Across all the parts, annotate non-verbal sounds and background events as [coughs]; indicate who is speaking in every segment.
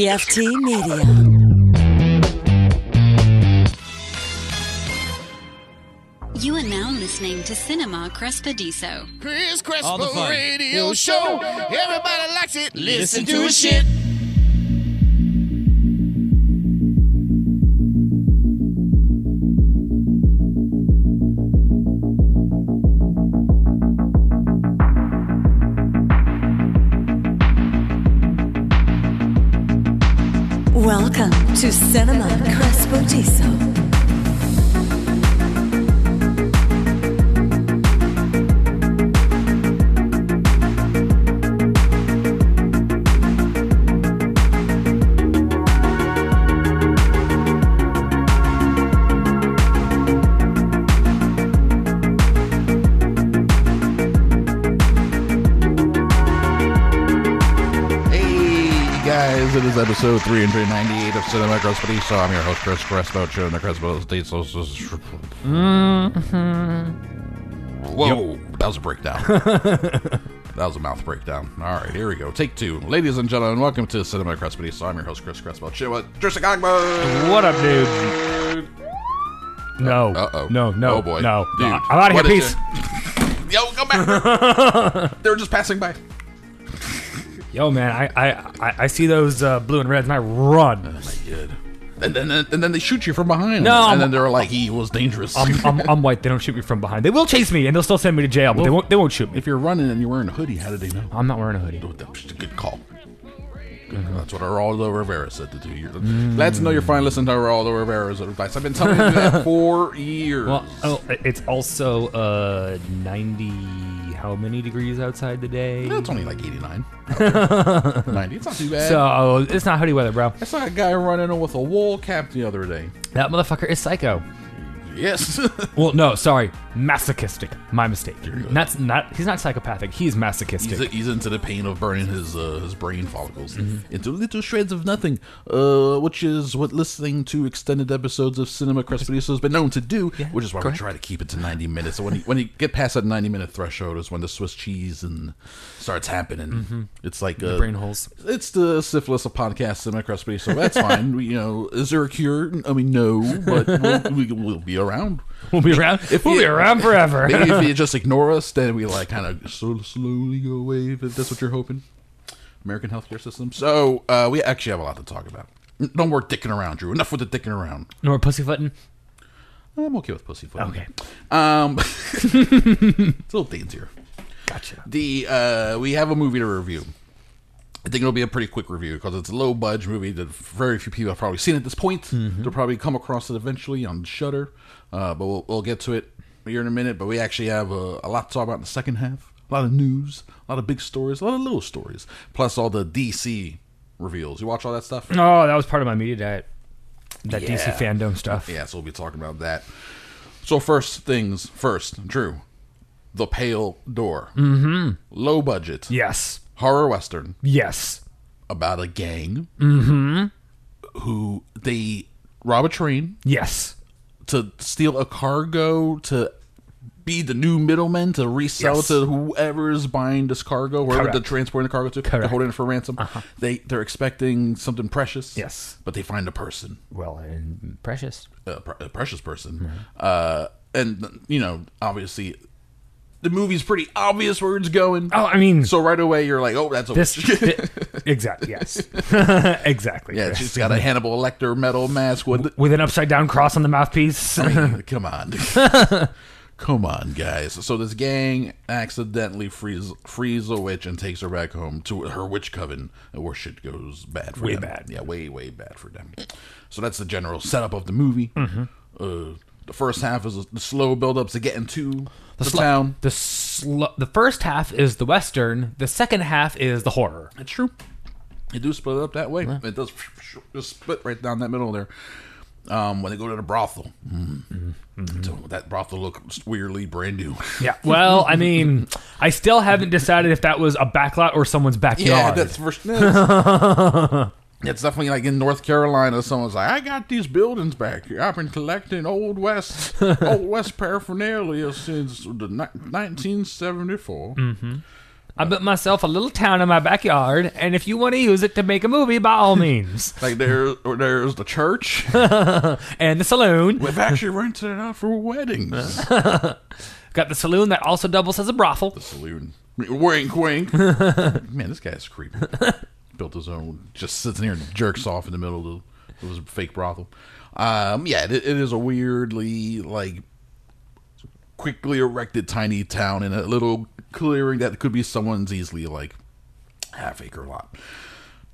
Speaker 1: PFT Media.
Speaker 2: You are now listening to Cinema Crespediso.
Speaker 3: Chris
Speaker 4: All the
Speaker 3: Crespo
Speaker 4: fun.
Speaker 3: Radio Show. Everybody likes it. Listen to his shit.
Speaker 1: Welcome to Cinema Crespodiso.
Speaker 3: Hey, you guys, it is episode 398 of Cinema Crespo. So I'm your host, Chris Crespo, showing the Crespo Diesel. Mm-hmm. Whoa, that was a breakdown. that was a mouth breakdown. All right, here we go. Take two. Ladies and gentlemen, welcome to Cinema Crespo. So I'm your host, Chris Crespo. Chill with Tristan Cogburn.
Speaker 4: What up, dude? No.
Speaker 3: Uh-oh.
Speaker 4: No, no.
Speaker 3: Oh, boy.
Speaker 4: No. no.
Speaker 3: Dude,
Speaker 4: I'm out of here.
Speaker 3: what a
Speaker 4: Peace.
Speaker 3: Yo, go back. they were just passing by.
Speaker 4: Yo, man, I, I, I, I see those uh, blue and reds and
Speaker 3: [laughs]
Speaker 4: I run.
Speaker 3: And then, and then they shoot you from behind.
Speaker 4: No,
Speaker 3: and
Speaker 4: I'm-
Speaker 3: then they're like, "He was dangerous."
Speaker 4: I'm, I'm, I'm white. They don't shoot me from behind. They will chase me and they'll still send me to jail, but they won't, they won't shoot
Speaker 3: [laughs]
Speaker 4: me.
Speaker 3: if you're running and you're wearing a hoodie, how did they know?
Speaker 4: I'm not wearing a hoodie.
Speaker 3: That's a good call. Good call. That's what Araldo Rivera said to do. You're,
Speaker 4: Mm.
Speaker 3: Let's know you're fine. Listen to Araldo Rivera's advice. I've been telling you
Speaker 4: [laughs]
Speaker 3: that for years.
Speaker 4: Well, oh, it's also uh, 90 how many degrees outside today?
Speaker 3: it's only like
Speaker 4: [laughs]
Speaker 3: 89, 90. It's not too bad.
Speaker 4: So it's not hoodie weather, bro.
Speaker 3: I saw a guy running with a wool cap the other day.
Speaker 4: That motherfucker is psycho.
Speaker 3: [laughs] Yes.
Speaker 4: Well, no, sorry, masochistic. My mistake.
Speaker 3: go.
Speaker 4: That's not. He's not psychopathic. He's masochistic.
Speaker 3: He's, he's into the pain of burning his uh, his brain follicles into little shreds of nothing, uh, which is what listening to extended episodes of Cinema Crespediso has been known to do, which is why we try to keep it to 90 minutes. So when you, when you get past that 90 minute threshold is when the Swiss cheese and starts happening. It's like uh,
Speaker 4: brain holes.
Speaker 3: It's the syphilis of podcast Cinema Crespediso. That's fine. We, you know, is there a cure? I mean, no, but we'll, we, we'll be around.
Speaker 4: [laughs] We'll be around. we'll
Speaker 3: you-
Speaker 4: be around forever. [laughs]
Speaker 3: Maybe if you just ignore us, then we like kind of so slowly go away. If that's what you're hoping, American healthcare system. So uh, we actually have a lot to talk about. N- No more dicking around, Drew. Enough with the dicking around.
Speaker 4: Nor pussyfooting.
Speaker 3: I'm okay with pussyfoot.
Speaker 4: Okay.
Speaker 3: Um, [laughs] it's a little daintier.
Speaker 4: Gotcha.
Speaker 3: The uh, we have a movie to review. I think it'll be a pretty quick review because it's a low budge movie that very few people have probably seen at this point. They'll probably come across it eventually on Shutter, uh, but we'll, we'll get to it here in a minute. But we actually have a, a lot to talk about in the second half. A lot of news, a lot of big stories, a lot of little stories, plus all the DC reveals. You watch all that stuff?
Speaker 4: Oh, that was part of my media diet. That
Speaker 3: Yeah.
Speaker 4: DC fandom stuff.
Speaker 3: Yeah, so we'll be talking about that. So first things first, Drew, The Pale Door, mm-hmm. low budget
Speaker 4: Yes.
Speaker 3: horror western.
Speaker 4: Yes.
Speaker 3: about a gang
Speaker 4: Mm-hmm.
Speaker 3: who they rob a train
Speaker 4: Yes.
Speaker 3: to steal a cargo to be the new middleman to resell
Speaker 4: Yes.
Speaker 3: to whoever is buying this cargo, wherever
Speaker 4: Correct.
Speaker 3: they're transporting the cargo to, they're
Speaker 4: Correct. Uh-huh.
Speaker 3: holding it for ransom. They they're expecting something precious,
Speaker 4: Yes.
Speaker 3: but they find a person,
Speaker 4: Well, and precious.
Speaker 3: a, pr- a precious person,
Speaker 4: Mm-hmm.
Speaker 3: uh, and you know, obviously, the movie's pretty obvious where it's going.
Speaker 4: Oh, I mean,
Speaker 3: So right away you're like, oh, that's a
Speaker 4: this. [laughs]
Speaker 3: witch.
Speaker 4: exactly. Yes. [laughs]
Speaker 3: [laughs]
Speaker 4: exactly.
Speaker 3: yeah,
Speaker 4: Chris.
Speaker 3: she's got a Hannibal Lecter metal mask. What
Speaker 4: with an upside down cross on the mouthpiece.
Speaker 3: [coughs]
Speaker 4: [laughs]
Speaker 3: Come on. Come on, guys. So this gang accidentally frees frees a witch and takes her back home to her witch coven, where shit goes bad for
Speaker 4: Way
Speaker 3: them.
Speaker 4: bad.
Speaker 3: Yeah, way way bad for them. So that's the general setup of the movie. Uh, the first half is the slow build up to getting to the,
Speaker 4: sl-
Speaker 3: town.
Speaker 4: The sl- the first half is the western. The second half is the horror.
Speaker 3: It's true. They do split it up that way. It does just split right down that middle there. Um, when they go to the brothel, Mm. So that brothel looks weirdly brand new. [laughs]
Speaker 4: Yeah. Well, I mean, I still haven't decided if that was a backlot or someone's backyard.
Speaker 3: Yeah, that's for sure. It's definitely like in North Carolina, someone's like, I got these buildings back here. I've been collecting Old West Old West paraphernalia since the ni- 1974.
Speaker 4: I built myself a little town in my backyard, and if you want to use it to make a movie, by all means.
Speaker 3: [laughs] Like there, or there's the church.
Speaker 4: and the saloon.
Speaker 3: We've actually rented it out for weddings.
Speaker 4: Got the saloon that also doubles as a brothel.
Speaker 3: Saloon. Wink,
Speaker 4: [laughs]
Speaker 3: wink. Man, this guy's creepy. Built his own. Just sits in here and jerks off in the middle of, the, of his fake brothel. Um, yeah, it, it is a weirdly like quickly erected tiny town in a little clearing that could be someone's easily like half acre lot.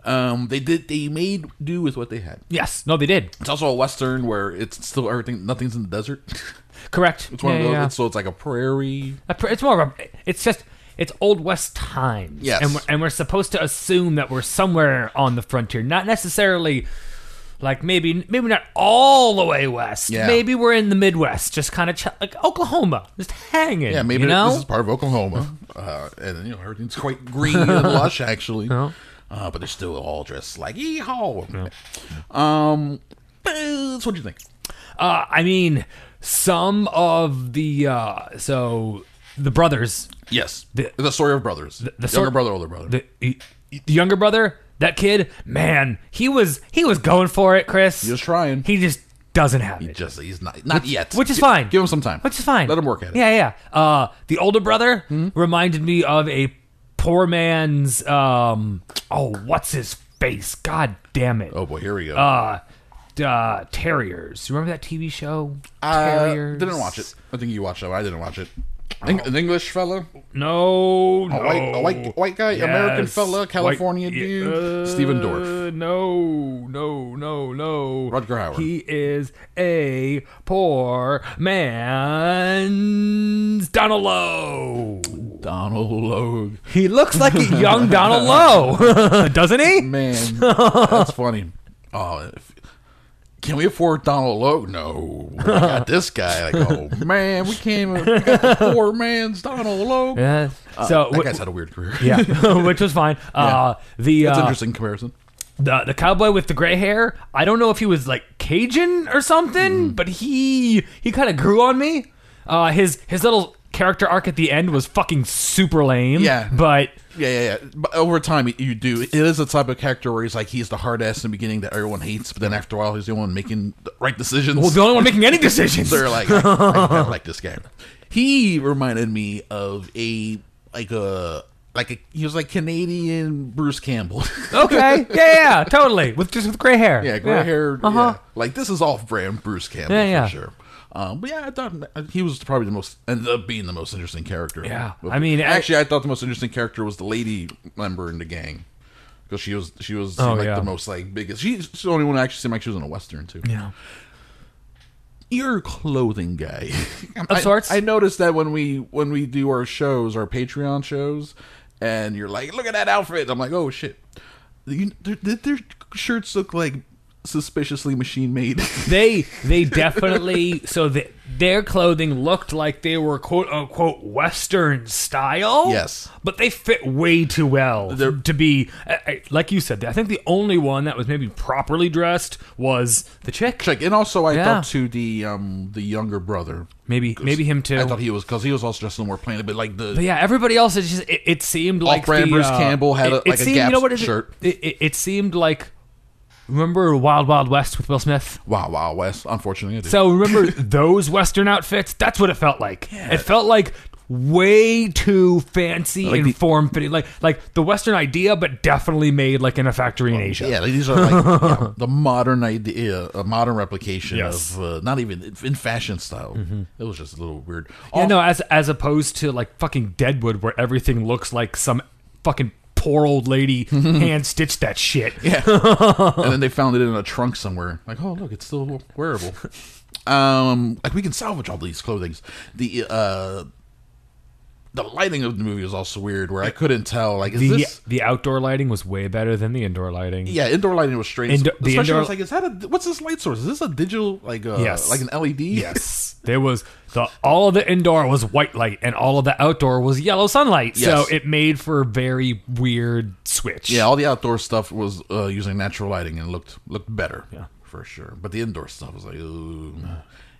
Speaker 3: Um, they did. They made do with what they had.
Speaker 4: Yes. No, they did.
Speaker 3: It's also a western where it's still everything. Nothing's in the desert. [laughs]
Speaker 4: Correct.
Speaker 3: It's one
Speaker 4: Yeah,
Speaker 3: of those.
Speaker 4: yeah, yeah.
Speaker 3: So it's like a prairie.
Speaker 4: A pr- It's more of a. It's just. It's old west times.
Speaker 3: Yes.
Speaker 4: And we're, and we're supposed to assume that we're somewhere on the frontier, not necessarily. Like maybe maybe not all the way west.
Speaker 3: Yeah.
Speaker 4: Maybe we're in the Midwest, just kind of ch- like Oklahoma, just hanging.
Speaker 3: Yeah, maybe
Speaker 4: you know?
Speaker 3: this is part of Oklahoma, uh, and you know everything's
Speaker 4: [laughs]
Speaker 3: quite green and lush actually. Uh, but they're still all dressed like yeehaw. Um, that's what do you think?
Speaker 4: Uh, I mean, some of the uh, so the brothers,
Speaker 3: Yes,
Speaker 4: The-
Speaker 3: the, story of brothers, the, younger
Speaker 4: sor-
Speaker 3: brother, older brother.
Speaker 4: the, the younger brother, that kid, man, he was he was going for it, Chris.
Speaker 3: He was trying.
Speaker 4: He just doesn't have it,
Speaker 3: Just he's not not yet,
Speaker 4: which is
Speaker 3: Gi-
Speaker 4: fine.
Speaker 3: Give him some time,
Speaker 4: which is fine.
Speaker 3: Let him work at it.
Speaker 4: Yeah, yeah. Uh, the older brother reminded me of a poor man's. Um, oh, what's his face? God damn it.
Speaker 3: Oh boy, here we go.
Speaker 4: Uh, d- uh, Terriers. You remember that TV show?
Speaker 3: Uh,
Speaker 4: Terriers.
Speaker 3: didn't watch it. I think you watched it. I didn't watch it. Eng- An English fella,
Speaker 4: No, no.
Speaker 3: a white, a white, white guy, American
Speaker 4: Yes.
Speaker 3: fella, California
Speaker 4: White-
Speaker 3: dude,
Speaker 4: yeah,
Speaker 3: Stephen Dorff.
Speaker 4: uh, No, no, no, no.
Speaker 3: Rutger Hauer.
Speaker 4: He is a poor man's Donald Lowe.
Speaker 3: Donald Logue.
Speaker 4: He looks like a
Speaker 3: [laughs]
Speaker 4: young Donald Lowe, [laughs] doesn't he? [laughs]
Speaker 3: Man, that's funny. Oh, if, can we afford Donald Logue? No, we got this guy. Like, oh man, we can't. even- We got the poor man's Donald Logue.
Speaker 4: Yeah. So
Speaker 3: Uh, That
Speaker 4: wh-
Speaker 3: guy's had a weird career.
Speaker 4: [laughs]
Speaker 3: [laughs]
Speaker 4: yeah, which was fine. Uh, The
Speaker 3: that's an
Speaker 4: uh,
Speaker 3: interesting comparison.
Speaker 4: the the cowboy with the gray hair. I don't know if he was like Cajun or something,
Speaker 3: Hmm.
Speaker 4: but he he kind of grew on me. Uh, his his little character arc at the end was fucking super lame.
Speaker 3: Yeah.
Speaker 4: but
Speaker 3: Yeah, yeah, yeah. But over time, you- you do. It is a type of character where he's like he's the hard ass in the beginning that everyone hates, but then after a while, he's the one making the right decisions.
Speaker 4: well, the only one making any decisions.
Speaker 3: [laughs] they're like, I, I kinda like this guy. He reminded me of a like a like a he was like Canadian Bruce Campbell. [laughs]
Speaker 4: okay, yeah, yeah, yeah, totally. With just with gray hair.
Speaker 3: yeah, gray hair.
Speaker 4: Uh-huh.
Speaker 3: Yeah. Like this is off-brand Bruce Campbell
Speaker 4: Yeah,
Speaker 3: for
Speaker 4: yeah.
Speaker 3: sure. Um, but yeah, I thought he was probably the most ended up being the most interesting character.
Speaker 4: Yeah. I mean, I-
Speaker 3: actually, I, thought the most interesting character was the lady member in the gang because she was she was seemed
Speaker 4: Oh,
Speaker 3: like
Speaker 4: yeah.
Speaker 3: the most like biggest. She's the only one that actually seemed like she was in a western too.
Speaker 4: yeah.
Speaker 3: You're a clothing guy [laughs] of
Speaker 4: sorts?
Speaker 3: I, noticed that when we when we do our shows, our Patreon shows, and you're like, "Look at that outfit," I'm like, "Oh shit!" You, their, their, their shirts look like suspiciously machine made.
Speaker 4: They they definitely so that their clothing looked like they were quote unquote Western style.
Speaker 3: Yes.
Speaker 4: but they fit way too well
Speaker 3: They're-
Speaker 4: to be I- I- like you said. I think the only one that was maybe properly dressed was the
Speaker 3: [laughs]
Speaker 4: chick.
Speaker 3: Check, and also I
Speaker 4: Yeah.
Speaker 3: thought to the um the younger brother.
Speaker 4: Maybe maybe him too.
Speaker 3: I thought he was because he was also dressed a little more plain, but like the
Speaker 4: But yeah, everybody else is just. It, it seemed like
Speaker 3: Brand
Speaker 4: the,
Speaker 3: Bruce
Speaker 4: uh,
Speaker 3: Campbell had a-
Speaker 4: it- it
Speaker 3: like a
Speaker 4: seemed-
Speaker 3: Gap
Speaker 4: you know what it-
Speaker 3: shirt.
Speaker 4: It, it, it seemed like. Remember Wild Wild West with Will Smith?
Speaker 3: wow wow West. Unfortunately, I did.
Speaker 4: So remember [laughs] those Western outfits? That's what it felt like. It felt like way too fancy
Speaker 3: Like
Speaker 4: and
Speaker 3: the-
Speaker 4: form fitting, like like the Western idea, but definitely made like in a factory in Asia.
Speaker 3: yeah, like, these are
Speaker 4: [laughs]
Speaker 3: like yeah, the modern idea, a modern replication
Speaker 4: Yes.
Speaker 3: of uh, not even in fashion style. It was just a little weird.
Speaker 4: Yeah, no, as as opposed to like fucking Deadwood, where everything looks like some fucking poor
Speaker 3: [laughs]
Speaker 4: old lady hand stitched that shit. [laughs]
Speaker 3: and then they found it in a trunk somewhere. Like, oh look, it's still wearable. um, like we can salvage all these clothings. The uh, the lighting of the movie was also weird, where I couldn't tell. Like, is
Speaker 4: The
Speaker 3: this?
Speaker 4: the outdoor lighting was way better than the indoor lighting.
Speaker 3: Yeah, indoor lighting was strange.
Speaker 4: Indo- the
Speaker 3: Especially,
Speaker 4: indoor-
Speaker 3: I was like, is that a what's this light source? Is this a digital like a
Speaker 4: Yes.
Speaker 3: uh, like an E LED?
Speaker 4: Yes, there was the all of the indoor was white light, and all of the outdoor was yellow sunlight.
Speaker 3: Yes.
Speaker 4: So it made for a very weird
Speaker 3: [laughs]
Speaker 4: switch.
Speaker 3: yeah. All the outdoor stuff was uh, using natural lighting and looked looked better. Yeah, for sure. But the indoor stuff was like, ooh,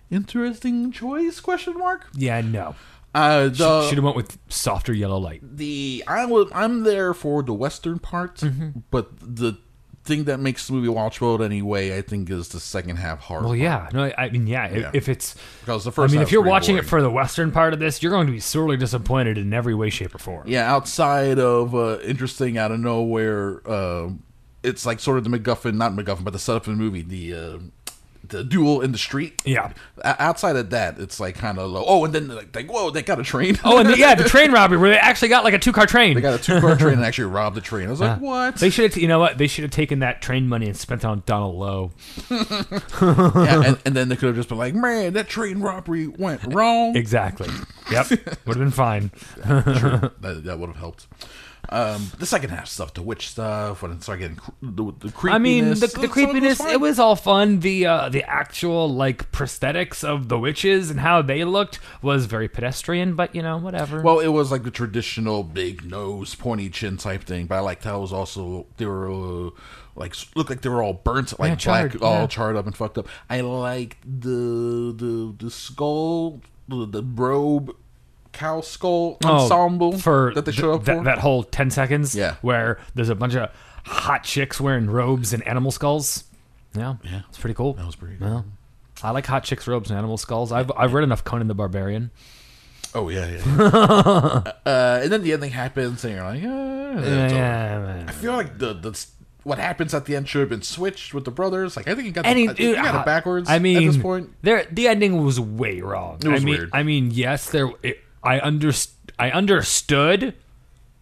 Speaker 3: interesting choice? Question mark.
Speaker 4: yeah, no.
Speaker 3: Uh, the,
Speaker 4: Should have went with softer yellow light.
Speaker 3: the I was I'm there for the western part,
Speaker 4: Mm-hmm.
Speaker 3: but the thing that makes the movie watchable anyway, I think, is the second half horror.
Speaker 4: Well, yeah. No, I, I mean, yeah. i-
Speaker 3: Yeah.
Speaker 4: If it's,
Speaker 3: because the
Speaker 4: I
Speaker 3: first.
Speaker 4: mean,
Speaker 3: half's
Speaker 4: if you're
Speaker 3: pretty
Speaker 4: watching
Speaker 3: boring.
Speaker 4: it for the western part of this, you're going to be sorely disappointed in every way, shape, or form.
Speaker 3: yeah, outside of uh, interesting out of nowhere, uh, it's like sort of the MacGuffin, not MacGuffin, but the setup of the movie, the uh, the duel in the street.
Speaker 4: Yeah.
Speaker 3: O- outside of that, it's like kind of low. Oh, and then like, like whoa, they got a train.
Speaker 4: Oh, and the, yeah, the train robbery where they actually got like a two car train.
Speaker 3: [laughs] they got a two
Speaker 4: [laughs]
Speaker 3: car train and actually robbed the train. I was like, what?
Speaker 4: They should have, you know what? They should have taken that train money and spent it on Donald Lowe.
Speaker 3: yeah, and, and then they could have just been like, man, that train robbery went wrong.
Speaker 4: Exactly.
Speaker 3: [laughs]
Speaker 4: Yep. Would have been fine.
Speaker 3: Sure, [laughs] that, that would have helped. Um, the second half stuff, the witch stuff, when it started getting cr- the, the creepiness.
Speaker 4: I mean, the,
Speaker 3: some
Speaker 4: the
Speaker 3: of
Speaker 4: creepiness.
Speaker 3: fine.
Speaker 4: It was all fun. The uh, the actual like prosthetics of the witches and how they looked was very pedestrian, but you know, whatever.
Speaker 3: Well, it was like the traditional big nose, pointy chin type thing, but I liked how it was also they were uh, like s- looked like they were all burnt, like
Speaker 4: Yeah, charred,
Speaker 3: black, all
Speaker 4: yeah.
Speaker 3: charred up and fucked up. I liked the the the skull, the, the robe, cow skull
Speaker 4: Oh,
Speaker 3: ensemble
Speaker 4: for
Speaker 3: that they
Speaker 4: th-
Speaker 3: showed up
Speaker 4: that,
Speaker 3: for.
Speaker 4: that whole ten seconds.
Speaker 3: Yeah.
Speaker 4: Where there's a bunch of hot chicks wearing robes and animal skulls. Yeah.
Speaker 3: Yeah.
Speaker 4: It's pretty cool.
Speaker 3: That was pretty good.
Speaker 4: Well, I like hot chicks, robes, and animal skulls. I've I've read enough Conan the Barbarian.
Speaker 3: Oh yeah, yeah.
Speaker 4: [laughs]
Speaker 3: uh, and then the ending happens, and you're like, "Ah, yeah, it's over.
Speaker 4: Yeah.
Speaker 3: I feel like the the what happens at the end should have been switched with the brothers. Like I think you got
Speaker 4: Any,
Speaker 3: the, I think you got
Speaker 4: uh,
Speaker 3: it backwards.
Speaker 4: I mean,
Speaker 3: at this point,
Speaker 4: there the ending was way wrong.
Speaker 3: It was
Speaker 4: I mean,
Speaker 3: weird.
Speaker 4: I mean, yes, there. It, I underst- I understood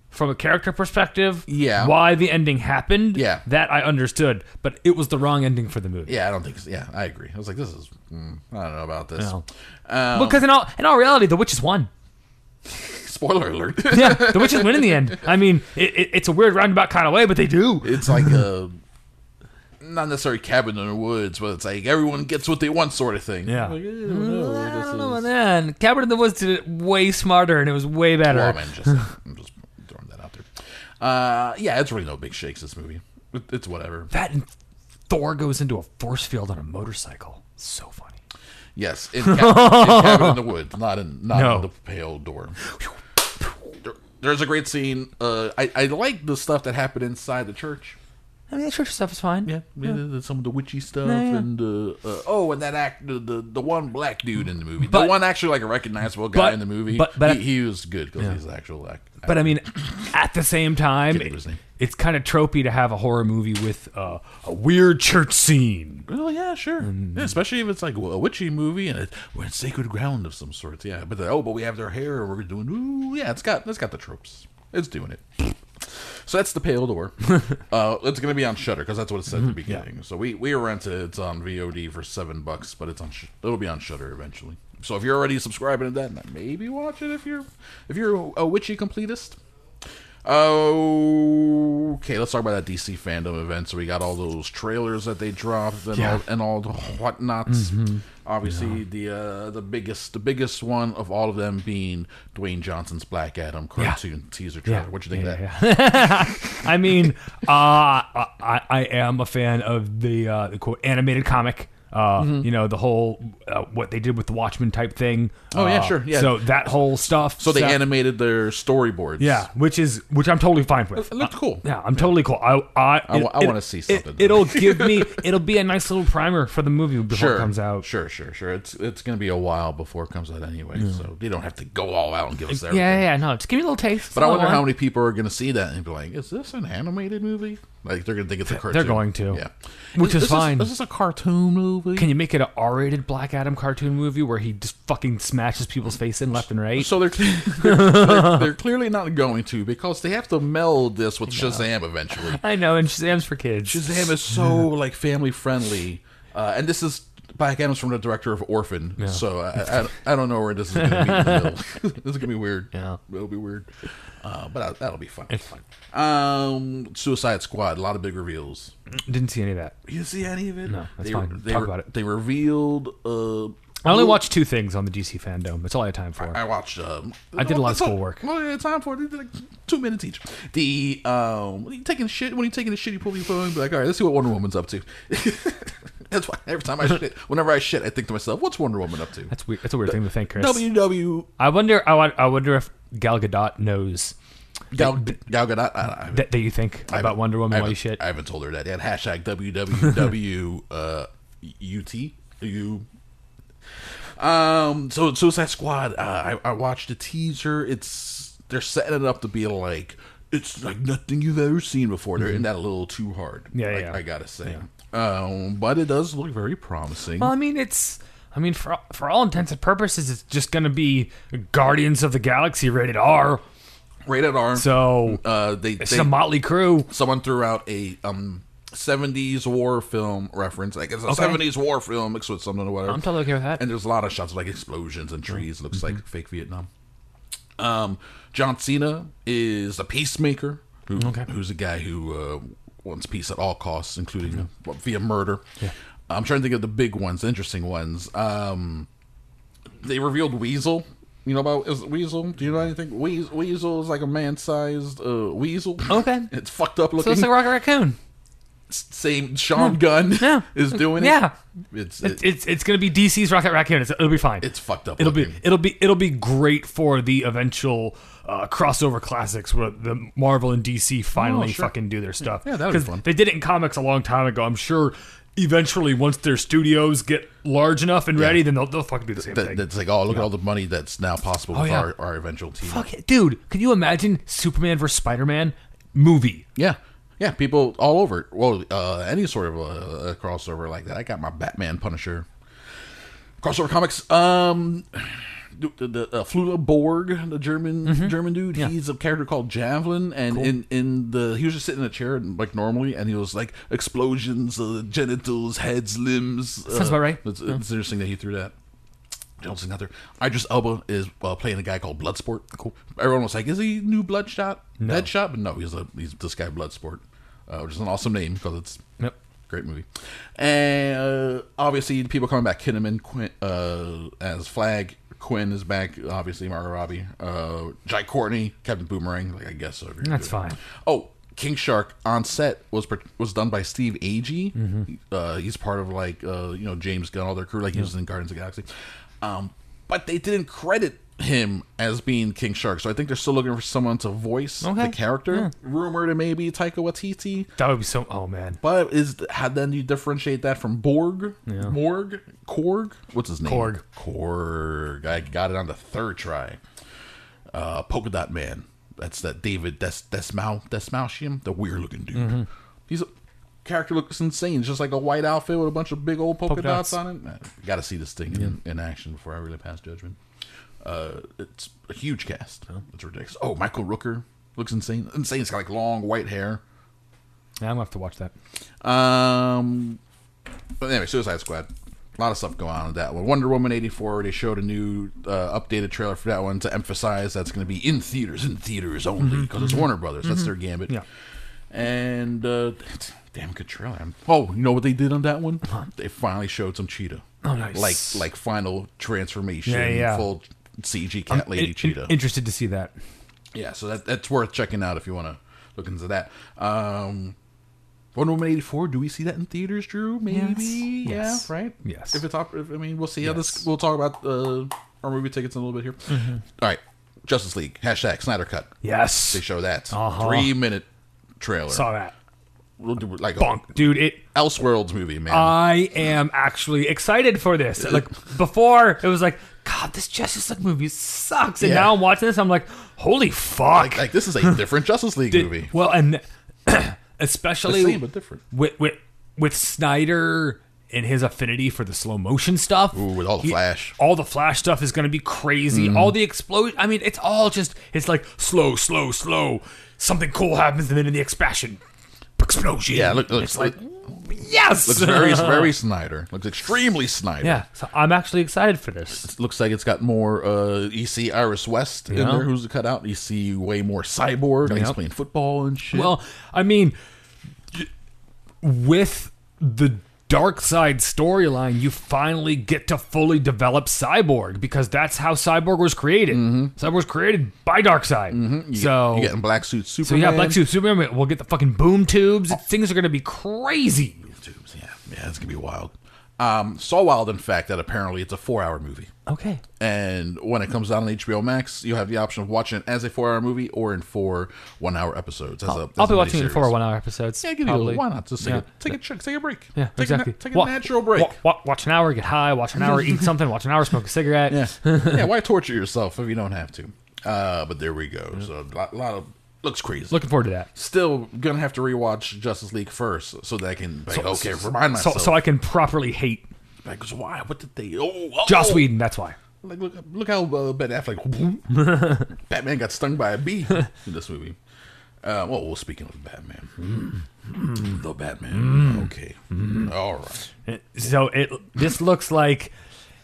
Speaker 4: from a character perspective.
Speaker 3: Yeah.
Speaker 4: why the ending happened.
Speaker 3: Yeah.
Speaker 4: that I understood, but it was the wrong ending for the movie.
Speaker 3: yeah, I don't think. So. Yeah, I agree. I was like, this is mm, I don't know about this.
Speaker 4: No.
Speaker 3: Um,
Speaker 4: Because in all in all reality, the
Speaker 3: [laughs]
Speaker 4: witches won.
Speaker 3: spoiler alert. [laughs]
Speaker 4: Yeah, the witches win in the end. I mean, it, it, it's a weird roundabout kind of way, but they do.
Speaker 3: it's like a not necessarily cabin in the woods, but it's like everyone gets what they want, sort of thing.
Speaker 4: Yeah.
Speaker 3: Like, I don't know.
Speaker 4: I
Speaker 3: this
Speaker 4: don't know
Speaker 3: is-
Speaker 4: about that. And Cabin in the Woods did it way smarter, and it was way better.
Speaker 3: Well, I'm just, I'm just throwing that out there. Uh, yeah, it's really no big shakes. This movie, It- it's whatever.
Speaker 4: That and Thor goes into a force field on a motorcycle. So funny.
Speaker 3: Yes, in, ca- in cabin in the woods, not in not
Speaker 4: No.
Speaker 3: in the pale door. There- There's a great scene. Uh, I I like the stuff that happened inside the church.
Speaker 4: I mean, the church stuff is fine.
Speaker 3: Yeah, yeah, some of the witchy stuff
Speaker 4: Yeah, yeah.
Speaker 3: and uh, uh, oh, and that act the, the the one black dude in the movie, the
Speaker 4: But-
Speaker 3: one actually like a recognizable guy
Speaker 4: but-
Speaker 3: in the movie.
Speaker 4: but- but-
Speaker 3: he, he was good because he's an actual act.
Speaker 4: But I mean, [clears throat] at the same time,
Speaker 3: Can't think of his name.
Speaker 4: it's kind of tropey to have a horror movie with uh, a weird church scene.
Speaker 3: Well, Oh, yeah, sure. Yeah, especially if it's like a witchy movie and it, we're in sacred ground of some sort. Yeah, but then, oh, but we have their hair and we're doing. Ooh, yeah, it's got it's got the tropes. It's doing it. So that's the Pale Door. uh, it's going to be on Shutter because that's what it said at the beginning. So we we rented it. It's on VOD for seven bucks, but it's on Sh- it'll be on Shutter eventually. So if you're already subscribing to that, then maybe watch it if you're if you're a witchy completist. Okay, let's talk about that DC fandom event. So we got all those trailers that they dropped and
Speaker 4: Yeah.
Speaker 3: all and all the whatnots. Obviously, the uh, the biggest the biggest one of all of them being Dwayne Johnson's Black Adam cartoon teaser trailer. What you think of that?
Speaker 4: [laughs] I mean, uh, I, I am a fan of the, uh, the quote animated comic. Uh,
Speaker 3: Mm-hmm.
Speaker 4: You know the whole uh, what they did with the Watchmen type thing.
Speaker 3: Oh, yeah,
Speaker 4: Uh,
Speaker 3: sure, yeah.
Speaker 4: So that whole stuff.
Speaker 3: So they animated their storyboards.
Speaker 4: Yeah, which is which I'm totally fine with.
Speaker 3: It looked
Speaker 4: Uh,
Speaker 3: cool.
Speaker 4: Yeah, I'm totally cool. I I,
Speaker 3: I wa- I
Speaker 4: it-
Speaker 3: wanna see
Speaker 4: it-
Speaker 3: something.
Speaker 4: it'll
Speaker 3: [laughs]
Speaker 4: give me it'll be a nice little primer for the movie before
Speaker 3: Sure.
Speaker 4: it comes out.
Speaker 3: Sure, sure, sure. It's it's gonna be a while before it comes out anyway. So they don't have to go all out and give us
Speaker 4: Yeah,
Speaker 3: everything.
Speaker 4: yeah, yeah, no, just give me a little taste.
Speaker 3: But I wonder how many people are going to see that and be like, "Is this an animated movie?" Like they're going to think it's a cartoon.
Speaker 4: going to.
Speaker 3: yeah.
Speaker 4: Which is
Speaker 3: this
Speaker 4: fine.
Speaker 3: Is this a cartoon movie?
Speaker 4: Can you make it a R-rated Black Adam cartoon movie where he just fucking smashes people's face in left and right? [laughs]
Speaker 3: so they're, they're, they're they're clearly not going to because they have to meld this with Shazam eventually.
Speaker 4: I know, and Shazam's for kids.
Speaker 3: Shazam is so like family friendly, uh, and this is Black Adam's from the director of Orphan, so I, I, I don't know where this is going to be. in the
Speaker 4: [laughs]
Speaker 3: middle. [laughs] this is going to be weird.
Speaker 4: Yeah.
Speaker 3: it'll be weird, uh, but that- that'll be fun. It's fun. Um, Suicide Squad, a lot of big reveals.
Speaker 4: Didn't see any of that.
Speaker 3: You see any of it?
Speaker 4: No, that's
Speaker 3: they,
Speaker 4: fine.
Speaker 3: They,
Speaker 4: Talk about it.
Speaker 3: They revealed. Uh,
Speaker 4: I only watched two things on the DC fandom. That's all I had time for.
Speaker 3: I watched. Um,
Speaker 4: I did a lot of
Speaker 3: that's all-
Speaker 4: schoolwork.
Speaker 3: Well, yeah, time for it. It's Like two minutes each. The um, when you taking a shit, when you taking a shit, you pull your phone. and Be like, all right, let's see what Wonder Woman's up to. That's why every time I shit, whenever I shit, I think to myself, "What's Wonder Woman up to?"
Speaker 4: That's weird. That's a weird thing to think, Chris.
Speaker 3: WW
Speaker 4: I wonder. I, wa- I wonder if Gal Gadot knows
Speaker 3: Gal, Gal Gadot. I, I,
Speaker 4: that, that you think
Speaker 3: I
Speaker 4: about Wonder
Speaker 3: I
Speaker 4: Woman while you
Speaker 3: haven't-
Speaker 4: shit.
Speaker 3: I haven't told her that yet. Hashtag WWW [laughs] uh, UT. You. Um. So Suicide Squad. Uh, I I watched a teaser. It's they're setting it up to be like it's like nothing you've ever seen before. They're in that a little too hard.
Speaker 4: Mm-hmm. Yeah,
Speaker 3: I,
Speaker 4: yeah.
Speaker 3: I gotta say. Um. But it does look very promising.
Speaker 4: Well, I mean, it's. I mean, for for all intents and purposes, it's just gonna be Guardians of the Galaxy rated R.
Speaker 3: Rated R.
Speaker 4: So
Speaker 3: uh, they,
Speaker 4: it's
Speaker 3: they-
Speaker 4: a motley crew.
Speaker 3: someone threw out a um 70s war film reference. Like it's a
Speaker 4: Okay.
Speaker 3: 70s war film mixed with something or whatever.
Speaker 4: I'm totally okay with that. Mm-hmm.
Speaker 3: And there's a lot of shots of like explosions and trees. Looks like fake Vietnam. Um, John Cena is a peacemaker who, who's a guy who uh, wants peace at all costs, including
Speaker 4: Mm-hmm.
Speaker 3: well, via murder. I'm trying to think of the big ones, interesting ones. Um, they revealed Weasel. You know about is it Weasel? Do you know anything? Weas Weasel is like a man-sized uh, weasel. [laughs]
Speaker 4: Okay.
Speaker 3: it's fucked up
Speaker 4: So
Speaker 3: looking.
Speaker 4: it's like Rocket Raccoon.
Speaker 3: Same Sean Gunn
Speaker 4: Yeah.
Speaker 3: [laughs] is doing it.
Speaker 4: Yeah.
Speaker 3: it's
Speaker 4: It's
Speaker 3: it,
Speaker 4: it's, it's gonna be DC's Rocket Raccoon. It's, it'll be fine.
Speaker 3: it's fucked up.
Speaker 4: It'll be
Speaker 3: looking.
Speaker 4: it'll be it'll be great for the eventual uh, crossover classics where the Marvel and DC finally
Speaker 3: Oh, sure.
Speaker 4: fucking do their stuff.
Speaker 3: Yeah, that'd be
Speaker 4: 'Cause
Speaker 3: fun.
Speaker 4: They did it in comics a long time ago. I'm sure eventually once their studios get large enough and ready, then they'll, they'll fucking do the same
Speaker 3: that,
Speaker 4: thing.
Speaker 3: that's like, oh, look at all the money that's now possible with
Speaker 4: Oh, yeah.
Speaker 3: our, our eventual team.
Speaker 4: Fuck it, dude. Could you imagine Superman versus Spider Man movie?
Speaker 3: Yeah, yeah, people all over. Well, uh, any sort of uh, a, a crossover like that. I got my Batman Punisher crossover comics. Um, the, the uh, Flula Borg, the German
Speaker 4: Mm-hmm.
Speaker 3: German dude, he's a character called Javelin, and in in the he was just sitting in a chair and, like normally, and he was like explosions, uh, genitals, heads, limbs. uh,
Speaker 4: Sounds about right.
Speaker 3: It's, it's interesting that he threw that. Johnson Gunther. Idris Elba is uh, playing a guy called Bloodsport. Cool. Everyone was like, "Is he new Bloodshot? No. Deadshot?" But no, he's a, he's this guy Bloodsport, uh, which is an awesome name because it's
Speaker 4: Yep.
Speaker 3: great movie. And uh, obviously, people coming back. Kinnaman Quinn, uh, as Flag. Quinn is back. Obviously, Margot Robbie, uh, Jai Courtney, Captain Boomerang. Like I guess so. if you're
Speaker 4: That's
Speaker 3: doing it.
Speaker 4: fine.
Speaker 3: Oh, King Shark on set was pr- was done by Steve Agee. Uh, he's part of like uh, you know James Gunn, all their crew. Like he was in Guardians of the Galaxy, um, but they didn't credit him as being King Shark. So I think they're still looking for someone to voice
Speaker 4: Okay.
Speaker 3: the character. Rumored it may be Taika Waititi,
Speaker 4: That would be so. Oh man,
Speaker 3: but is how then you differentiate that from Borg, Morg, Korg? What's his name?
Speaker 4: Korg.
Speaker 3: Korg. I got it on the third try. Uh, Polka Dot Man. That's that David Des Desmau Desmaucium, the weird looking dude. He's a character looks insane. It's just like a white outfit with a bunch of big old polka,
Speaker 4: Polka
Speaker 3: dots.
Speaker 4: dots.
Speaker 3: on it. Nah, Got to see this thing in, in action before I really pass judgment. Uh, it's a huge cast. It's ridiculous. Oh, Michael Rooker looks insane. Insane. He's got like long white hair.
Speaker 4: yeah, I'm gonna have to watch that.
Speaker 3: Um, but anyway, Suicide Squad. A lot of stuff going on with that one. Wonder Woman 84, they showed a new uh, updated trailer for that one to emphasize that's going to be in theaters, in theaters only, because it's Warner Brothers. That's their gambit.
Speaker 4: Mm-hmm, Yeah.
Speaker 3: And uh, it's a damn good trailer. I'm- oh, you know what they did on that one? They finally showed some cheetah.
Speaker 4: Oh, nice.
Speaker 3: Like, like final transformation,
Speaker 4: Yeah, yeah. Um,
Speaker 3: full CG cat lady
Speaker 4: In- in-
Speaker 3: cheetah.
Speaker 4: interested to see that.
Speaker 3: Yeah, so that that's worth checking out if you want to look into that. Um, Wonder Woman eighty four. Do we see that in theaters, Drew? Maybe.
Speaker 4: Yes.
Speaker 3: Yeah.
Speaker 4: Yes.
Speaker 3: Right.
Speaker 4: Yes.
Speaker 3: If it's op- if, I mean, we'll see how this. We'll talk about uh, our movie tickets in a little bit here.
Speaker 4: Mm-hmm.
Speaker 3: All right. Justice League hashtag Snyder Cut.
Speaker 4: Yes,
Speaker 3: They show that
Speaker 4: Uh-huh.
Speaker 3: three minute trailer.
Speaker 4: saw that.
Speaker 3: We'll do like a
Speaker 4: Bonk, Uh, dude. It
Speaker 3: Elseworlds movie, man.
Speaker 4: I am actually excited for this. Like before, it was like, God, this Justice League movie sucks, and
Speaker 3: Yeah.
Speaker 4: now I'm watching this, I'm like, holy fuck!
Speaker 3: like this is a different Justice League
Speaker 4: Did-
Speaker 3: movie.
Speaker 4: Well, and [clears throat]
Speaker 3: The
Speaker 4: especially
Speaker 3: same but different.
Speaker 4: with with with Snyder and his affinity for the slow motion stuff.
Speaker 3: Ooh, with all the
Speaker 4: he-
Speaker 3: flash. Mm-hmm.
Speaker 4: all the flash stuff is going to be crazy. All the explosion. I mean, it's all just it's like slow, slow, slow. Something cool happens, and then in the expansion, explosion.
Speaker 3: Yeah, look, looks
Speaker 4: it's like
Speaker 3: like
Speaker 4: yes, [laughs]
Speaker 3: looks very very Snyder. Looks extremely Snyder.
Speaker 4: Yeah, so I'm actually excited for this.
Speaker 3: looks like it's got more uh, EC Iris West in
Speaker 4: Yeah.
Speaker 3: there, who's cut out. You see way more cyborg. Like he's
Speaker 4: Yep.
Speaker 3: playing football and shit.
Speaker 4: Well, I mean, with the dark side storyline, you finally get to fully develop Cyborg because that's how Cyborg was created. Cyborg was created by Darkseid. So,
Speaker 3: Mm-hmm. you getting black suit
Speaker 4: so
Speaker 3: Superman.
Speaker 4: yeah, Black Suit Superman. We'll get the fucking boom tubes. Things are gonna be crazy.
Speaker 3: Tubes, Yeah, yeah, it's gonna be wild. Um, Saw Wild, in fact, that apparently it's a four-hour movie,
Speaker 4: Okay.
Speaker 3: and when it comes out on HBO Max, you have the option of watching it as a four-hour movie or in four one-hour episodes. As a,
Speaker 4: I'll
Speaker 3: as
Speaker 4: be
Speaker 3: a
Speaker 4: watching it in
Speaker 3: miniseries.
Speaker 4: four one-hour episodes.
Speaker 3: Yeah, give you a
Speaker 4: probably.
Speaker 3: little. Why not? Just take,
Speaker 4: Yeah.
Speaker 3: a, take a check, take a break.
Speaker 4: Yeah,
Speaker 3: take
Speaker 4: exactly.
Speaker 3: A, na- take a
Speaker 4: Wa-
Speaker 3: natural break.
Speaker 4: wa- wa- watch an hour, get high. Watch an hour,
Speaker 3: [laughs]
Speaker 4: eat something. Watch an hour, smoke a cigarette.
Speaker 3: yeah, [laughs] yeah. Why torture yourself if you don't have to? Uh, but there we go. So a lot, lot of looks crazy.
Speaker 4: Looking forward to that.
Speaker 3: still gonna have to rewatch Justice League first, so that I can like, okay remind
Speaker 4: So,
Speaker 3: myself.
Speaker 4: so I can properly hate
Speaker 3: like, so why? What did they? Oh, oh
Speaker 4: Joss Whedon. That's why.
Speaker 3: Like, look, look how uh, Ben Affleck, [laughs] Batman got stung by a
Speaker 4: [laughs]
Speaker 3: bee in this movie. Uh, well, well, speaking of Batman,
Speaker 4: Mm.
Speaker 3: the Batman. Okay, all right.
Speaker 4: So it this looks like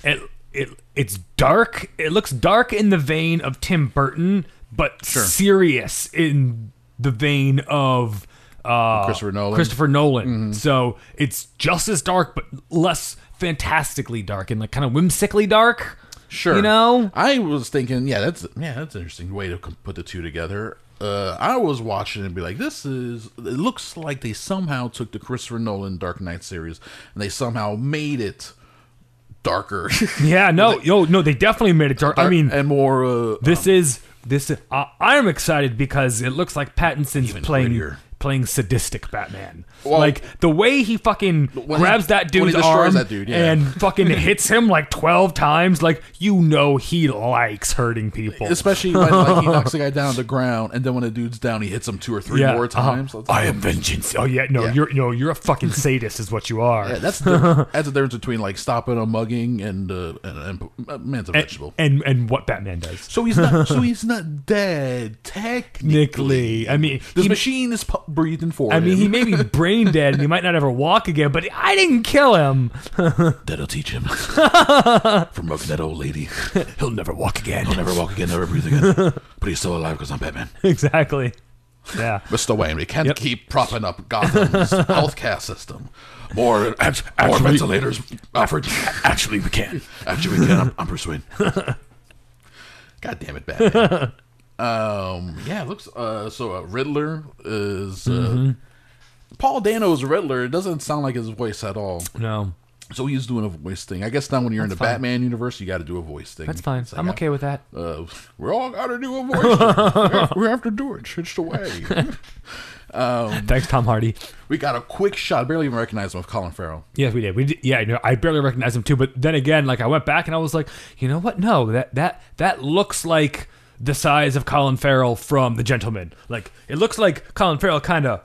Speaker 4: it it it's dark. It looks dark in the vein of Tim Burton, but serious in the vein of uh,
Speaker 3: Christopher Nolan.
Speaker 4: Christopher Nolan. Mm-hmm. So it's just as dark, but less fantastically dark and like kind of whimsically dark.
Speaker 3: Sure.
Speaker 4: you know.
Speaker 3: I was thinking, yeah, that's yeah, that's an interesting way to com- put the two together. Uh, I was watching and be like, this is. It looks like they somehow took the Christopher Nolan Dark Knight series and they somehow made it darker.
Speaker 4: Yeah, no, yo, no, they definitely made it dark. [laughs] I mean,
Speaker 3: [laughs] and more. Uh,
Speaker 4: This is this. Is, I I'm excited because it looks like Pattinson's
Speaker 3: Even
Speaker 4: playing
Speaker 3: grittier.
Speaker 4: playing sadistic Batman.
Speaker 3: Well-
Speaker 4: like the way he fucking
Speaker 3: When he-
Speaker 4: grabs
Speaker 3: when
Speaker 4: that
Speaker 3: he
Speaker 4: dude's
Speaker 3: destroys
Speaker 4: arm
Speaker 3: that dude, yeah. [laughs]
Speaker 4: and fucking hits him like twelve times. Like you know he likes hurting people.
Speaker 3: Especially when like, he knocks the guy down on the ground, and then when the dude's down, he hits him two or three
Speaker 4: Yeah,
Speaker 3: more
Speaker 4: uh-huh.
Speaker 3: times. So it's like,
Speaker 4: I am vengeance. Oh yeah, no,
Speaker 3: Yeah.
Speaker 4: you're no, you're
Speaker 3: [laughs]
Speaker 4: a fucking sadist, is what you are.
Speaker 3: yeah, that's the, that's the difference between like stopping a mugging and uh, and, and uh, man's a vegetable.
Speaker 4: and and what Batman does.
Speaker 3: so he's not. So he's not dead technically.
Speaker 4: Nickly, I mean,
Speaker 3: This
Speaker 4: he-
Speaker 3: machine is pu- breathing for
Speaker 4: I
Speaker 3: him.
Speaker 4: mean, he may be brain
Speaker 3: [laughs]
Speaker 4: dead and he might not ever walk again, but I didn't kill him.
Speaker 3: That'll teach
Speaker 4: [laughs]
Speaker 3: him. From mugging that old lady.
Speaker 4: He'll never walk again.
Speaker 3: [laughs] Never walk again, never breathe again. But he's still alive because I'm Batman.
Speaker 4: [laughs] exactly. Yeah.
Speaker 3: Mr. Wayne, we can't
Speaker 4: Yep.
Speaker 3: keep propping up
Speaker 4: [laughs]
Speaker 3: Gotham's healthcare system. More, more ventilators, Alfred. Actually, we can. Actually, we can. I'm, I'm Bruce
Speaker 4: [laughs]
Speaker 3: Wayne. God damn it, Batman. um, yeah, it looks. Uh, so uh, Riddler is. Uh,
Speaker 4: Mm-hmm.
Speaker 3: Paul Dano's Riddler It doesn't sound like his voice at all.
Speaker 4: No,
Speaker 3: So he's doing a voice thing. I guess now when you're in the
Speaker 4: That's fine.
Speaker 3: Batman universe, you got to do a voice thing.
Speaker 4: that's fine.
Speaker 3: It's like,
Speaker 4: I'm okay with that.
Speaker 3: Uh, we're all got to do a voice. thing. We have- we have to do it. It's the
Speaker 4: [laughs]
Speaker 3: way.
Speaker 4: [laughs] Thanks, Tom Hardy.
Speaker 3: we got a quick shot. Barely even recognize him of Colin Farrell.
Speaker 4: Yes, we did. We did. Yeah, I know. I barely recognized him too. But then again, like I went back and I was like, you know what? No, that that that looks like the size of Colin Farrell from The Gentleman. Like it looks like Colin Farrell kind of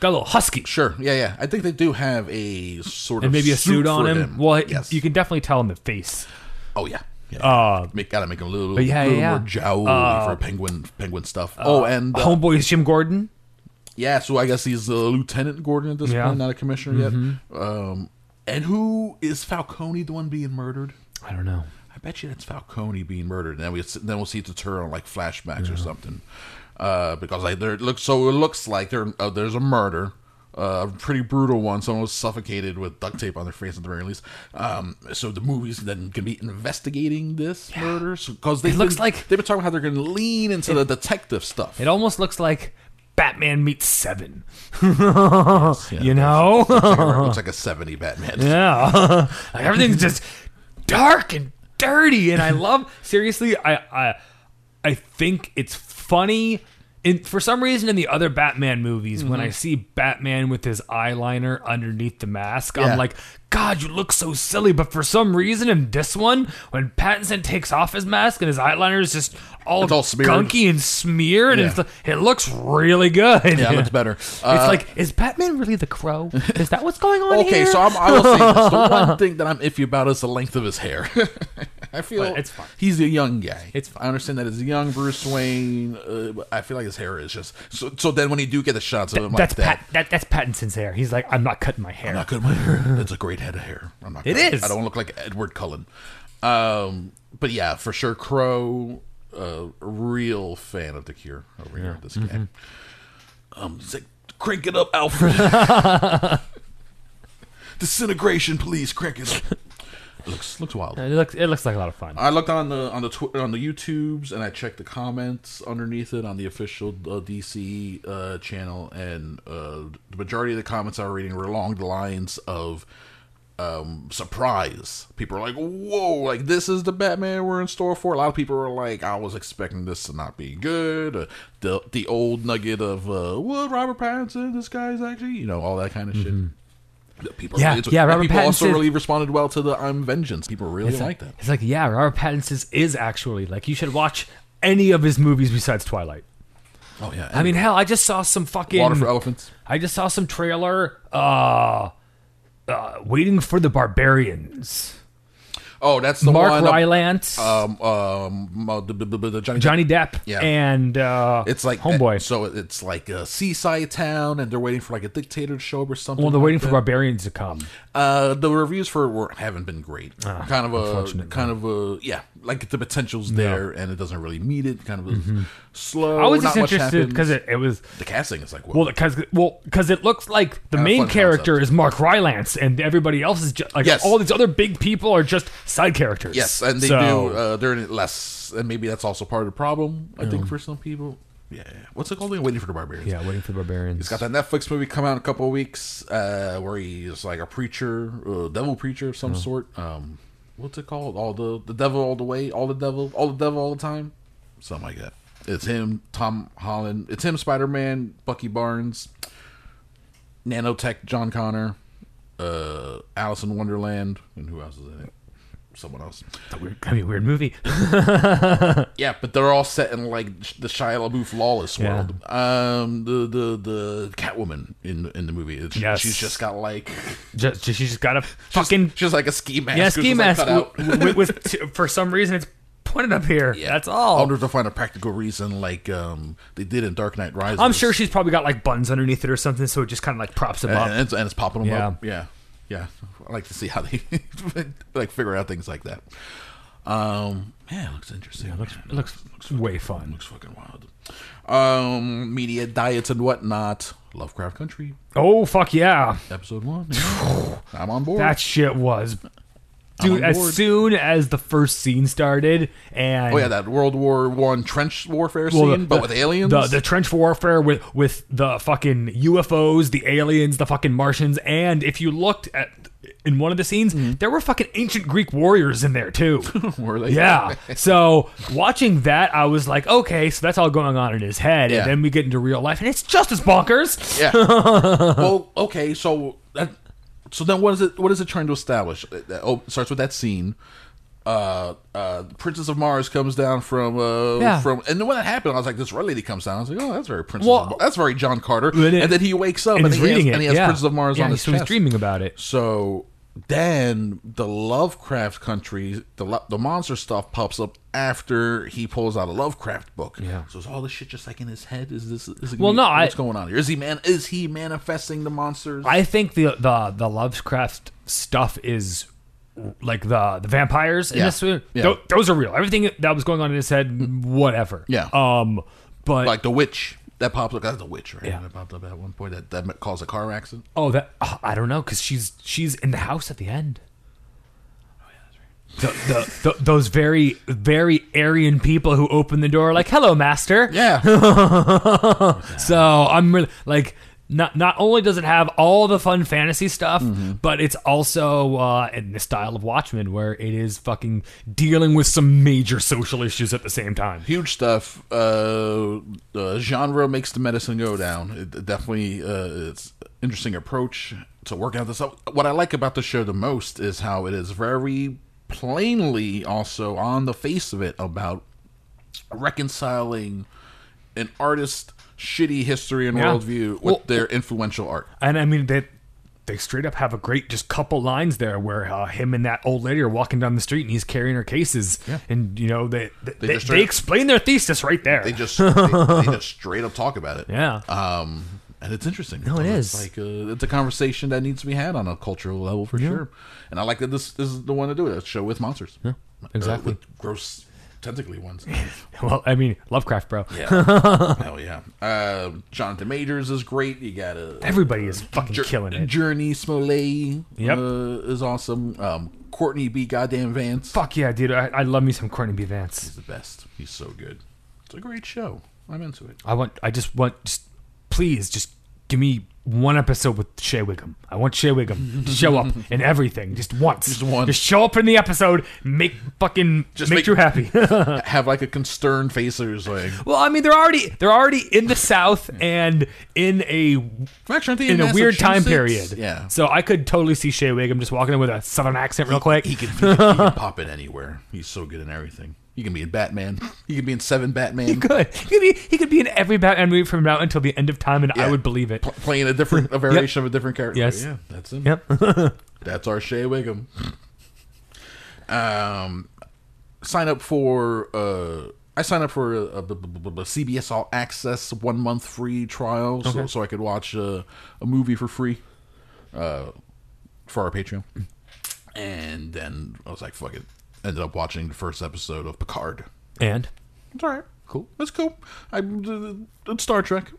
Speaker 4: got a little husky.
Speaker 3: Sure. Yeah, yeah. I think they do have a sort of
Speaker 4: And maybe a suit on
Speaker 3: for
Speaker 4: him. Well,
Speaker 3: yes.
Speaker 4: you can definitely tell in the face.
Speaker 3: Oh yeah. Yeah.
Speaker 4: Uh,
Speaker 3: Make, gotta make him a little,
Speaker 4: yeah,
Speaker 3: little
Speaker 4: yeah, Uh,
Speaker 3: more
Speaker 4: yeah.
Speaker 3: jowly for penguin penguin stuff. oh, and uh,
Speaker 4: Homeboy is Jim Gordon.
Speaker 3: yeah, so I guess he's uh, Lieutenant Gordon at this
Speaker 4: Yeah. Mm-hmm.
Speaker 3: point, not a commissioner yet. Um, and who is Falcone the one being murdered?
Speaker 4: I don't know.
Speaker 3: I bet you that's Falcone being murdered. And then we then we'll see it deter on like flashbacks or something, uh, because like there it looks so it looks like there uh, there's a murder, uh, a pretty brutal one. Someone was suffocated with duct tape on their face at the very least. Um, so the movies then can be investigating this murder because they
Speaker 4: It looks like-
Speaker 3: they've been talking about how they're going to lean into the detective stuff.
Speaker 4: It almost looks like Batman meets Seven.
Speaker 3: Yeah. [laughs]
Speaker 4: You know. [laughs]
Speaker 3: Looks like, a- looks like a seventy Batman. [laughs]
Speaker 4: Yeah. like everything's just dark and dirty and I love seriously I I I think it's funny in, for some reason in the other Batman movies when
Speaker 3: Mm-hmm.
Speaker 4: I see Batman with his eyeliner underneath the mask
Speaker 3: Yeah.
Speaker 4: I'm like god you look so silly but for some reason in this one when Pattinson takes off his mask and his eyeliner is just all,
Speaker 3: It's all smeared.
Speaker 4: gunky and smeared
Speaker 3: Yeah.
Speaker 4: and it's, it looks really good
Speaker 3: Yeah,
Speaker 4: [laughs]
Speaker 3: it looks better.
Speaker 4: it's
Speaker 3: Uh,
Speaker 4: like is Batman really the crow is that what's going
Speaker 3: [laughs]
Speaker 4: on
Speaker 3: Okay,
Speaker 4: here?
Speaker 3: so I'm, I will say this.
Speaker 4: [laughs]
Speaker 3: The one thing that I'm iffy about is the length of his hair. [laughs] I feel
Speaker 4: But it's fine.
Speaker 3: he's a young guy.
Speaker 4: It's fine.
Speaker 3: I understand that he's a young Bruce Wayne. Uh, but I feel like his hair is just so. So then when you do get the shots of him like
Speaker 4: that's
Speaker 3: that,
Speaker 4: Pat, that, that's Pattinson's hair. He's like, I'm not cutting my hair.
Speaker 3: I'm not good. My hair. It's a great head of hair. I'm not.
Speaker 4: It
Speaker 3: It is.
Speaker 4: is.
Speaker 3: I don't look like Edward Cullen. Um, but yeah, for sure, Crow, a real fan of the Cure over here. This guy.
Speaker 4: Mm-hmm.
Speaker 3: Um, he's like, crank it up, Alfred.
Speaker 4: [laughs]
Speaker 3: Disintegration, please, crank it up. looks looks wild.
Speaker 4: it looks it looks like a lot of fun.
Speaker 3: I looked on the on the Twitter on the YouTubes and I checked the comments underneath it on the official uh, DC uh, channel and uh, the majority of the comments I was reading were along the lines of um, surprise. People are like, "Whoa! Like this is the Batman we're in store for." A lot of people are like, "I was expecting this to not be good." Or the the old nugget of, uh, "Well, Robert Pattinson, this guy's actually," you know, all that kind of shit. That People
Speaker 4: Mm-hmm. Yeah,
Speaker 3: really,
Speaker 4: yeah,
Speaker 3: and
Speaker 4: Robert
Speaker 3: people also
Speaker 4: Pattinson-
Speaker 3: really responded well to the "I'm Vengeance." People really like that.
Speaker 4: It's like, yeah, Robert Pattinson is actually like you should watch any of his movies besides Twilight.
Speaker 3: Oh yeah,
Speaker 4: I mean, hell, I just saw some fucking
Speaker 3: Water for Elephants.
Speaker 4: I just saw some trailer. Uh, uh, waiting for the barbarians.
Speaker 3: Oh, that's the
Speaker 4: Mark
Speaker 3: one.
Speaker 4: Rylance,
Speaker 3: um, um, uh, the, the, the, the Johnny.
Speaker 4: Johnny Depp,
Speaker 3: yeah.
Speaker 4: and uh,
Speaker 3: It's like eh,
Speaker 4: homeboy.
Speaker 3: So it's like a seaside town, and they're waiting for like a dictator to show up or something.
Speaker 4: well, they're
Speaker 3: like
Speaker 4: waiting for
Speaker 3: that.
Speaker 4: barbarians to come.
Speaker 3: Uh, the reviews for it were, haven't been great. kind of a
Speaker 4: Ah, unfortunate,
Speaker 3: kind of a yeah, like the potential's there, and it doesn't really meet it. Kind of a slow.
Speaker 4: Mm-hmm. I was
Speaker 3: Oh, not
Speaker 4: just
Speaker 3: much
Speaker 4: interested
Speaker 3: happens.
Speaker 4: because it, it was
Speaker 3: the casting is like
Speaker 4: well
Speaker 3: well,
Speaker 4: because well because it looks like the
Speaker 3: Kinda
Speaker 4: main
Speaker 3: fun
Speaker 4: character
Speaker 3: concept.
Speaker 4: is Mark Rylance and everybody else is just like
Speaker 3: Yes.
Speaker 4: all these other big people are just side characters.
Speaker 3: yes, and they
Speaker 4: So-
Speaker 3: do uh, they're in it less, and maybe that's also part of the problem. I think for some people, yeah. What's it called? again? Waiting for the barbarians.
Speaker 4: Oh. yeah, waiting for the barbarians.
Speaker 3: He's got that Netflix movie come out in a couple of weeks uh, where he's like a preacher, uh, devil preacher of some sort. Um, what's it called? All the the devil all the way, all the devil, all the devil all the time, something like that. It's him, Tom Holland. It's him, Spider Man, Bucky Barnes, Nanotech, John Connor, uh, Alice in Wonderland, and who else is in it? Someone else.
Speaker 4: It's a weird, I mean, weird movie. [laughs]
Speaker 3: Yeah, but they're all set in like sh- the Shia LaBeouf lawless
Speaker 4: Yeah.
Speaker 3: world. Um, the the the Catwoman in in the movie, it's,
Speaker 4: Yes.
Speaker 3: she's just got like [laughs]
Speaker 4: just, just, she just got a fucking
Speaker 3: just like a ski mask.
Speaker 4: [laughs] yeah
Speaker 3: which
Speaker 4: ski
Speaker 3: was, like,
Speaker 4: mask
Speaker 3: cut out. [laughs]
Speaker 4: w- w- with, t- for some reason it's pointed up here.
Speaker 3: Yeah.
Speaker 4: That's all.
Speaker 3: I'll have to find a practical reason, like um they did in Dark Knight Rises.
Speaker 4: I'm sure she's probably got like buns underneath it or something, so it just kind of like props them
Speaker 3: and,
Speaker 4: up.
Speaker 3: and, it's, and it's popping them
Speaker 4: Yeah.
Speaker 3: up. Yeah, yeah. I like to see how they [laughs] like figure out things like that. Um, man, it looks interesting. Yeah,
Speaker 4: It looks, way fun.
Speaker 3: looks fucking wild. Um, media diets and whatnot. Lovecraft Country.
Speaker 4: Oh fuck yeah!
Speaker 3: Episode one. yeah. [sighs] I'm on board.
Speaker 4: That shit was,
Speaker 3: on
Speaker 4: dude.
Speaker 3: board.
Speaker 4: As soon as the first scene started, and
Speaker 3: oh yeah, that World War One trench warfare
Speaker 4: well,
Speaker 3: scene,
Speaker 4: the-
Speaker 3: but
Speaker 4: the-
Speaker 3: with aliens.
Speaker 4: the, the trench warfare with with the fucking UFOs, the aliens, the fucking Martians, and if you looked at in one of the scenes, there were fucking ancient Greek warriors in there too.
Speaker 3: Mm-hmm. [laughs] Were they?
Speaker 4: Yeah. So watching that, I was like, okay, so that's all going on in his head,
Speaker 3: Yeah.
Speaker 4: and then we get into real life, and it's just as bonkers. [laughs]
Speaker 3: yeah. well, okay, so that, so then what is it? What is it trying to establish? Uh, uh, Oh, it starts with that scene. Uh, uh, Princess of Mars comes down from uh
Speaker 4: Yeah.
Speaker 3: from, and then when that happened, I was like, this red lady comes down. I was like, oh, that's very Princess.
Speaker 4: Well-
Speaker 3: of Mar- that's very John Carter.
Speaker 4: But it-
Speaker 3: and then he wakes up
Speaker 4: And
Speaker 3: and,
Speaker 4: he's
Speaker 3: he
Speaker 4: reading
Speaker 3: has,
Speaker 4: it,
Speaker 3: and he has
Speaker 4: yeah.
Speaker 3: Princess of Mars
Speaker 4: yeah,
Speaker 3: on his
Speaker 4: so he's
Speaker 3: chest.
Speaker 4: dreaming about it.
Speaker 3: So then the Lovecraft country, the lo- the monster stuff pops up after he pulls out a Lovecraft book.
Speaker 4: Yeah.
Speaker 3: So is all this shit just like in his head? Is this? Is it
Speaker 4: Well,
Speaker 3: gonna be-
Speaker 4: no, I-
Speaker 3: What's going on here? Is he man? Is he manifesting the monsters?
Speaker 4: I think the the the Lovecraft stuff is like the the vampires in
Speaker 3: Yeah.
Speaker 4: this. Tho-
Speaker 3: Yeah.
Speaker 4: those are real. Everything that was going on in his head, whatever.
Speaker 3: Yeah.
Speaker 4: Um. But
Speaker 3: like the witch that pops up. That's the witch, right?
Speaker 4: Yeah.
Speaker 3: That popped up at one point. That that caused a car accident.
Speaker 4: oh, that oh, I don't know because she's she's in the house at the end.
Speaker 3: Oh,
Speaker 4: The, the, the, those very very Aryan people who open the door are like hello master
Speaker 3: Yeah.
Speaker 4: so I'm really like not not only does it have all the fun fantasy stuff, but it's also uh, in the style of Watchmen, where it is fucking dealing with some major social issues at the same time.
Speaker 3: Huge stuff. Uh, the genre makes the medicine go down. It definitely, uh, it's interesting approach to working out this. stuff. What I like about the show the most is how it is very plainly, also on the face of it, about reconciling an artist's shitty history and
Speaker 4: Yeah.
Speaker 3: worldview with
Speaker 4: Well-
Speaker 3: their influential art.
Speaker 4: And I mean they they straight up have a great just couple lines there where uh, him and that old lady are walking down the street and he's carrying her cases, and you know they they, they,
Speaker 3: just
Speaker 4: they
Speaker 3: straight-
Speaker 4: explain their thesis right there.
Speaker 3: They just they, they just straight up talk about it.
Speaker 4: yeah.
Speaker 3: Um, and it's interesting.
Speaker 4: No, it
Speaker 3: It's
Speaker 4: is.
Speaker 3: like uh it's a conversation that needs to be had on a cultural level for sure. And I like that this, this is the one to do it. A show with monsters. Yeah,
Speaker 4: exactly.
Speaker 3: with gross tentacly
Speaker 4: [laughs]
Speaker 3: ones.
Speaker 4: [laughs] well, I mean Lovecraft, bro.
Speaker 3: Yeah. Hell yeah. Uh, Jonathan Majors is great. You got a
Speaker 4: Everybody is fucking killing it.
Speaker 3: Journey Smollett
Speaker 4: Yep.
Speaker 3: uh, is awesome. Um, Courtney B. Goddamn Vance.
Speaker 4: Fuck yeah, dude! I, I love me some Courtney B. Vance.
Speaker 3: He's the best. He's so good. It's a great show. I'm into it.
Speaker 4: I want. I just want. Just please, just give me one episode with Shea Wiggum. I want Shea Wiggum to show
Speaker 3: [laughs]
Speaker 4: up in everything just once. Just
Speaker 3: once.
Speaker 4: Just show up in the episode. Make fucking
Speaker 3: Just
Speaker 4: make,
Speaker 3: make- [laughs]
Speaker 4: Drew happy. [laughs]
Speaker 3: have like a concerned face or like
Speaker 4: well, I mean, they're already they're already in the South and in a
Speaker 3: Max, aren't they
Speaker 4: in a weird time
Speaker 3: Massachusetts?"
Speaker 4: period. [laughs]
Speaker 3: Yeah.
Speaker 4: So I could totally see Shea Wiggum just walking in with a southern accent real quick. [laughs]
Speaker 3: He can, he, can, he can pop in anywhere. He's so good in everything. He can be in Batman. He can be in Seven Batman.
Speaker 4: Good. He could be he could be in every Batman movie from now until the end of time, and I
Speaker 3: Yeah.
Speaker 4: would believe it.
Speaker 3: Pl- playing a different
Speaker 4: [laughs]
Speaker 3: a variation of a different character.
Speaker 4: Yes.
Speaker 3: Yeah, that's him.
Speaker 4: Yep. [laughs]
Speaker 3: That's our Shea Wiggum. um, sign up for uh, I signed up for a, a b- b- b- b- CBS All Access one month free trial, so, so I could watch uh, a movie for free, uh, for our Patreon. And then I was like, "Fuck it." Ended up watching the first episode of Picard.
Speaker 4: and
Speaker 3: It's all right. Cool. That's cool. I uh, it's Star Trek.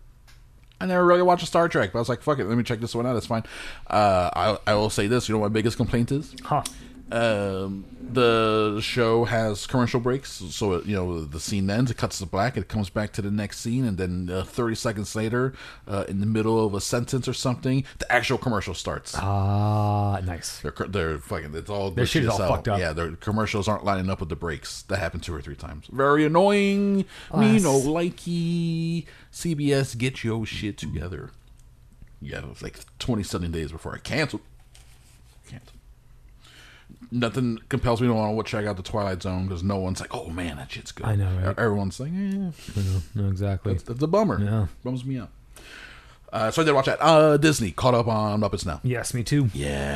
Speaker 3: I never really watched Star Trek, but I was like, "Fuck it, let me check this one out." It's fine. Uh, I I will say this. You know, what my biggest complaint is
Speaker 4: huh.
Speaker 3: um, the show has commercial breaks, so it, you know the scene ends, it cuts to black, it comes back to the next scene, and then uh, thirty seconds later, uh, in the middle of a sentence or something, the actual commercial starts.
Speaker 4: Ah, nice.
Speaker 3: They're, cur- they're fucking. It's all
Speaker 4: Their shit is all
Speaker 3: CSL.
Speaker 4: fucked up.
Speaker 3: Yeah, their commercials aren't lining up with the breaks. That happened two or three times. Very annoying. Me
Speaker 4: Yes.
Speaker 3: no likey. CBS, get your shit together. Yeah, it was like twenty something days before I canceled. Canceled. Nothing compels me to want to check out the Twilight Zone because no one's like, "Oh man, that shit's good."
Speaker 4: I know, right?
Speaker 3: E- Everyone's like, "Eh."
Speaker 4: No, exactly.
Speaker 3: That's, that's a bummer.
Speaker 4: Yeah.
Speaker 3: bums me up. Uh, so I did watch that. Uh, Disney caught up on Muppets now.
Speaker 4: yes, me too.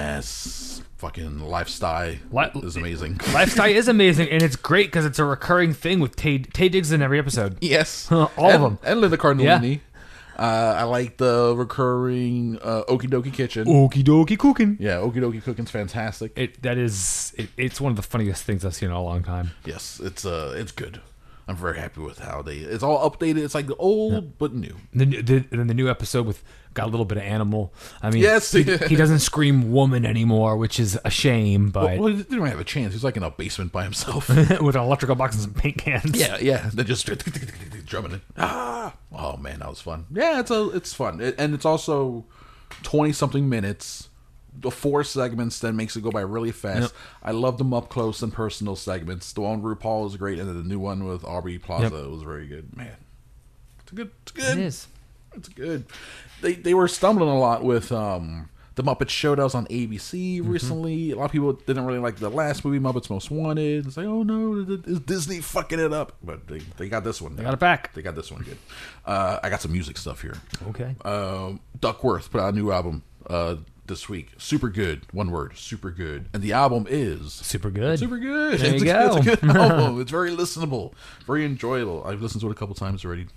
Speaker 3: Yes. Fucking lifestyle
Speaker 4: Li-
Speaker 3: is
Speaker 4: [laughs]
Speaker 3: amazing.
Speaker 4: Lifestyle is amazing, and it's great because it's a recurring thing with Tay, Tay Diggs in every episode.
Speaker 3: yes.
Speaker 4: [laughs] All of
Speaker 3: And-
Speaker 4: them.
Speaker 3: And Linda Cardellini. Uh, I like the recurring uh, Okie Dokie Kitchen.
Speaker 4: Okie dokie cooking.
Speaker 3: Yeah, Okie Dokie Cooking's fantastic.
Speaker 4: It that is it, it's one of the funniest things I've seen in a long time.
Speaker 3: yes, it's uh, it's good. I'm very happy with how they. It's all updated. It's like the old but new.
Speaker 4: The, new- the, and then the new episode with got a little bit of animal. I mean,
Speaker 3: Yes.
Speaker 4: he,
Speaker 3: [laughs]
Speaker 4: he doesn't scream woman anymore, which is a shame. But
Speaker 3: Well, he didn't have a chance. He's like in a basement by himself.
Speaker 4: [laughs] with an electrical box and some paint cans.
Speaker 3: Yeah, yeah. They're just [laughs] drumming it. Ah! Oh man, that was fun. Yeah, it's a it's fun, It- and it's also twenty something minutes. The four segments then makes it go by really fast.
Speaker 4: Yep.
Speaker 3: I love them up close and personal segments. The one with RuPaul is great, and then the new one with Aubrey Plaza was very good. Man, it's good. It's good.
Speaker 4: It is.
Speaker 3: It's good. They they were stumbling a lot with um the Muppet Show that was on ABC
Speaker 4: Mm-hmm.
Speaker 3: recently. A lot of people didn't really like the last movie, Muppets Most Wanted. It's like, oh no, th- th- is Disney fucking it up? But they, they got this one. They
Speaker 4: got it back.
Speaker 3: They got this one good. Uh, I got some music stuff here.
Speaker 4: Okay.
Speaker 3: Um, Duckworth put out a new album uh, this week. Super good. One word. Super good. And the album is
Speaker 4: Super good.
Speaker 3: Super good. [laughs]
Speaker 4: There
Speaker 3: it's,
Speaker 4: you
Speaker 3: a, it's a
Speaker 4: go.
Speaker 3: good album. It's very listenable, very enjoyable. I've listened to it a couple times already.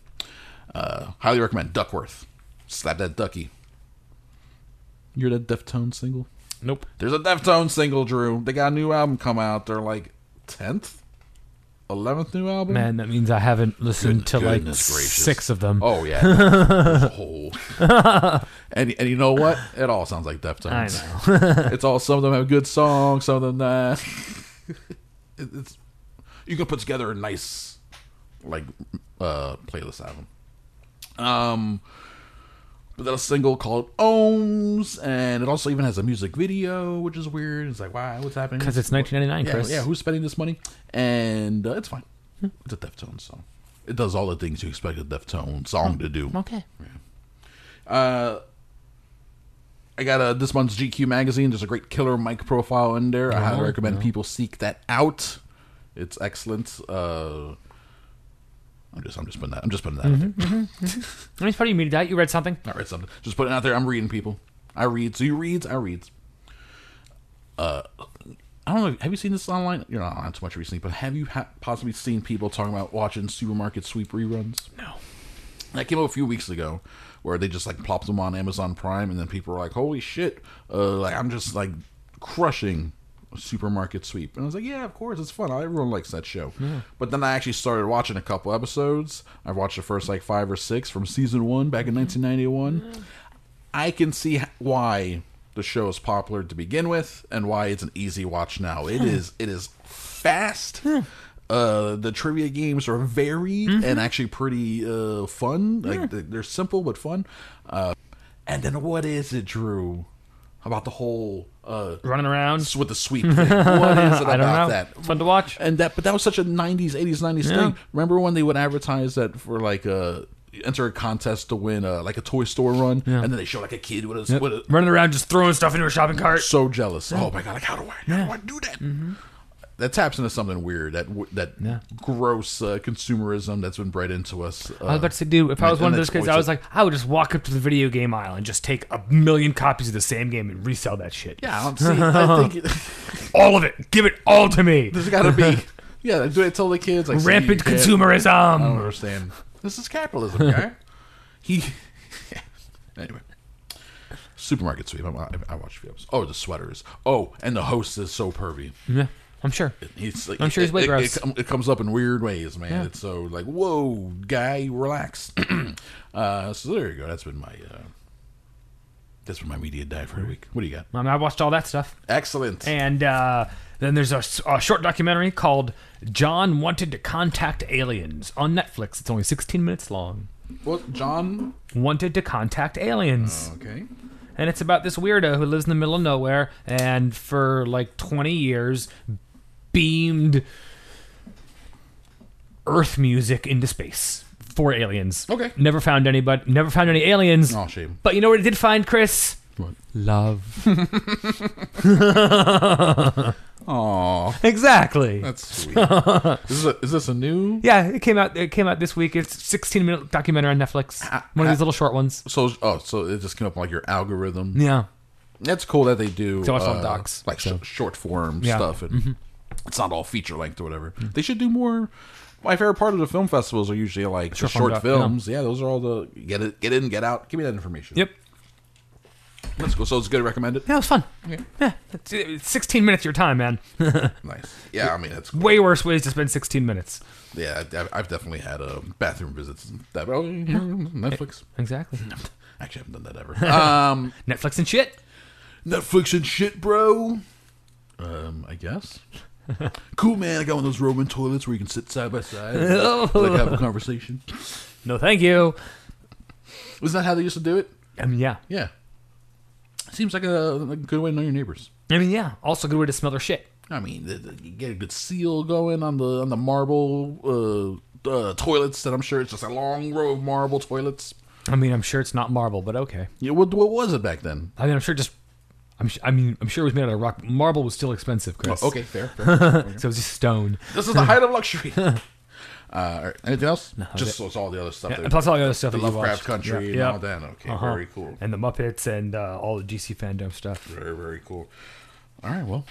Speaker 3: Uh, highly recommend Duckworth. Slap that ducky. You're that Deftones single.
Speaker 4: Nope.
Speaker 3: There's a Deftones single, Drew. They got a new album come out. They're like tenth, eleventh new album.
Speaker 4: Man, that means I haven't listened to like
Speaker 3: Goodness gracious.
Speaker 4: six of them.
Speaker 3: Oh yeah. There's
Speaker 4: [laughs]
Speaker 3: a whole. and and you know what? It all sounds like Deftones. I know. [laughs] it's all some of them have good songs, some of them not. [laughs] It- it's you can put together a nice like uh playlist album. Um but that a single called Ohms, and it also even has a music video, which is weird. It's like, why? What's happening?
Speaker 4: Because it's 1999,
Speaker 3: yeah,
Speaker 4: Chris.
Speaker 3: yeah, who's spending this money? And uh, it's fine. It's a Deftones song. It does all the things you expect a Deftones song to do. Uh,
Speaker 4: okay.
Speaker 3: I got a this month's GQ magazine. There's a great Killer Mike profile in there. I highly recommend people seek that out. It's excellent. Uh, I'm just I'm just putting that I'm just putting that out there.
Speaker 4: How many part you mean that? You read something?
Speaker 3: Not read something. Just putting it out there. I'm reading people. I read. So you reads. I reads. Uh, I don't know. Have you seen this online? You're not on too much recently, but have you ha- possibly seen people talking about watching supermarket sweep reruns?
Speaker 4: No.
Speaker 3: That came out a few weeks ago, where they just like plopped them on Amazon Prime, and then people were like, "Holy shit!" Uh, like I'm just like crushing supermarket sweep, and I was like, "Yeah, of course, it's fun. Everyone likes that show." But then I actually started watching a couple episodes. I watched the first like five or six from season one back in 1991. I can see h- why the show is popular to begin with, and why it's an easy watch now. It is. It is fast. Uh, the trivia games are varied and actually pretty uh, fun. Like th- they're simple but fun. Uh, And then what is it, Drew? About the whole uh
Speaker 4: Running around.
Speaker 3: s- with the sweep thing. What is it
Speaker 4: [laughs]
Speaker 3: about
Speaker 4: I don't know.
Speaker 3: that?
Speaker 4: It's fun to watch.
Speaker 3: And that, but that was such a '90s, '80s, '90s
Speaker 4: Yeah.
Speaker 3: thing. Remember when they would advertise that for like a enter a contest to win uh like a toy store run, and then they show like a kid with a, with a
Speaker 4: Running around just throwing stuff into a shopping cart.
Speaker 3: so jealous. Oh my god! Like how do I? How do I do that?
Speaker 4: Mm-hmm.
Speaker 3: That taps into something weird. That w- that gross uh, consumerism that's been bred into us. Uh,
Speaker 4: I was about to say, dude, if I was
Speaker 3: and
Speaker 4: one
Speaker 3: that
Speaker 4: of those kids,
Speaker 3: exploits
Speaker 4: I was
Speaker 3: it.
Speaker 4: like, I would just walk up to the video game aisle and just take a million copies of the same game and resell that shit.
Speaker 3: yeah, I don't see. I
Speaker 4: [laughs]
Speaker 3: think it- [laughs]
Speaker 4: All of it. Give it all to me.
Speaker 3: there's got to be. Yeah, do I tell the kids like see,
Speaker 4: Rampant
Speaker 3: you can't- I don't
Speaker 4: consumerism.
Speaker 3: understand. This is capitalism,
Speaker 4: [laughs]
Speaker 3: guy. he. [laughs] anyway. Supermarket sweep. I, I, I watch films. Oh, the sweaters. Oh, and the host is so pervy.
Speaker 4: Yeah, I'm sure.
Speaker 3: He's like,
Speaker 4: I'm sure
Speaker 3: it-
Speaker 4: he's way
Speaker 3: it,
Speaker 4: gross.
Speaker 3: It, com- it comes up in weird ways, man. It's so like, whoa, guy, relax. [clears throat] uh, so there you go. That's been my uh, that's been my media dive for the week. What do you got?
Speaker 4: I, mean, I watched all that stuff.
Speaker 3: Excellent.
Speaker 4: And uh, then there's a, s- a short documentary called John Wanted to Contact Aliens on Netflix. It's only 16 minutes long.
Speaker 3: Well, John.
Speaker 4: Wanted to Contact Aliens.
Speaker 3: Okay.
Speaker 4: and it's about this weirdo who lives in the middle of nowhere and for like 20 years beamed earth music into space for aliens
Speaker 3: Okay.
Speaker 4: never found anybody never found any aliens
Speaker 3: Oh, shame.
Speaker 4: but you know what it did find chris
Speaker 3: What?
Speaker 4: love
Speaker 3: Aw,
Speaker 4: [laughs] exactly
Speaker 3: that's
Speaker 4: [laughs]
Speaker 3: sweet. is, this a, is this a new?
Speaker 4: yeah it came out it came out this week it's 16 minute documentary on netflix
Speaker 3: Uh,
Speaker 4: one of these little short ones
Speaker 3: So oh, so it just came up like your algorithm.
Speaker 4: yeah
Speaker 3: That's cool that they do. uh,
Speaker 4: So I saw docs,
Speaker 3: like
Speaker 4: so.
Speaker 3: sh- short form
Speaker 4: Yeah. Mm-hmm.
Speaker 3: stuff, and it's not all feature length or whatever. They should do more. My favorite part of the film festivals are usually like the
Speaker 4: Short form
Speaker 3: short
Speaker 4: doc, yeah.
Speaker 3: films. Yeah. those are all the get it, get in, get out. Give me that information.
Speaker 4: yep
Speaker 3: let's go. So it's good. Recommended.
Speaker 4: that was fun yeah it's, it's 16 minutes of your time man
Speaker 3: Nice. Yeah, I mean that's cool.
Speaker 4: way worse ways to spend 16 minutes
Speaker 3: yeah. I- I've, I've definitely had uh, bathroom visits. That oh, Netflix.
Speaker 4: exactly
Speaker 3: Mm. Actually, I haven't done that
Speaker 4: [laughs]
Speaker 3: ever. Um,
Speaker 4: netflix and shit
Speaker 3: Netflix and shit, bro. Um, I guess. [laughs] cool, man. I got one of those Roman toilets where you can sit side by side, [laughs] and, like have a conversation.
Speaker 4: No, thank you.
Speaker 3: Isn't that how they used to do it?
Speaker 4: I mean, yeah.
Speaker 3: Yeah. Seems like a, a good way to know your neighbors.
Speaker 4: I mean, yeah. Also, a good way to smell their shit.
Speaker 3: I mean, th- th- you get a good seal going on the on the marble uh, uh, toilets that I'm sure it's just a long row of marble toilets.
Speaker 4: I mean, I'm sure it's not marble, but okay.
Speaker 3: Yeah, what, what was it back then?
Speaker 4: I mean, I'm sure just. I'm sh- I mean, I'm sure it was made out of rock. Marble was still expensive, Chris.
Speaker 3: Oh, Okay, fair. [laughs] fair.
Speaker 4: [laughs] So it was just stone.
Speaker 3: this is the height of luxury. [laughs] Uh, all right, anything else? No, just so it's all the other stuff.
Speaker 4: Yeah,
Speaker 3: that-
Speaker 4: plus all the other stuff.
Speaker 3: the
Speaker 4: that you've
Speaker 3: Lovecraft
Speaker 4: watched.
Speaker 3: Country
Speaker 4: Yeah.
Speaker 3: and
Speaker 4: Yep.
Speaker 3: all that. Okay,
Speaker 4: Uh-huh.
Speaker 3: very cool.
Speaker 4: And the Muppets and uh, all the GC fandom stuff.
Speaker 3: Very, very cool. All right, well,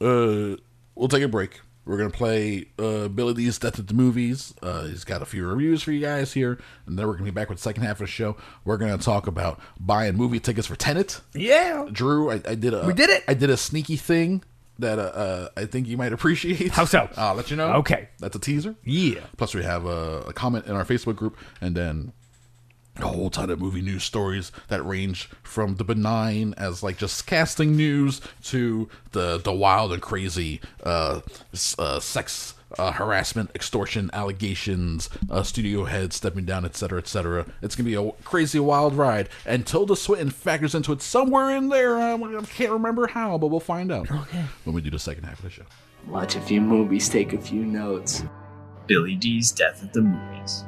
Speaker 3: uh, we'll take a break. We're going to play uh, Billy Dee's Death at the Movies. Uh, he's got a few reviews for you guys here, and then we're going to be back with the second half of the show. We're going to talk about buying movie tickets for Tenet.
Speaker 4: Yeah.
Speaker 3: Drew, I, I did a we
Speaker 4: did it!
Speaker 3: I did a sneaky thing that uh, uh, I think you might appreciate.
Speaker 4: How so?
Speaker 3: I'll let you know.
Speaker 4: Okay.
Speaker 3: that's a teaser.
Speaker 4: Yeah.
Speaker 3: Plus, we have a, a comment in our Facebook group, and then a whole ton of movie news stories that range from the benign as like just casting news to the the wild and crazy uh, s- uh sex uh, harassment extortion allegations uh, studio heads stepping down etc etc it's gonna be a w- crazy wild ride and tilda swinton factors into it somewhere in there um, i can't remember how but we'll find out okay. when we do the second half of the show
Speaker 5: Watch a few movies, take a few notes.
Speaker 6: Billy D's Death at the Movies.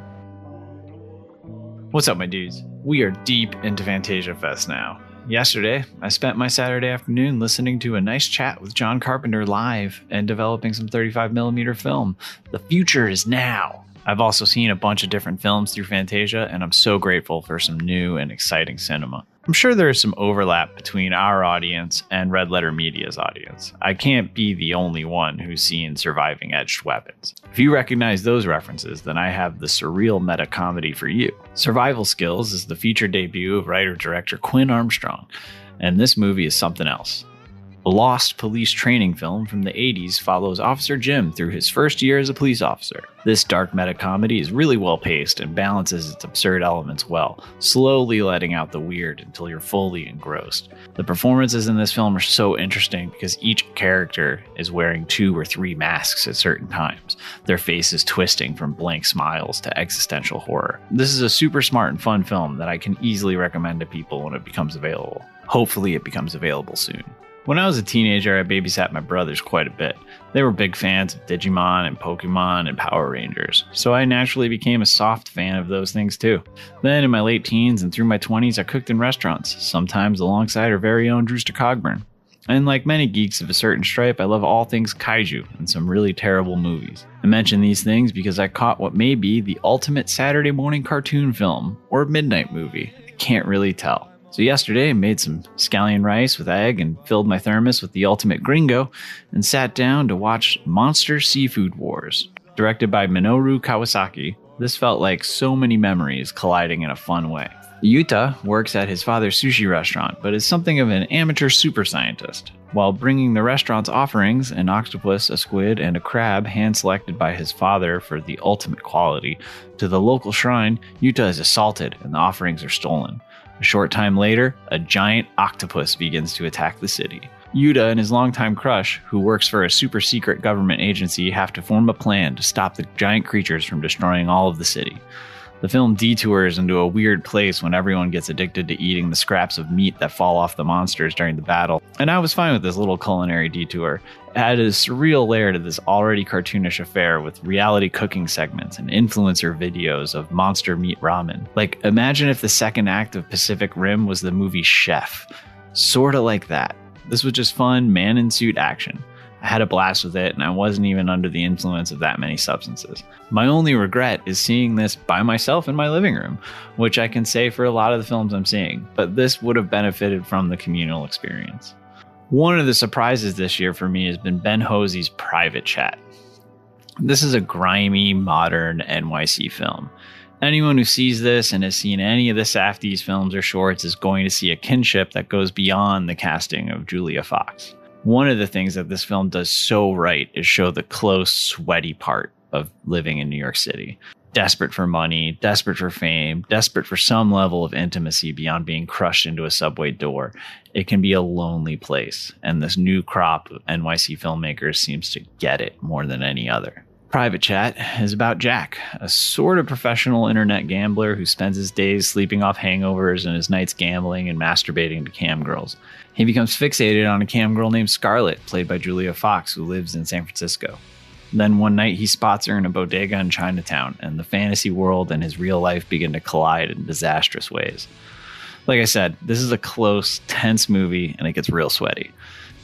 Speaker 6: What's up, my dudes? We are deep into Fantasia Fest now. Yesterday, I spent my Saturday afternoon listening to a nice chat with John Carpenter live and developing some 35mm film. The future is now. I've also seen a bunch of different films through Fantasia, and I'm so grateful for some new and exciting cinema. I'm sure there is some overlap between our audience and Red Letter Media's audience. I can't be the only one who's seen surviving edged weapons. If you recognize those references, then I have the surreal meta comedy for you. Survival Skills is the feature debut of writer director Quinn Armstrong, and this movie is something else. Lost Police Training film from the 80s follows Officer Jim through his first year as a police officer. This dark meta comedy is really well paced and balances its absurd elements well, slowly letting out the weird until you're fully engrossed. The performances in this film are so interesting because each character is wearing two or three masks at certain times, their faces twisting from blank smiles to existential horror. This is a super smart and fun film that I can easily recommend to people when it becomes available. Hopefully, it becomes available soon. When I was a teenager, I babysat my brothers quite a bit. They were big fans of Digimon and Pokemon and Power Rangers, so I naturally became a soft fan of those things too. Then, in my late teens and through my 20s, I cooked in restaurants, sometimes alongside our very own Drewster Cogburn. And like many geeks of a certain stripe, I love all things kaiju and some really terrible movies. I mention these things because I caught what may be the ultimate Saturday morning cartoon film or midnight movie. I can't really tell. So yesterday, I made some scallion rice with egg and filled my thermos with the ultimate gringo and sat down to watch Monster Seafood Wars. Directed by Minoru Kawasaki, this felt like so many memories colliding in a fun way. Yuta works at his father's sushi restaurant, but is something of an amateur super scientist. While bringing the restaurant's offerings, an octopus, a squid, and a crab, hand selected by his father for the ultimate quality, to the local shrine, Yuta is assaulted and the offerings are stolen. A short time later, a giant octopus begins to attack the city. Yuta and his longtime crush, who works for a super secret government agency, have to form a plan to stop the giant creatures from destroying all of the city. The film detours into a weird place when everyone gets addicted to eating the scraps of meat that fall off the monsters during the battle, and I was fine with this little culinary detour. It added a surreal layer to this already cartoonish affair with reality cooking segments and influencer videos of monster meat ramen. Like, imagine if the second act of Pacific Rim was the movie Chef. Sort of like that. This was just fun, man in suit action. I had a blast with it, and I wasn't even under the influence of that many substances. My only regret is seeing this by myself in my living room, which I can say for a lot of the films I'm seeing, but this would have benefited from the communal experience. One of the surprises this year for me has been Ben Hosey's Private Chat. This is a grimy, modern NYC film. Anyone who sees this and has seen any of the Safdie's films or shorts is going to see a kinship that goes beyond the casting of Julia Fox one of the things that this film does so right is show the close, sweaty part of living in New York City. Desperate for money, desperate for fame, desperate for some level of intimacy beyond being crushed into a subway door. It can be a lonely place, and this new crop of NYC filmmakers seems to get it more than any other. Private Chat is about Jack, a sort of professional internet gambler who spends his days sleeping off hangovers and his nights gambling and masturbating to cam girls. He becomes fixated on a cam girl named Scarlett, played by Julia Fox, who lives in San Francisco. Then one night he spots her in a bodega in Chinatown, and the fantasy world and his real life begin to collide in disastrous ways. Like I said, this is a close, tense movie, and it gets real sweaty.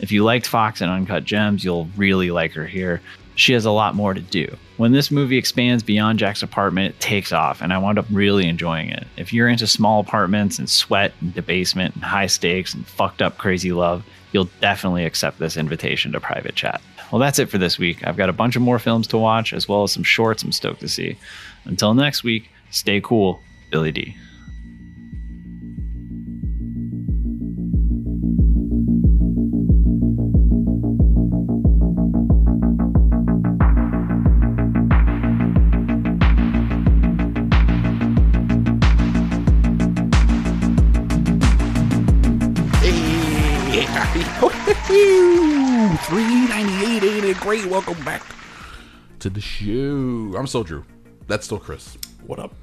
Speaker 6: If you liked Fox and Uncut Gems, you'll really like her here she has a lot more to do. When this movie expands beyond Jack's apartment, it takes off, and I wound up really enjoying it. If you're into small apartments and sweat and debasement and high stakes and fucked up crazy love, you'll definitely accept this invitation to private chat. Well, that's it for this week. I've got a bunch of more films to watch, as well as some shorts I'm stoked to see. Until next week, stay cool, Billy D.
Speaker 3: [laughs] Three ninety eight, ain't it great? Welcome back to the show. I'm still Drew. That's still Chris. What up,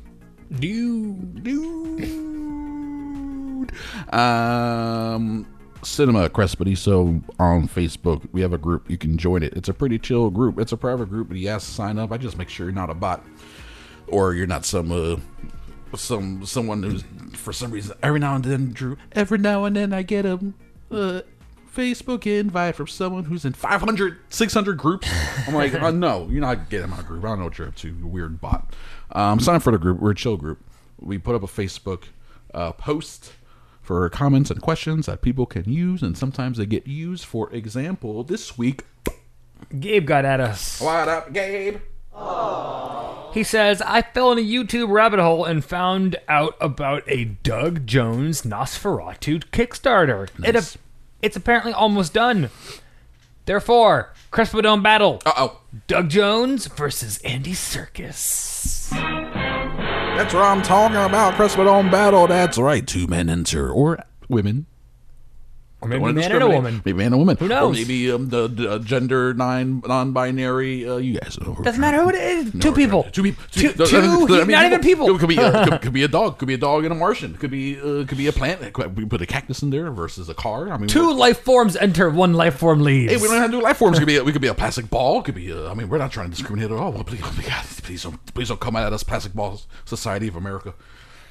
Speaker 3: dude? Dude. Um, Cinema Crespediso on Facebook. We have a group. You can join it. It's a pretty chill group. It's a private group, but yes, sign up. I just make sure you're not a bot or you're not some uh, some someone who's for some reason every now and then Drew every now and then I get a uh, Facebook invite from someone who's in 500 600 groups I'm like uh, no you're not getting my group I don't know what you're up to you weird bot um, sign up for the group we're a chill group we put up a Facebook uh, post for comments and questions that people can use and sometimes they get used for example this week
Speaker 4: Gabe got at us.
Speaker 3: what up Gabe
Speaker 4: He says, I fell in a YouTube rabbit hole and found out about a Doug Jones Nosferatu Kickstarter. It It's apparently almost done. Therefore, Crespo Dome battle:
Speaker 3: Uh oh.
Speaker 4: Doug Jones versus Andy Circus.
Speaker 3: That's what I'm talking about. Crestwood on battle. That's right. Two men enter or women.
Speaker 4: Or maybe
Speaker 3: Wanna
Speaker 4: a man and a
Speaker 3: discriminate.
Speaker 4: woman.
Speaker 3: Maybe man and a woman. Who Or
Speaker 4: knows?
Speaker 3: maybe um, the, the uh, gender nine non-binary. Uh, you guys know.
Speaker 4: Doesn't matter who it is. two people.
Speaker 3: Two people.
Speaker 4: Two. two-
Speaker 3: I
Speaker 4: he-
Speaker 3: mean,
Speaker 4: not even people.
Speaker 3: Could, could be uh, could, could be a dog. Could be a dog and a Martian. Could be uh, could be a plant. Could- We put a cactus in there versus a car. I mean,
Speaker 4: Two life forms enter. One life form leaves.
Speaker 3: Hey, we don't have to do life forms. It could be a, we could be a plastic ball. It could be. A, I mean, we're not trying to discriminate at all. Well, please, oh my God, please don't, please don't come at us, plastic balls, society of America.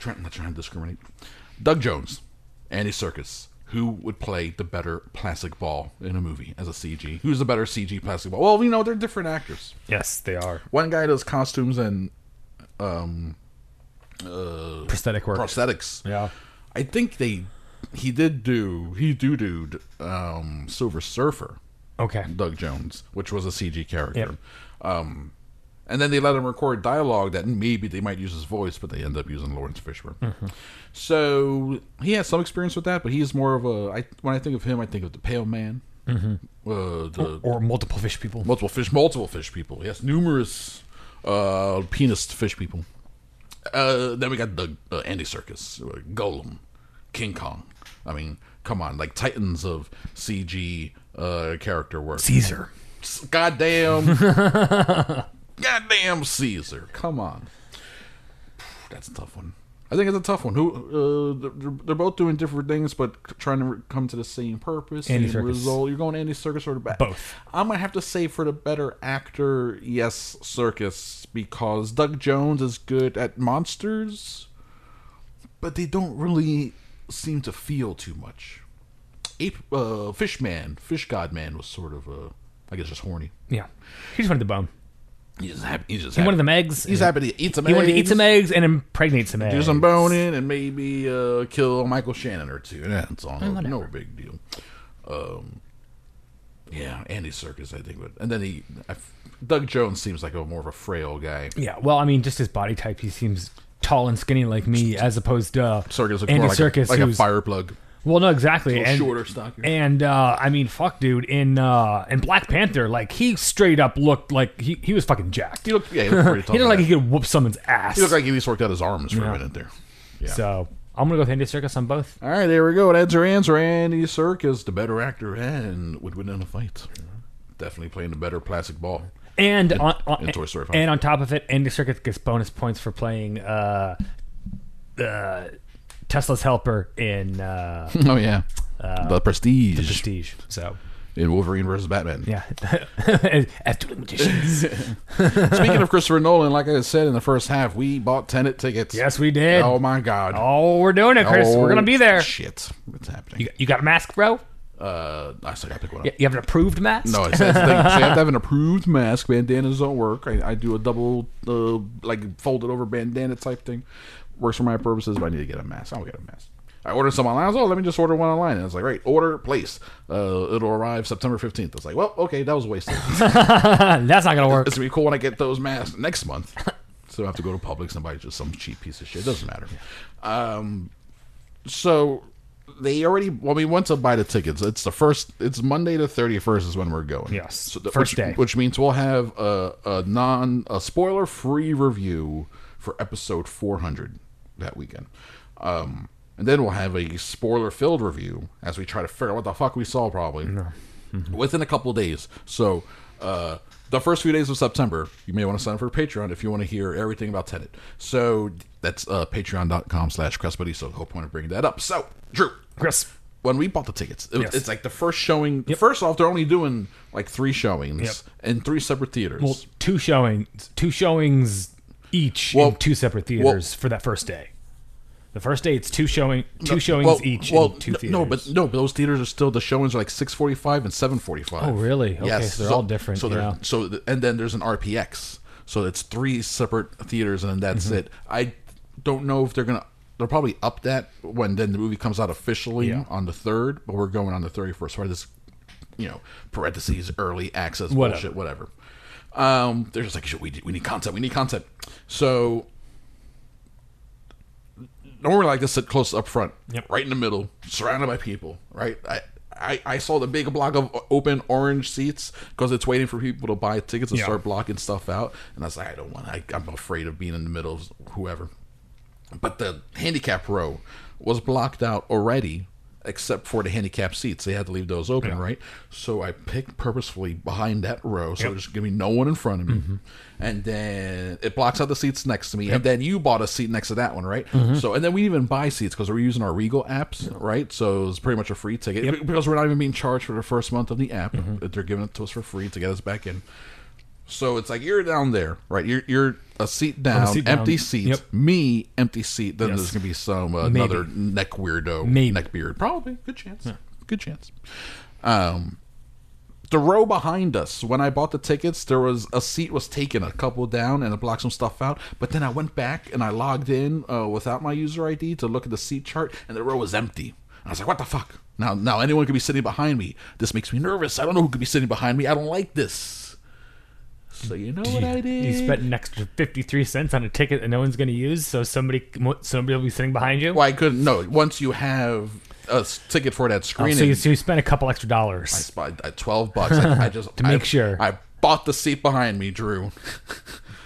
Speaker 3: Trying, not trying to discriminate. Doug Jones, Andy Circus. Who would play the better plastic ball in a movie as a CG? Who's the better CG plastic ball? Well, you know they're different actors.
Speaker 4: yes, they are
Speaker 3: One guy does costumes and
Speaker 4: prosthetic work.
Speaker 3: prosthetics.
Speaker 4: yeah.
Speaker 3: I think they he did do he do dude um Silver Surfer.
Speaker 4: Okay.
Speaker 3: Doug Jones, which was a CG character.
Speaker 4: Yep.
Speaker 3: Um and then they let him record dialogue that maybe they might use his voice, but they end up using Lawrence Fishburne.
Speaker 4: Mm-hmm.
Speaker 3: So he has some experience with that, but he's more of a. I, when I think of him, I think of the Pale Man, mm-hmm. uh, the
Speaker 4: Or multiple fish people.
Speaker 3: multiple fish, multiple fish people. Yes, numerous uh, penis fish people. Uh, then we got the uh, Andy Circus, Golem, King Kong. I mean, come on, like titans of CG uh, character work.
Speaker 4: Caesar. [laughs]
Speaker 3: Goddamn, goddamn Caesar. Come on, that's a tough one. I think it's a tough one. Who uh, they're, they're both doing different things, but trying to re- come to the same purpose,
Speaker 4: Andy
Speaker 3: same
Speaker 4: Serkis.
Speaker 3: result. You're going Andy Circus or the back.
Speaker 4: Both.
Speaker 3: I'm gonna have to say for the better actor, yes, Circus, because Doug Jones is good at monsters, but they don't really seem to feel too much. Ape, uh, Fish Man, Fish God Man was sort of uh, I guess just horny.
Speaker 4: Yeah. He just wanted the bone.
Speaker 3: He's just happy. He's just
Speaker 4: He
Speaker 3: happy.
Speaker 4: wanted them eggs.
Speaker 3: He's
Speaker 4: and-
Speaker 3: happy to eat some.
Speaker 4: He
Speaker 3: eggs,
Speaker 4: wanted to eat some eggs and impregnate some eggs.
Speaker 3: do some boning, and maybe uh, kill Michael Shannon or two. That's all.
Speaker 4: Oh,
Speaker 3: No big deal. Um, yeah, Andy Circus, I think would, and then he, I, Doug Jones seems like a more of a frail guy.
Speaker 4: Yeah, well, I mean, just his body type, he seems tall and skinny like me, as opposed to uh,
Speaker 3: Circus looks
Speaker 4: Andy
Speaker 3: more like,
Speaker 4: Circus,
Speaker 3: a, like a
Speaker 4: who's
Speaker 3: fire plug,
Speaker 4: well, no, exactly, and
Speaker 3: shorter, stockier.
Speaker 4: and uh, I mean, fuck, dude, in uh, in Black Panther, like he straight up looked like he, he was fucking jacked.
Speaker 3: he looked, yeah, he looked
Speaker 4: [laughs]
Speaker 3: pretty tall.
Speaker 4: he looked like
Speaker 3: yeah.
Speaker 4: he could whoop someone's ass.
Speaker 3: He looked like he just worked out his arms for a minute there. Yeah.
Speaker 4: so I'm gonna go with Andy Circus on both.
Speaker 3: all right, there we go. That's our answer. Andy Circus, the better actor, and would win in a fight. Definitely playing the better plastic ball.
Speaker 4: And on, on
Speaker 3: in Toy Story five.
Speaker 4: and on top of it, Andy Circus gets bonus points for playing uh, uh, Tesla's helper in uh,
Speaker 3: [laughs] Oh yeah, the prestige.
Speaker 4: Prestige. So
Speaker 3: in Wolverine versus Batman. [laughs]
Speaker 4: yeah, as dueling magicians.
Speaker 3: Speaking
Speaker 4: [laughs]
Speaker 3: of Christopher Nolan, like I said in the first half, we bought Tenet tickets.
Speaker 4: Yes, we did.
Speaker 3: Oh my God.
Speaker 4: Oh, we're doing it, Chris. We're gonna be there.
Speaker 3: Shit, what's happening?
Speaker 4: You got a mask, bro?
Speaker 3: uh, I still gotta pick one up.
Speaker 4: Y- You have an approved mask?
Speaker 3: No, it's, it's the thing. So you have to have an approved mask. Bandanas don't work. I, I do a double, uh, like folded over bandana type thing. Works for my purposes, but I need to get a mask. I'll get a mask. I ordered some online. I was like, oh, let me just order one online. And I was like, right, order, place. Uh, it'll arrive September 15th. I was like, well, okay, that was wasted.
Speaker 4: that's not gonna work.
Speaker 3: It's gonna be cool when I get those masks next month. [laughs] so I have to go to Publix and buy just some cheap piece of shit. Doesn't matter. Um, so they already. Well, we went to buy the tickets. It's the first. It's Monday the thirty first is when we're going.
Speaker 4: Yes.
Speaker 3: So the,
Speaker 4: First
Speaker 3: which,
Speaker 4: day.
Speaker 3: which means we'll have a, a non a spoiler free review for episode four hundred that weekend. Um. And then we'll have a spoiler-filled review as we try to figure out what the fuck we saw, probably within a couple of days. So, uh, the first few days of September, you may want to sign up for Patreon if you want to hear everything about Tenet. So that's uh, patreon.com slash Crespity. So the whole point of bringing that up. So, Drew,
Speaker 4: Chris.
Speaker 3: when we bought the tickets, it,
Speaker 4: Yes.
Speaker 3: it's like the first showing. First off, they're only doing like three showings
Speaker 4: Yep.
Speaker 3: in three separate theaters.
Speaker 4: Well, two showings two showings each
Speaker 3: Well,
Speaker 4: in two separate theaters for that first day. The first day it's two showing two showings
Speaker 3: Well,
Speaker 4: each
Speaker 3: well,
Speaker 4: in two
Speaker 3: no-
Speaker 4: theaters.
Speaker 3: no, but no, but those theaters are still the showings are like six forty-five and seven forty-five.
Speaker 4: Oh, really? Okay, so they're all different,
Speaker 3: So they're
Speaker 4: yeah.
Speaker 3: so th- and then there's an RPX, so it's three separate theaters, and that's
Speaker 4: Mm-hmm.
Speaker 3: it. I don't know if they're gonna. They'll probably up that when then the movie comes out officially
Speaker 4: Yeah.
Speaker 3: on the third, but we're going on the thirty-first. So this, you know, parentheses early access
Speaker 4: Whatever.
Speaker 3: bullshit, whatever. Um, they're just like, shit, we we need content, we need content. So normally I like to sit close up front,
Speaker 4: Yep.
Speaker 3: right in the middle, surrounded by people, right? I, I, I saw the big block of open orange seats because it's waiting for people to buy tickets and
Speaker 4: Yeah.
Speaker 3: start blocking stuff out. And I was like, I don't want. I, I'm afraid of being in the middle of whoever. But the handicap row was blocked out already, except for the handicap seats. They had to leave those open, right? So I picked purposefully behind that row, so there's gonna be no one in front of me.
Speaker 4: Mm-hmm.
Speaker 3: And then it blocks out the seats next to me. And then you bought a seat next to that one, right?
Speaker 4: Mm-hmm.
Speaker 3: So and then we didn't even buy seats because we were using our Regal apps, right? So it was pretty much a free ticket because we're not even being charged for the first month of the app.
Speaker 4: Mm-hmm.
Speaker 3: They're giving it to us for free to get us back in. So it's like you're down there, right? You're you're a seat down,
Speaker 4: seat down.
Speaker 3: empty seat.
Speaker 4: Yep.
Speaker 3: Me, empty seat. Then
Speaker 4: Yes.
Speaker 3: there's gonna be some uh,
Speaker 4: Maybe.
Speaker 3: another neck weirdo,
Speaker 4: Maybe.
Speaker 3: neck beard. Probably good chance. Good chance. Um, the row behind us. When I bought the tickets, there was a seat was taken, a couple down, and it blocked some stuff out. But then I went back and I logged in uh, without my user ID to look at the seat chart, and the row was empty. I was like, "What the fuck?" Now, now anyone could be sitting behind me. This makes me nervous. I don't know who could be sitting behind me. I don't like this. So you know what I did?
Speaker 4: You spent an extra fifty-three cents on a ticket that no one's going to use, so somebody somebody will be sitting behind you.
Speaker 3: Well, I couldn't. No, once you have a s- ticket for that
Speaker 4: Oh,
Speaker 3: screening,
Speaker 4: so, you, so you spent a couple extra dollars.
Speaker 3: I sp- I- twelve bucks. I, I
Speaker 4: [laughs]
Speaker 3: just to
Speaker 4: make sure.
Speaker 3: I bought the seat behind me, Drew.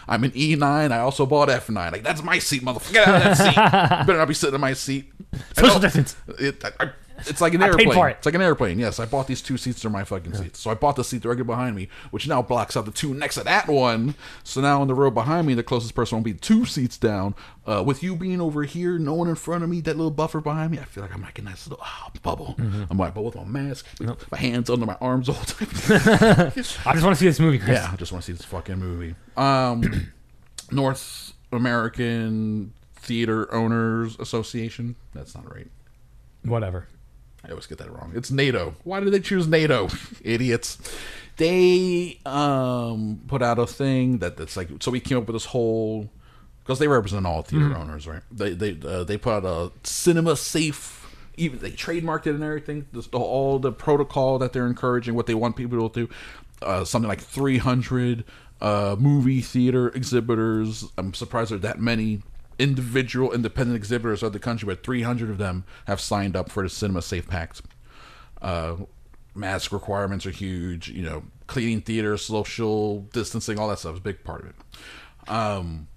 Speaker 3: I'm an E nine. I also bought F nine. Like that's my seat, motherfucker. Get out of that
Speaker 4: [laughs]
Speaker 3: seat. Better not be sitting in my seat. I
Speaker 4: Social
Speaker 3: know-
Speaker 4: distance.
Speaker 3: It, I, I- it's like an
Speaker 4: I paid
Speaker 3: airplane.
Speaker 4: for it.
Speaker 3: It's like an airplane. Yes, I bought these two seats. They're my fucking seats. So I bought the seat directly behind me, which now blocks out the two next to that one. So now on the row behind me, the closest person will be two seats down. Uh, with you being over here, no one in front of me, that little buffer behind me, I feel like I'm like a nice little ah, bubble. I'm like, but with my mask, with my hands under my arms all the [laughs] time.
Speaker 4: I just want to see this movie, Chris.
Speaker 3: yeah, I just want to see this fucking movie. Um, [clears throat] North American Theater Owners Association. That's not right.
Speaker 4: Whatever.
Speaker 3: I always get that wrong. It's NATO. Why did they choose NATO? [laughs] Idiots. They um, put out a thing that that's like so we came up with this whole because they represent all theater owners, right? They they uh, they put out a cinema safe. Even they trademarked it and everything. This, the, all the protocol that they're encouraging, what they want people to do, uh, something like three hundred uh, movie theater exhibitors. I'm surprised there are that many individual independent exhibitors of the country, but 300 of them have signed up for the Cinema Safe Pact. Uh, mask requirements are huge. You know, cleaning theaters, social distancing, all that stuff is a big part of it. Um,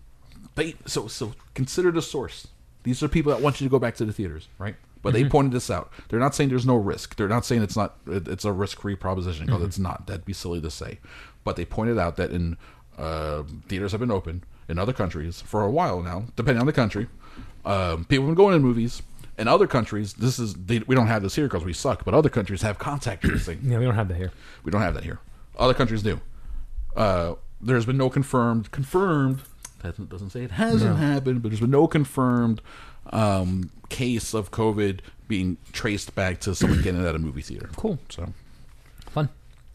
Speaker 3: but so so consider the source. These are people that want you to go back to the theaters, right? But they pointed this out. They're not saying there's no risk. They're not saying it's not it- it's a risk-free proposition because it's not. That'd be silly to say. But they pointed out that in uh, theaters have been open in other countries for a while now, depending on the country. Um, people have been going to movies. In other countries, this is they, we don't have this here because we suck. But other countries have contact tracing.
Speaker 4: Yeah, we don't have that here.
Speaker 3: We don't have that here. Other countries do. Uh, there's been no confirmed confirmed. That doesn't say it hasn't happened, but there's been no confirmed um, case of COVID being traced back to someone getting it at a movie theater.
Speaker 4: Cool.
Speaker 3: So
Speaker 4: Fun.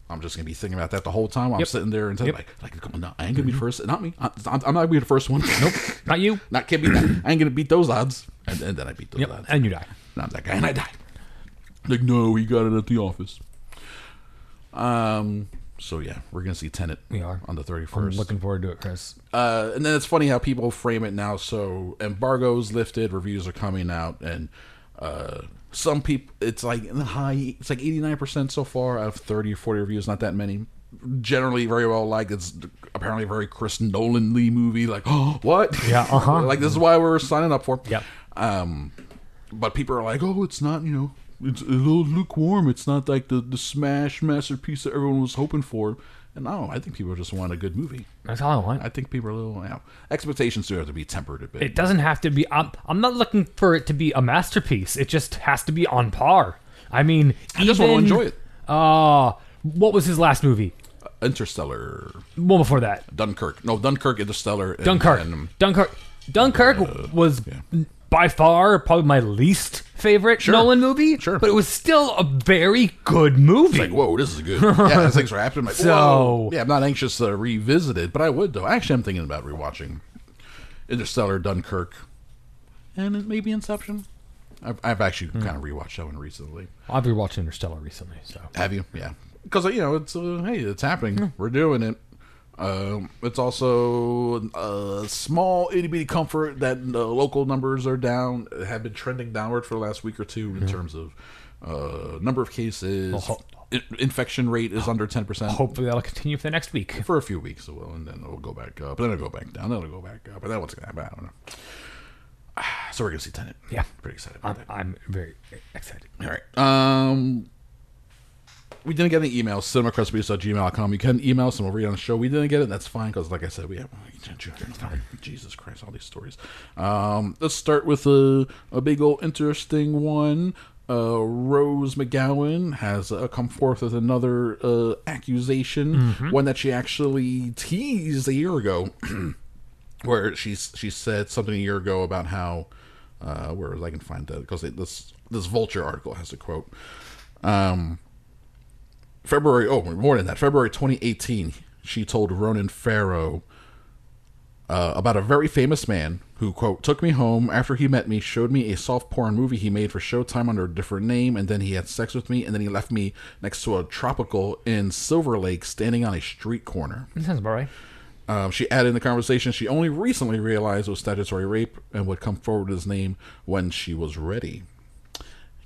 Speaker 3: I'm just gonna be thinking about that the whole time. I'm
Speaker 4: Yep.
Speaker 3: sitting there and telling
Speaker 4: Yep. Mm-hmm.
Speaker 3: like, like, come on, no, I ain't gonna be the first. Not me. I, I'm, I'm not gonna be the first one. Nope.
Speaker 4: Not you.
Speaker 3: [laughs] not can't be. I ain't gonna beat those odds. And, and then I beat those
Speaker 4: Yep.
Speaker 3: odds.
Speaker 4: And you die.
Speaker 3: And I'm that guy, and I died. Like, no, he got it at the office. Um. So yeah, we're gonna see Tenet.
Speaker 4: We are.
Speaker 3: on the thirty
Speaker 4: I'm
Speaker 3: first.
Speaker 4: looking forward to it, Chris.
Speaker 3: Uh, and then it's funny how people frame it now. So embargoes lifted, reviews are coming out, and uh, some people, it's like in the high, it's like eighty nine percent so far out of 30 or forty reviews. Not that many. Generally, very well liked. It's apparently a very Chris Nolan Lee movie. Like, [gasps] oh, what?
Speaker 4: Yeah,
Speaker 3: [laughs]
Speaker 4: uh-huh.
Speaker 3: like this is why we're signing up for.
Speaker 4: Yep.
Speaker 3: Um, but people are like, oh, it's not, you know, it's a little lukewarm. It's not like the the smash masterpiece that everyone was hoping for. And no, I think people just want a good movie.
Speaker 4: That's all I want.
Speaker 3: I think people are a little, you know, expectations do have to be tempered a bit.
Speaker 4: It doesn't have to be. I'm, I'm not looking for it to be a masterpiece. It just has to be on par. I mean,
Speaker 3: I just wanna
Speaker 4: even-
Speaker 3: enjoy it.
Speaker 4: Uh, what was his last movie?
Speaker 3: Interstellar,
Speaker 4: One before that,
Speaker 3: Dunkirk, no, Dunkirk, Interstellar, and-
Speaker 4: Dunkirk.
Speaker 3: and, um,
Speaker 4: Dunkirk. Dunkirk
Speaker 3: Uh,
Speaker 4: was by far probably my least favorite Nolan movie.
Speaker 3: Sure.
Speaker 4: but it was still a very good movie.
Speaker 3: like, whoa, this is [laughs] good. yeah, things are happening. Like, whoa.
Speaker 4: So-
Speaker 3: yeah, I'm not anxious to revisit it, but I would though. Actually, I'm thinking about rewatching Interstellar, Dunkirk, and it- maybe Inception. I've, I've actually kind of rewatched that one recently.
Speaker 4: I've been watching Interstellar recently, so
Speaker 3: Have you? Yeah, because you know it's uh, hey, it's happening. We're doing it. Um, it's also a small itty bitty comfort that the local numbers are down, have been trending downward for the last week or two in terms of uh, number of cases,
Speaker 4: ho- Oh.
Speaker 3: in- infection rate is under ten percent
Speaker 4: Hopefully that'll continue for the next week.
Speaker 3: for a few weeks. It will, and then it'll go back up. Then it'll go back down. Then it'll go back up. And then what's gonna happen? I don't know. [sighs] So we're gonna see Tenant.
Speaker 4: Yeah.
Speaker 3: pretty excited about
Speaker 4: I'm,
Speaker 3: that.
Speaker 4: I'm very excited.
Speaker 3: All right. Um, we didn't get any emails. cinemacrestbeast.gmail.com. You can email us and we'll read it on the show. We didn't get it. That's fine because, like I said, we have. Jesus Christ, all these stories. Um, let's start with a, a big old interesting one. Uh, Rose McGowan has uh, come forth with another uh, accusation, one that she actually teased a year ago. where she she said something a year ago about how uh, where I can find that because this this vulture article has a quote. Um, February oh more than that February 2018 she told Ronan Farrow uh, about a very famous man who quote took me home after he met me showed me a soft porn movie he made for Showtime under a different name and then he had sex with me and then he left me next to a tropical in Silver Lake standing on a street corner.
Speaker 4: That sounds about right.
Speaker 3: Um, she added in the conversation she only recently realized it was statutory rape and would come forward with his name when she was ready.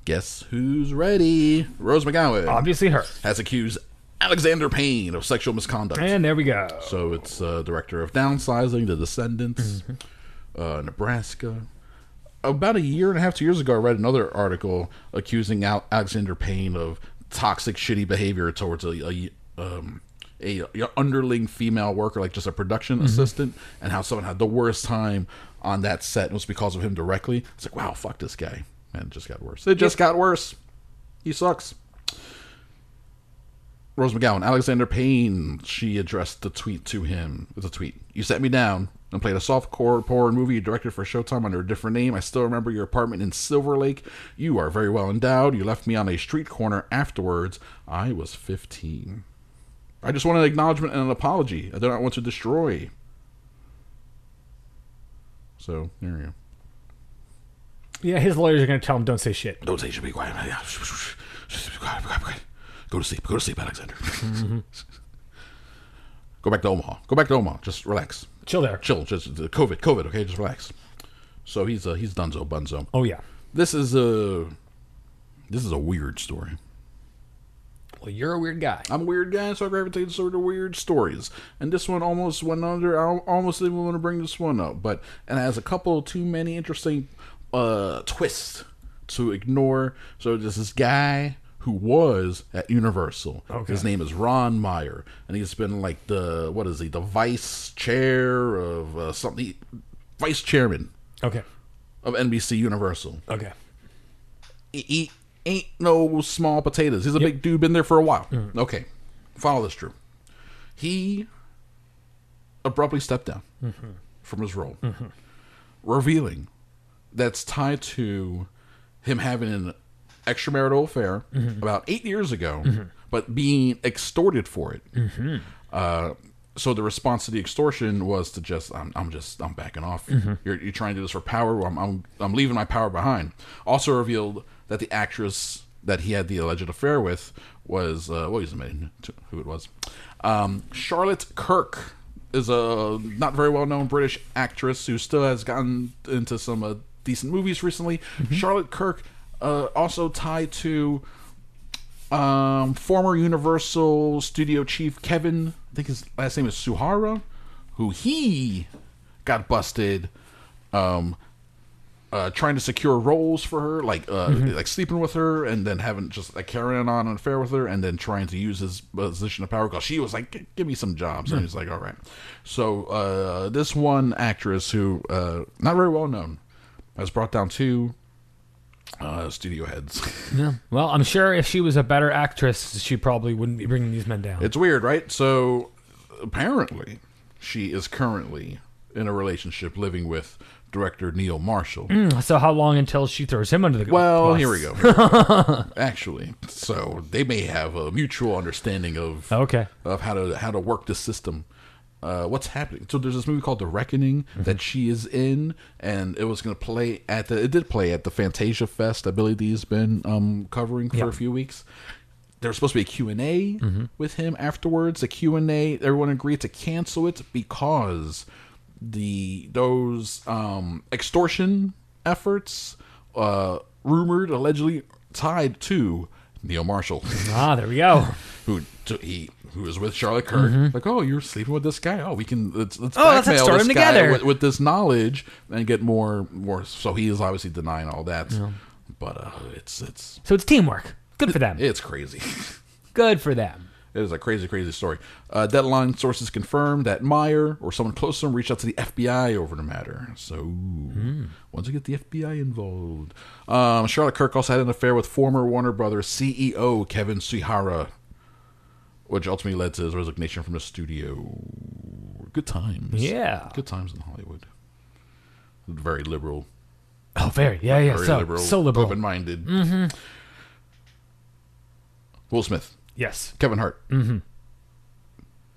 Speaker 3: Guess who's ready? Rose McGowan
Speaker 4: Obviously her.
Speaker 3: has accused Alexander Payne of sexual misconduct.
Speaker 4: And there we go.
Speaker 3: so it's uh, director of Downsizing, The Descendants, uh, Nebraska. About a year and a half, two years ago, I read another article accusing Al- Alexander Payne of toxic, shitty behavior towards a, a, um, a, a underling female worker, like just a production assistant, and how someone had the worst time on that set. It was because of him directly. It's like, wow, fuck this guy. And it just got worse. It just got worse. He sucks. Rose McGowan, Alexander Payne, she addressed the tweet to him. It's a tweet. You set me down and played a softcore porn movie you directed for Showtime under a different name. I still remember your apartment in Silver Lake. You are very well endowed. You left me on a street corner afterwards. I was 15. I just want an acknowledgement and an apology. I do not want to destroy. So, there you go.
Speaker 4: Yeah, his lawyers are going to tell him don't say shit.
Speaker 3: Don't say you should be quiet. Yeah. Just be quiet, be quiet, be quiet. Go to sleep. Go to sleep, Alexander. [laughs] Go back to Omaha. Go back to Omaha. Just relax.
Speaker 4: Chill there.
Speaker 3: Chill. Just uh, COVID. COVID. Okay, just relax. So he's uh, he's Dunzo Bunzo.
Speaker 4: Oh, yeah.
Speaker 3: This is a this is a weird story.
Speaker 4: Well, you're a weird guy.
Speaker 3: I'm a weird guy, so I gravitate sort of weird stories. And this one almost went under. I al- almost didn't want to bring this one up, but and it has a couple too many interesting uh, twists to ignore. So there's this guy who was at Universal. His name is Ron Meyer, and he's been like the what is he? The vice chair of uh, something, vice chairman
Speaker 4: Okay.
Speaker 3: of NBC Universal.
Speaker 4: Okay.
Speaker 3: He, he ain't no small potatoes. He's a big dude, been there for a while. Okay, follow this through. He abruptly stepped down from his role, revealing that's tied to him having an extramarital affair about eight years ago, but being extorted for it. Uh, so the response to the extortion was to just I'm, I'm just I'm backing off. You're, you're trying to do this for power. Well, I'm, I'm I'm leaving my power behind. Also revealed that the actress that he had the alleged affair with was uh, well, he's a man to who it was. Um, Charlotte Kirk is a not very well known British actress who still has gotten into some uh, decent movies recently. Charlotte Kirk uh, also tied to um, former Universal Studio chief Kevin, I think his last name is Suhara, who he got busted um, uh, trying to secure roles for her, like uh, like sleeping with her, and then having just like carrying on an affair with her, and then trying to use his position of power because she was like, "Gi- "Give me some jobs," and he's like, "All right." So uh, this one actress who uh, not very well known has brought down two uh, studio heads. [laughs]
Speaker 4: Well, I'm sure if she was a better actress, she probably wouldn't be bringing these men down.
Speaker 3: It's weird, right? So apparently, she is currently in a relationship living with director Neil Marshall.
Speaker 4: so how long until she throws him under the
Speaker 3: Well,
Speaker 4: bus?
Speaker 3: here we go. here we go. Actually, so they may have a mutual understanding of
Speaker 4: Okay.
Speaker 3: of how to how to work the system. Uh, what's happening? So there's this movie called The Reckoning that she is in, and it was going to play at the. It did play at the Fantasia Fest that Billy D's been um, covering for a few weeks. There was supposed to be a Q and A with him afterwards. The Q and A, everyone agreed to cancel it because the those um, extortion efforts, uh, rumored allegedly tied to Neil Marshall, [laughs]
Speaker 4: Ah, there we go.
Speaker 3: who t- he who was with Charlotte Kirk. Like, oh, you're sleeping with this guy. Oh, we can let's let's
Speaker 4: Mm-hmm. Oh, let's
Speaker 3: backmail
Speaker 4: start
Speaker 3: this
Speaker 4: them
Speaker 3: guy
Speaker 4: together.
Speaker 3: with, with this knowledge and get more more. So he is obviously denying all that. But uh, it's it's
Speaker 4: So it's teamwork. Good for them.
Speaker 3: it's crazy. [laughs]
Speaker 4: Good for them.
Speaker 3: It is a crazy, crazy story. Uh, deadline sources confirm that Meyer or someone close to him reached out to the FBI over the matter. So,
Speaker 4: Hmm.
Speaker 3: once you get the FBI involved, um, Charlotte Kirk also had an affair with former Warner Brothers CEO Kevin Suihara, which ultimately led to his resignation from the studio. Good times.
Speaker 4: Yeah.
Speaker 3: Good times in Hollywood. Very liberal.
Speaker 4: Oh, very. Yeah, yeah.
Speaker 3: Very
Speaker 4: so
Speaker 3: liberal.
Speaker 4: so liberal. Mm-hmm.
Speaker 3: Open minded. Will Smith.
Speaker 4: Yes.
Speaker 3: Kevin Hart. Mm-hmm.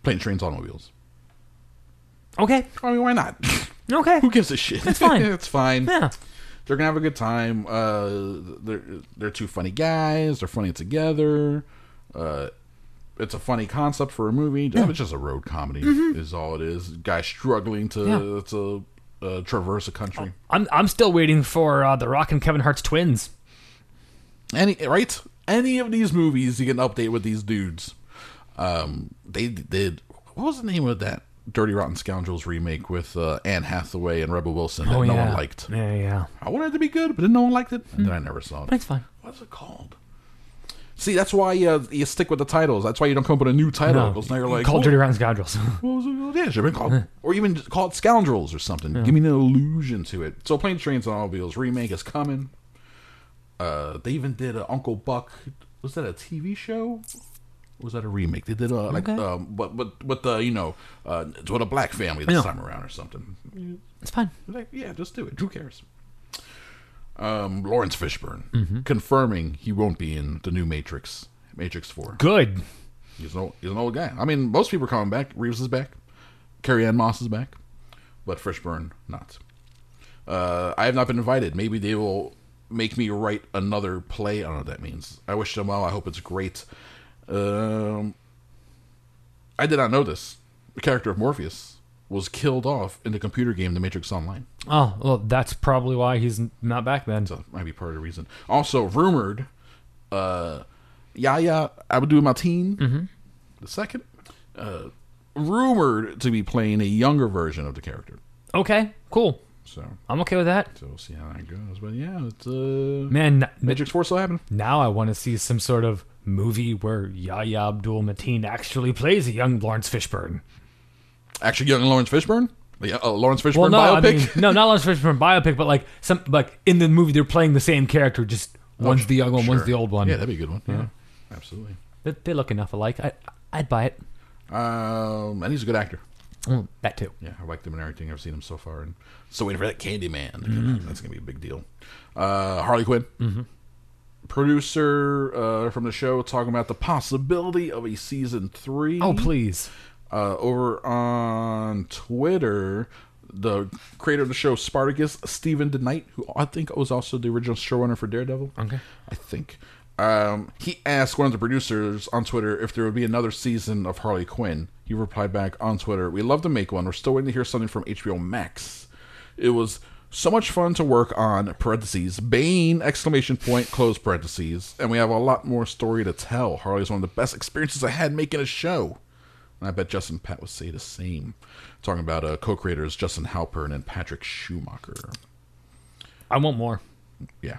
Speaker 3: Plane, trains, automobiles.
Speaker 4: Okay.
Speaker 3: I mean, why not? [laughs]
Speaker 4: Okay.
Speaker 3: Who gives a shit? It's [laughs]
Speaker 4: fine.
Speaker 3: it's fine.
Speaker 4: Yeah.
Speaker 3: They're gonna have a good time. Uh, they're they're two funny guys. They're funny together. Uh, it's a funny concept for a movie. It's just a road comedy, is all it is. Guy struggling to
Speaker 4: Yeah.
Speaker 3: to uh, traverse a country.
Speaker 4: I'm I'm still waiting for uh, the Rock and Kevin Hart's twins.
Speaker 3: Any right? Any of these movies, you get an update with these dudes. Um, they did. What was the name of that Dirty Rotten Scoundrels remake with uh, Anne Hathaway and Rebel Wilson that no one liked?
Speaker 4: Oh, Yeah, yeah.
Speaker 3: I wanted it to be good, but then no one liked it, and then I never saw it.
Speaker 4: That's fine.
Speaker 3: What's it called? See, that's why uh, you stick with the titles. That's why you don't come up with a new title. Because now you're like,
Speaker 4: call
Speaker 3: "Oh,
Speaker 4: Dirty Rotten Scoundrels.
Speaker 3: what was it called? Yeah, it should have been called, or even just call it Scoundrels or something. Give me an allusion to it. So, Plane Trains and Automobiles remake is coming. Uh, they even did a Uncle Buck. Was that a TV show? Or Was that a remake? They did a like,
Speaker 4: Okay.
Speaker 3: um, but but but the you know, uh, it's with a black family this
Speaker 4: Yeah.
Speaker 3: time around or something.
Speaker 4: it's fine.
Speaker 3: Like, yeah, just do it. Who cares? Um, Lawrence Fishburne
Speaker 4: Mm-hmm.
Speaker 3: confirming he won't be in the new Matrix, Matrix Four.
Speaker 4: Good.
Speaker 3: He's an old, he's an old guy. I mean, most people are coming back. Reeves is back. Carrie Ann Moss is back, but Fishburne not. Uh, I have not been invited. Maybe they will make me write another play. I don't know what that means. I wish them well. I hope it's great. Um, I did not know this. The character of Morpheus was killed off in the computer game The Matrix Online.
Speaker 4: Oh well, that's probably why he's n- not back then.
Speaker 3: So that might be part of the reason. Also rumored, uh, Yaya Abdul Mateen,
Speaker 4: Mm-hmm.
Speaker 3: the second, uh, rumored to be playing a younger version of the character.
Speaker 4: Okay. Cool.
Speaker 3: So,
Speaker 4: I'm okay with that.
Speaker 3: so we'll see how that goes. But yeah, it's uh,
Speaker 4: Man, n-
Speaker 3: Matrix Four still happening.
Speaker 4: now I want to see some sort of movie where Yahya Abdul Mateen actually plays a young Lawrence Fishburne.
Speaker 3: Actually, young Lawrence Fishburne. Yeah, uh, Lawrence Fishburne
Speaker 4: Well, no, I
Speaker 3: biopic.
Speaker 4: mean, no, not Lawrence Fishburne biopic, but like some like in the movie they're playing the same character, just one's the young one,
Speaker 3: [laughs]
Speaker 4: one's
Speaker 3: Sure.
Speaker 4: the old one.
Speaker 3: Yeah, that'd be a good one. Yeah, absolutely.
Speaker 4: They, they look enough alike. I, I'd buy it.
Speaker 3: Um, and he's a good actor.
Speaker 4: Mm, that too.
Speaker 3: Yeah, I liked him in everything I've seen him so far, and so waiting for that Candyman. to come out. That's gonna be a big deal. Uh, Harley Quinn,
Speaker 4: Mm-hmm.
Speaker 3: producer uh, from the show, talking about the possibility of a season three.
Speaker 4: Oh please.
Speaker 3: Uh, over on Twitter, the creator of the show Spartacus, Stephen DeKnight, who I think was also the original showrunner for Daredevil.
Speaker 4: Okay.
Speaker 3: I think. Um, he asked one of the producers on Twitter if there would be another season of Harley Quinn. He replied back on Twitter, "We love to make one. We're still waiting to hear something from HBO Max. It was so much fun to work on." Parentheses, Bane! Exclamation point! Close parentheses. And we have a lot more story to tell. Harley's one of the best experiences I had making a show. And I bet Justin Pat would say the same. Talking about uh, co-creators Justin Halpern and Patrick Schumacher.
Speaker 4: I want more.
Speaker 3: Yeah,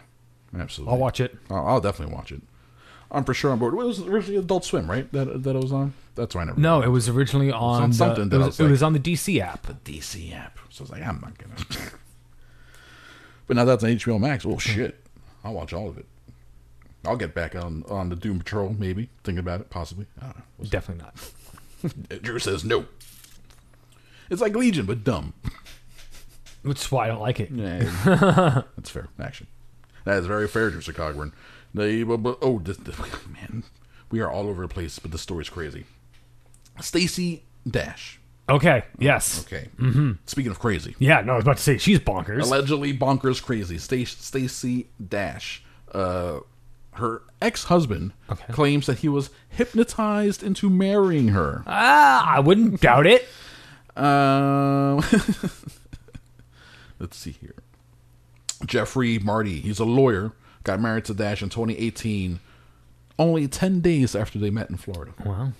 Speaker 3: absolutely.
Speaker 4: I'll watch it.
Speaker 3: I'll, I'll definitely watch it. I'm for sure on board. It was originally Adult Swim, right? That that it was on. That's why I never.
Speaker 4: No, it was originally on,
Speaker 3: on
Speaker 4: the-
Speaker 3: something
Speaker 4: it
Speaker 3: that I
Speaker 4: was,
Speaker 3: was
Speaker 4: it
Speaker 3: like-
Speaker 4: was on the DC app.
Speaker 3: DC app. So I was like, I'm not gonna. [laughs] but now that's on HBO Max.
Speaker 4: Hmm.
Speaker 3: Oh shit! I'll watch all of it. I'll get back on on the Doom Patrol. Maybe thinking about it, possibly. I don't know. We'll
Speaker 4: Definitely not.
Speaker 3: see. Drew says no. It's like Legion, but dumb.
Speaker 4: Which is why I don't like it.
Speaker 3: Yeah, [laughs] that's fair. Action. That is very fair, Drew Cogburn. They, but, but, oh, this, this- man, we are all over the place, but the story's crazy. Stacy Dash.
Speaker 4: Okay. Yes.
Speaker 3: Okay. Mm-hmm. Speaking of crazy,
Speaker 4: Yeah. No, I was about to say she's bonkers.
Speaker 3: allegedly bonkers crazy. Sta- Stacy Dash. Uh, her ex-husband claims that he was hypnotized into marrying her.
Speaker 4: ah, I wouldn't doubt it.
Speaker 3: [laughs] Um, let's see here. Jeffrey Marty, he's a lawyer got married to Dash in 2018, only 10 days after they met in Florida.
Speaker 4: Wow.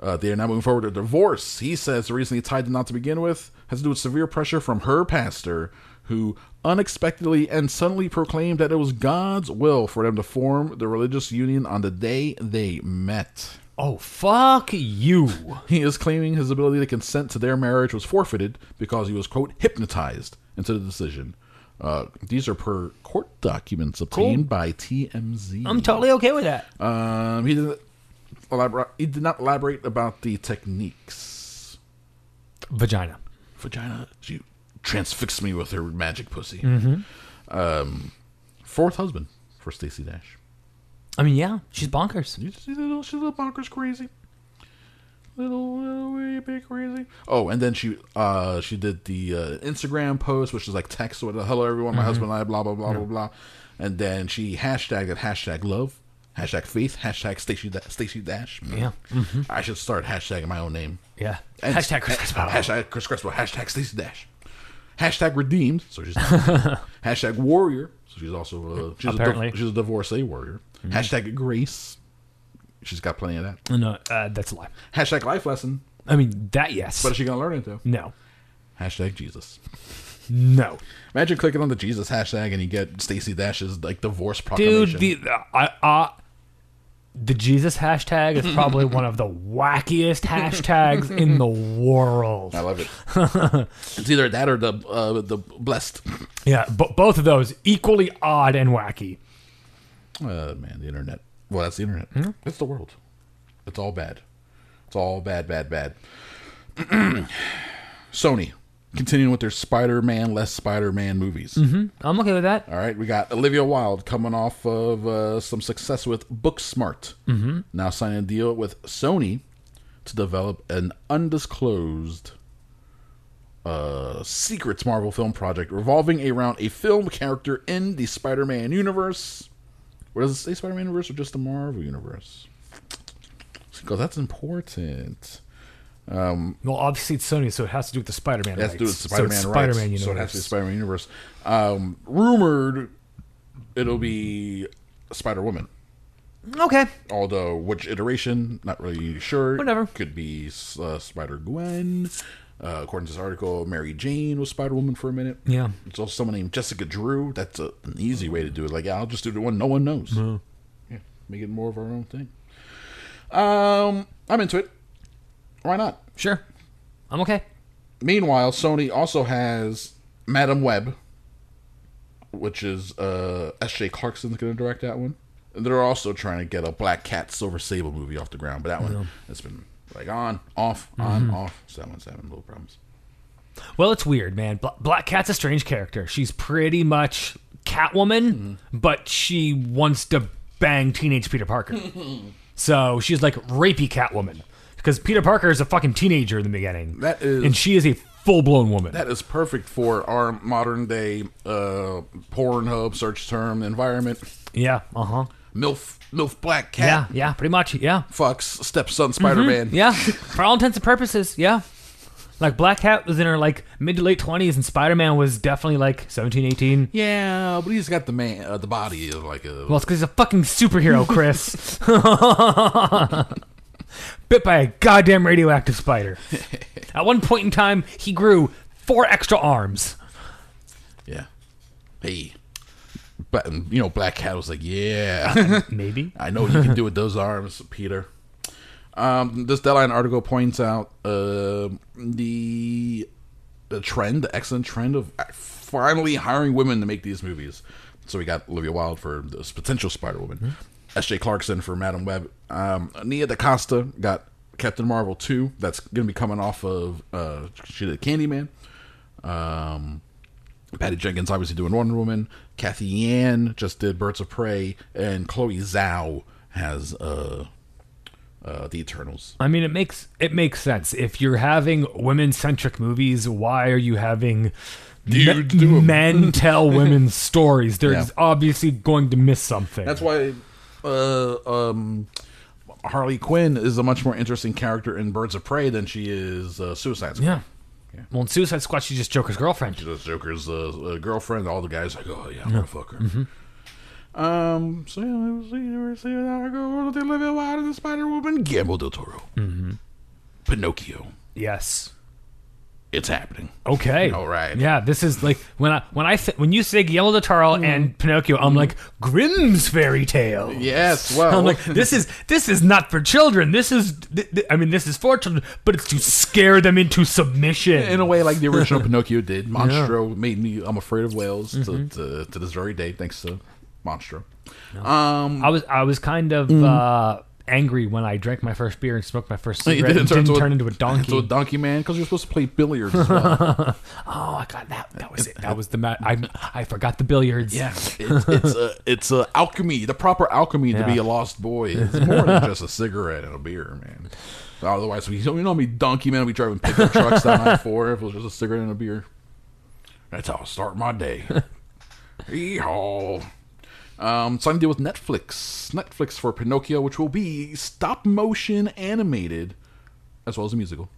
Speaker 3: Uh, they are now moving forward to divorce. He says the reason he tied the knot to begin with has to do with severe pressure from her pastor, who unexpectedly and suddenly proclaimed that it was God's will for them to form the religious union on the day they met.
Speaker 4: Oh fuck you.
Speaker 3: He is claiming his ability to consent to their marriage was forfeited because he was, quote, hypnotized into the decision. Uh, these are per court documents obtained by TMZ.
Speaker 4: I'm totally okay with that.
Speaker 3: Um, he didn't elaborate. He did not elaborate about the techniques.
Speaker 4: Vagina.
Speaker 3: Vagina, she transfixed me with her magic pussy. Um, fourth husband for Stacy Dash.
Speaker 4: I mean, yeah, she's bonkers.
Speaker 3: She's a little, she's a little bonkers crazy. Little, little way bit crazy. Oh, and then she, uh, she did the uh, Instagram post, which is like text with uh, "Hello everyone, my husband and I," blah blah blah blah blah, and then she hashtagged it hashtag love, hashtag faith, hashtag Stacy da- Stacy Dash.
Speaker 4: Yeah.
Speaker 3: I should start hashtagging my own name.
Speaker 4: Yeah.
Speaker 3: And-
Speaker 4: Hashtag Chris Crespo.
Speaker 3: Hashtag Chris Crespo. Hashtag Stacey Dash. Hashtag redeemed. So she's
Speaker 4: [laughs]
Speaker 3: hashtag warrior. So she's also uh, she's a
Speaker 4: Apparently. Mm-hmm.
Speaker 3: div- she's a divorcee warrior. Hashtag grace. She's got plenty of that.
Speaker 4: No, uh, that's a lie.
Speaker 3: Hashtag life lesson.
Speaker 4: I mean, that yes.
Speaker 3: What is she gonna learn it though?
Speaker 4: no.
Speaker 3: Hashtag Jesus.
Speaker 4: No.
Speaker 3: Imagine clicking on the Jesus hashtag and you get Stacey Dash's like divorce proclamation.
Speaker 4: Dude, the I, I, the Jesus hashtag is probably one of the wackiest hashtags in the world.
Speaker 3: I love it. it's either that or the uh, the blessed.
Speaker 4: [laughs] Yeah, but both of those equally odd and wacky.
Speaker 3: Uh, man, the internet. Well, that's the internet. It's the world. It's all bad. It's all bad, bad, bad. [clears throat] Sony continuing with their Spider-Man, less Spider-Man movies.
Speaker 4: I'm okay with that.
Speaker 3: All right, we got Olivia Wilde coming off of uh, some success with Booksmart, mm-hmm. now signing a deal with Sony to develop an undisclosed uh, secrets Marvel film project revolving around a film character in the Spider-Man universe. Or does it say Spider-Man universe or just the Marvel universe? Because that's important.
Speaker 4: Well, obviously it's Sony, so it has to do with the Spider-Man.
Speaker 3: It has to do with
Speaker 4: rights. So
Speaker 3: Spider-Man,
Speaker 4: it's
Speaker 3: rights,
Speaker 4: Spider-Man universe.
Speaker 3: So it has to be Spider-Man universe. Um, rumored, it'll be Spider-Woman.
Speaker 4: okay.
Speaker 3: Although which iteration, not really sure.
Speaker 4: Whatever.
Speaker 3: Could be uh, Spider Gwen. Uh, according to this article, Mary Jane was Spider Woman for a minute.
Speaker 4: Yeah.
Speaker 3: It's also someone named Jessica Drew. That's a, an easy way to do it. Like, I'll just do the one no one knows. Yeah. Make it more of our own thing. Um, I'm into it. Why not?
Speaker 4: Sure. I'm okay.
Speaker 3: Meanwhile, Sony also has Madam Web, which is uh, S.J. Clarkson's going to direct that one. And they're also trying to get a Black Cat Silver Sable movie off the ground, but that one has been like on, off, on,
Speaker 4: Mm-hmm.
Speaker 3: off. So that one's having little problems.
Speaker 4: Well, it's weird, man. Bla- Black Cat's a strange character. She's pretty much Catwoman,
Speaker 3: Mm-hmm.
Speaker 4: but she wants to bang teenage
Speaker 3: [laughs]
Speaker 4: Peter Parker. so she's like rapey Catwoman because Peter Parker is a fucking teenager in the beginning.
Speaker 3: That is-
Speaker 4: and she is a full-blown woman.
Speaker 3: That is perfect for our modern day uh, Pornhub search term environment.
Speaker 4: yeah. Uh huh.
Speaker 3: MILF, MILF Black
Speaker 4: Yeah.
Speaker 3: Cat
Speaker 4: Yeah. Pretty much. Yeah. Mm-hmm.
Speaker 3: fucks stepson Spider Man. [laughs]
Speaker 4: Yeah. For all intents and purposes. Yeah. Like Black Cat was in her like mid to late twenties, and Spider Man was definitely like 17, 18.
Speaker 3: Yeah, but he's got the man, uh, the body of like a
Speaker 4: Well, it's because he's a fucking superhero, Chris. [laughs] Bit by a goddamn radioactive spider. At one point in time, he grew four extra arms.
Speaker 3: Yeah. Hey. But um, you know, Black Cat was like, "Yeah,
Speaker 4: Maybe.
Speaker 3: I know you can do it with those arms, Peter." Um, this deadline article points out uh, the the trend, the excellent trend of finally hiring women to make these movies. So we got Olivia Wilde for this potential Spider Woman, S.J. Clarkson for Madam Web, um, Nia DaCosta got Captain Marvel two. That's going to be coming off of uh, she did Candyman. Patty Jenkins obviously doing Wonder Woman. Kathy Yan just did Birds of Prey, and Chloe Zhao has uh, uh, the Eternals.
Speaker 4: I mean, it makes it makes sense. If you're having women-centric movies, why are you having
Speaker 3: Dudes
Speaker 4: me-
Speaker 3: do 'em.
Speaker 4: [laughs]
Speaker 3: [laughs]
Speaker 4: men tell women stories? They're
Speaker 3: Yeah.
Speaker 4: obviously going to miss something.
Speaker 3: That's why uh, um, Harley Quinn is a much more interesting character in Birds of Prey than she is uh, Suicide Squad.
Speaker 4: Yeah. Well, in Suicide Squad, she's just Joker's girlfriend.
Speaker 3: She does Joker's uh, uh, girlfriend. All the guys like, oh yeah, I'm gonna fuck her. Um, so yeah, let's see, let's see how it goes. They live in Wild and the Spider Woman, Guillermo del Toro, mm-hmm. Pinocchio.
Speaker 4: Yes.
Speaker 3: It's happening.
Speaker 4: Okay.
Speaker 3: All right.
Speaker 4: Yeah, this is like when I when I th- when you say Guillermo del Toro and Pinocchio, I'm like Grimm's fairy tale.
Speaker 3: Yes. Well,
Speaker 4: [laughs] I'm like this is this is not for children. This is th- th- I mean this is for children, but it's to scare them into submission.
Speaker 3: in a way like the original Pinocchio did. Monstro made me I'm afraid of whales to, to, to this very day, thanks to Monstro. Um,
Speaker 4: I was I was kind of uh, angry when I drank my first beer and smoked my first
Speaker 3: it
Speaker 4: cigarette and didn't turn [laughs] into a
Speaker 3: [laughs]
Speaker 4: donkey.
Speaker 3: into a donkey man because you're supposed to play billiards.
Speaker 4: [laughs]
Speaker 3: As well.
Speaker 4: oh, I got that. That was it. [laughs] That was the ma- I I forgot the billiards.
Speaker 3: yeah, [laughs] it's it's a, it's a alchemy, the proper alchemy to be
Speaker 4: Yeah.
Speaker 3: a lost boy. It's more than just a cigarette and a beer, man. Otherwise, we you know how many donkey men we driving pickup
Speaker 4: [laughs]
Speaker 3: trucks down I four if it was just a cigarette and a beer. That's how I start my
Speaker 4: [laughs]
Speaker 3: day. Yeehaw. Um, so I'm deal with Netflix. Netflix for Pinocchio, which will be stop motion animated, as well as a musical.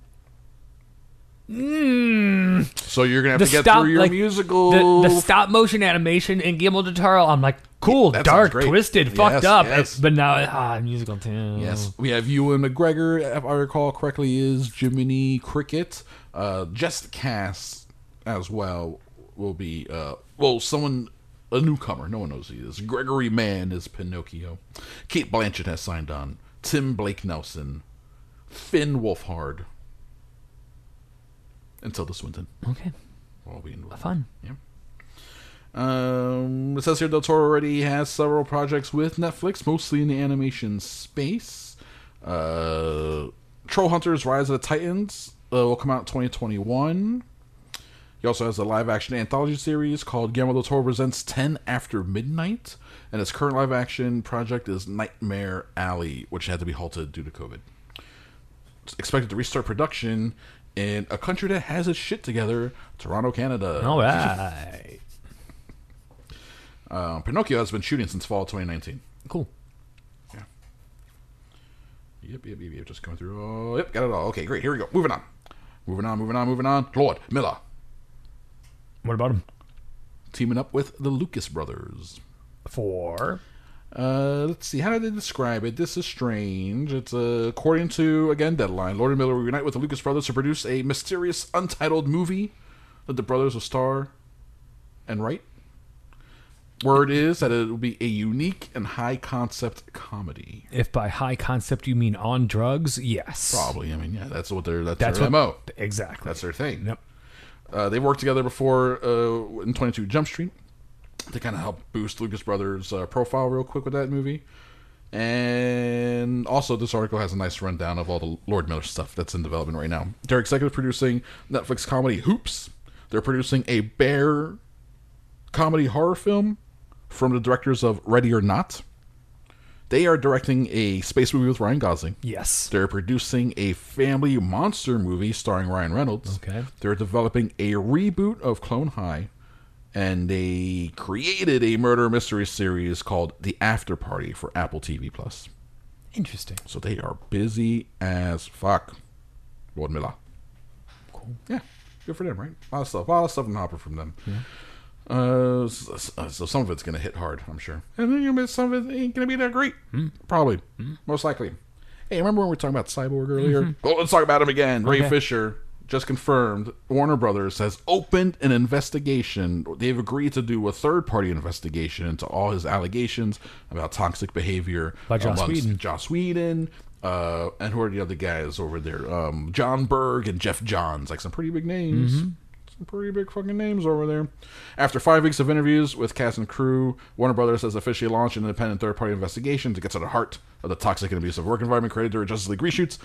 Speaker 3: So you're gonna have to get through your
Speaker 4: Hmm. like,
Speaker 3: musical.
Speaker 4: The, the stop motion animation in Guillermo del Toro. I'm like, cool,
Speaker 3: That sounds
Speaker 4: dark,
Speaker 3: great.
Speaker 4: twisted,
Speaker 3: Yes,
Speaker 4: fucked up.
Speaker 3: yes.
Speaker 4: But now, ah, musical too.
Speaker 3: Yes, Mm. we have Ewan McGregor. If I recall correctly, is Jiminy Cricket. Uh, just cast as well will be uh, well someone a newcomer. No one knows who he is. Gregory Mann is Pinocchio. Kate Blanchett has signed on. Tim Blake Nelson, Finn Wolfhard, and Tilda Swinton.
Speaker 4: Okay,
Speaker 3: Will all be involved.
Speaker 4: fun.
Speaker 3: Um, it says here Del Toro already has several projects with Netflix, mostly in the animation space. Uh, Troll Hunters: Rise of the Titans uh, will come out in 2021. He also has a live-action anthology series called Guillermo del Toro presents Ten After Midnight, and his current live-action project is Nightmare Alley, which had to be halted due to COVID. It's expected to restart production in a country that has its shit together, Toronto, Canada.
Speaker 4: All right,
Speaker 3: Uh, Pinocchio has been shooting since fall 2019.
Speaker 4: cool.
Speaker 3: Yep, yep, yep, yep. Just going through. Oh, yep, got it all. Okay, great. Here we go. Moving on. Moving on, moving on, moving on. Lord Miller
Speaker 4: What about him?
Speaker 3: teaming up with the Lucas brothers.
Speaker 4: Four.
Speaker 3: Uh, let's see. How do they describe it? This is strange. It's uh, according to again Deadline. Lord and Miller will reunite with the Lucas brothers to produce a mysterious, untitled movie that the brothers will star and write. Word is that it will be a unique and high concept comedy.
Speaker 4: If by high concept you mean on drugs, yes,
Speaker 3: Probably. I mean, yeah, that's what they're that's,
Speaker 4: That's
Speaker 3: their
Speaker 4: what
Speaker 3: mo.
Speaker 4: exactly.
Speaker 3: That's their thing.
Speaker 4: Yep.
Speaker 3: Uh, they worked together before uh, in 22 Jump Street to kind of help boost Lucas Brothers' uh, profile real quick with that movie. And also, this article has a nice rundown of all the Lord Miller stuff that's in development right now. They're executive producing Netflix comedy Hoops. They're producing a bear comedy horror film from the directors of Ready or Not. They are directing a space movie with Ryan Gosling.
Speaker 4: yes.
Speaker 3: They're producing a family monster movie starring Ryan Reynolds.
Speaker 4: Okay.
Speaker 3: They're developing a reboot of Clone High, and they created a murder mystery series called The After Party for Apple TV Plus.
Speaker 4: Interesting.
Speaker 3: So they are busy as fuck. Lord Miller. Cool. Yeah. Good for them, right? A lot of stuff. A lot of stuff in the hopper from them. Uh, so, so some of it's gonna hit hard, I'm sure. And then you miss some of it ain't gonna be that great.
Speaker 4: Hmm.
Speaker 3: Probably, most likely. Hey, remember when we were talking about Cyborg earlier?
Speaker 4: Mm-hmm.
Speaker 3: Well, let's talk about him again. Ray Fisher just confirmed Warner Brothers has opened an investigation. They've agreed to do a third-party investigation into all his allegations about toxic behavior
Speaker 4: By Joss
Speaker 3: amongst
Speaker 4: Whedon.
Speaker 3: Joss Whedon, uh, and who are the other guys over there? Um, John Berg and Jeff Johns, like some pretty big names.
Speaker 4: Mm-hmm.
Speaker 3: Some pretty big fucking names over there. After five weeks of interviews with cast and crew, Warner Brothers has officially launched an independent third party investigation that gets at the heart of the toxic and abusive work environment created during Justice League reshoots.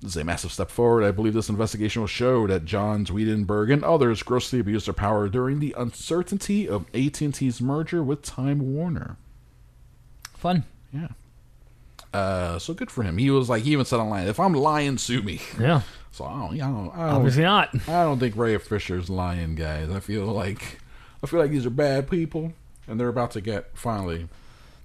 Speaker 3: This is a massive step forward. I believe this investigation will show that Johns, Whedon, Berg, and others grossly abused their power during the uncertainty of AT&T's merger with Time Warner.
Speaker 4: Fun.
Speaker 3: Yeah. Uh, so good for him. He was like, he even said online, if I'm lying, sue me. [laughs]
Speaker 4: Yeah.
Speaker 3: So I don't, I don't, I don't,
Speaker 4: Obviously not.
Speaker 3: I don't think Ray Fisher's lying, guys. I feel like, I feel like these are bad people, and they're about to get finally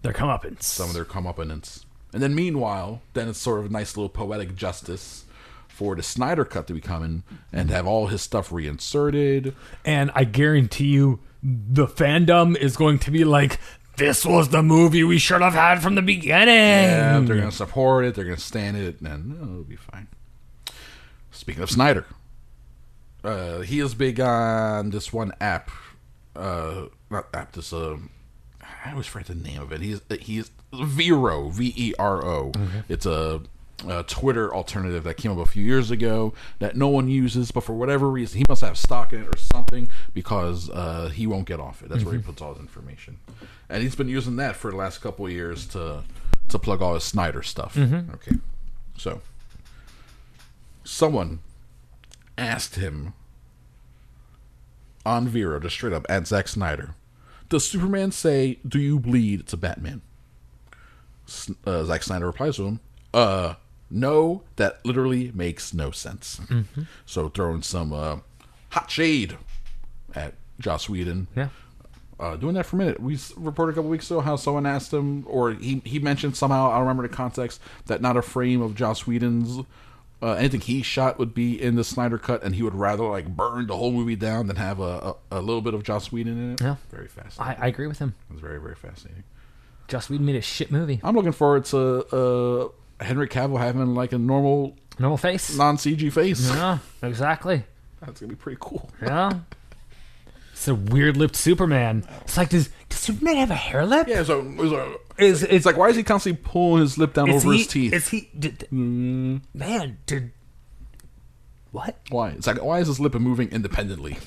Speaker 4: They're comeuppance.
Speaker 3: some of their comeuppance. And then meanwhile, then it's sort of a nice little poetic justice for the Snyder cut to be coming and have all his stuff reinserted.
Speaker 4: and I guarantee you the fandom is going to be like this was the movie we should have had from the beginning.
Speaker 3: Yeah, they're going to support it. They're going to stand it, and it'll be fine. Speaking of Snyder, uh, he is big on this one app. Uh, not app. This uh, I always forget the name of it. He's he's Vero V E R O. It's a, a Twitter alternative that came up a few years ago that no one uses, but for whatever reason, he must have stock in it or something because uh, he won't get off it. That's where he puts all his information, and he's been using that for the last couple of years to to plug all his Snyder stuff. Okay, so someone asked him on Vero, just straight up at Zack Snyder, does Superman say, "Do you bleed?" to Batman? S- Uh, Zack Snyder replies to him, "Uh, no, that literally makes no sense."
Speaker 4: Mm-hmm.
Speaker 3: So throwing some uh, hot shade at Joss Whedon.
Speaker 4: Yeah.
Speaker 3: Uh, doing that for a minute. We s- reported a couple weeks ago how someone asked him, or he, he mentioned somehow, I don't remember the context, that not a frame of Joss Whedon's uh, anything he shot would be in the Snyder cut, and he would rather like burn the whole movie down than have a, a, a little bit of Joss Whedon in it.
Speaker 4: Yeah.
Speaker 3: Very fascinating.
Speaker 4: I, I agree with him.
Speaker 3: It's very, very fascinating.
Speaker 4: Joss Whedon made a shit movie.
Speaker 3: I'm looking forward to uh, Henry Cavill having like a normal,
Speaker 4: Normal face.
Speaker 3: non CG face.
Speaker 4: Yeah, exactly.
Speaker 3: [laughs] That's gonna be pretty cool.
Speaker 4: Yeah. It's a weird-lipped Superman. It's like, does, does Superman have a hair lip?
Speaker 3: Yeah, so, so-
Speaker 4: Is-
Speaker 3: it's like why is he constantly pulling his lip down
Speaker 4: Is
Speaker 3: over
Speaker 4: he,
Speaker 3: his teeth? Mm.
Speaker 4: Is he? Did, Man, did what?
Speaker 3: why? It's like why is his lip moving independently?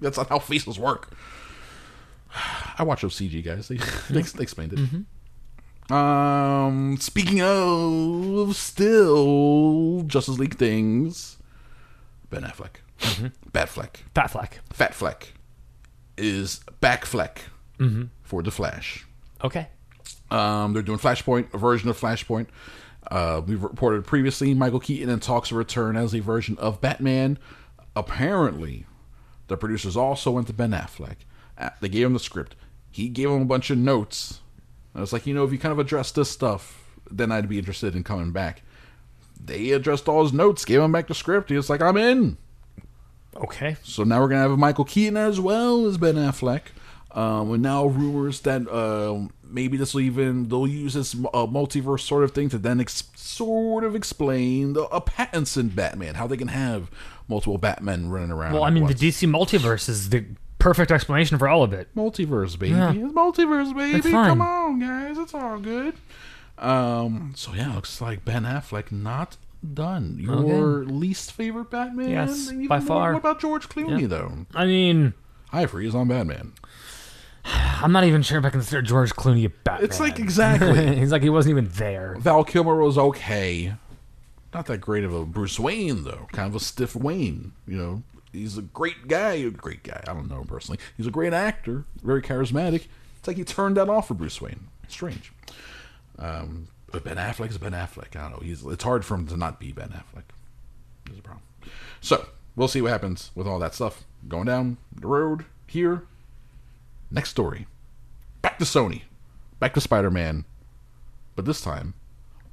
Speaker 3: That's not how faces work. [sighs] I watch those CG guys. They, [laughs] they, they explained it.
Speaker 4: Mm-hmm.
Speaker 3: Um, speaking of still Justice League things, Ben Affleck,
Speaker 4: Mm-hmm.
Speaker 3: Bad Fleck.
Speaker 4: Fat Flack.
Speaker 3: Fat Fleck is back Fleck for the Flash.
Speaker 4: Okay.
Speaker 3: Um, they're doing Flashpoint, a version of Flashpoint. Uh, we've reported previously Michael Keaton and talks a return as a version of Batman. Apparently, the producers also went to Ben Affleck. Uh, They gave him the script. He gave him a bunch of notes. I was like, you know, if you kind of address this stuff, then I'd be interested in coming back. They addressed all his notes, gave him back the script. He was like, I'm in.
Speaker 4: Okay.
Speaker 3: So now we're gonna have Michael Keaton as well as Ben Affleck. Um, and now rumors that um maybe this will even they'll use this uh, multiverse sort of thing to then ex- sort of explain the, a patents in Batman, how they can have multiple Batmen running around.
Speaker 4: Well, I
Speaker 3: at
Speaker 4: mean, the
Speaker 3: once.
Speaker 4: DC multiverse is the perfect explanation for all of it.
Speaker 3: multiverse, baby.
Speaker 4: Yeah.
Speaker 3: It's multiverse, baby.
Speaker 4: fine.
Speaker 3: Come on, guys, it's all good. Um, so yeah, looks like Ben Affleck not done. Your least favorite Batman?
Speaker 4: Yes,
Speaker 3: Even
Speaker 4: by
Speaker 3: what-
Speaker 4: far.
Speaker 3: What about George Clooney though?
Speaker 4: I mean,
Speaker 3: I freeze on Batman.
Speaker 4: I'm not even sure if I consider George Clooney a Batman.
Speaker 3: It's like
Speaker 4: [laughs]
Speaker 3: exactly.
Speaker 4: he's like he wasn't even there.
Speaker 3: Val Kilmer was okay. Not that great of a Bruce Wayne though. Kind of a stiff Wayne, you know. He's a great guy, a great guy. I don't know him personally. He's a great actor, very charismatic. It's like he turned that off for Bruce Wayne. Strange. Um, but Ben Affleck is Ben Affleck. I don't know. He's it's hard for him to not be Ben Affleck. There's a problem. So we'll see what happens with all that stuff going down the road here. Next story. Back to Sony. Back to Spider Man. But this time,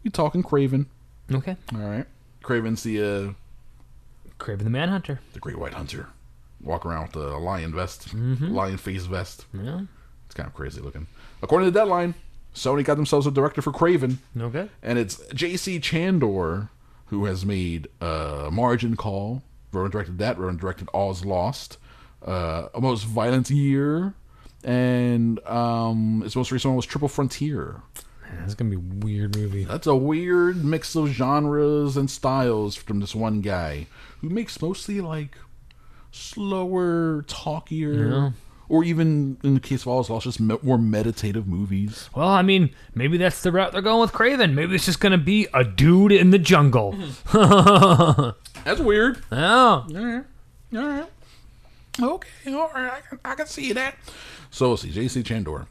Speaker 3: we talking Craven.
Speaker 4: Okay.
Speaker 3: All right, Craven's the uh,
Speaker 4: Craven the Manhunter.
Speaker 3: the Great White Hunter, walk around with the lion vest, lion face vest. Yeah, it's kind of crazy looking. According to Deadline, Sony got themselves a director for Craven,
Speaker 4: Okay.
Speaker 3: and it's J.C. Chandor who has made uh, Margin Call. Rowan directed that. Rowan directed All's Lost, uh, A Most Violent Year, and um, his most recent one was Triple Frontier.
Speaker 4: That's gonna be a weird movie.
Speaker 3: That's a weird mix of genres and styles from this one guy who makes mostly like slower, talkier, or even in the case of All's Lost, just me- more meditative movies.
Speaker 4: Well, I mean, maybe that's the route they're going with Craven. Maybe it's just gonna be a dude in the jungle.
Speaker 3: That's weird.
Speaker 4: oh.
Speaker 3: All right. All right. Okay. All right. I can, I can see that. So we'll see. JC Chandor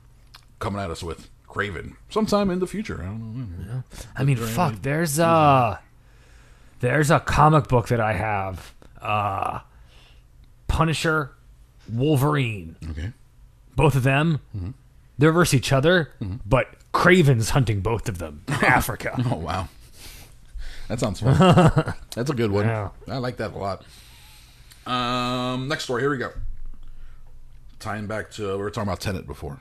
Speaker 3: coming at us with Craven sometime in the future. I don't know. when.
Speaker 4: I mean, fuck. There's a there's a comic book that I have. Uh, Punisher, Wolverine,
Speaker 3: Okay. Mm-hmm.
Speaker 4: both of them. They're versus each other, but Craven's hunting both of them.
Speaker 3: [laughs]
Speaker 4: in Africa.
Speaker 3: Oh wow, that sounds fun. That's a good one.
Speaker 4: Yeah.
Speaker 3: I like that a lot. Um, next story. Here we go. Tying back to we were talking about Tenet before.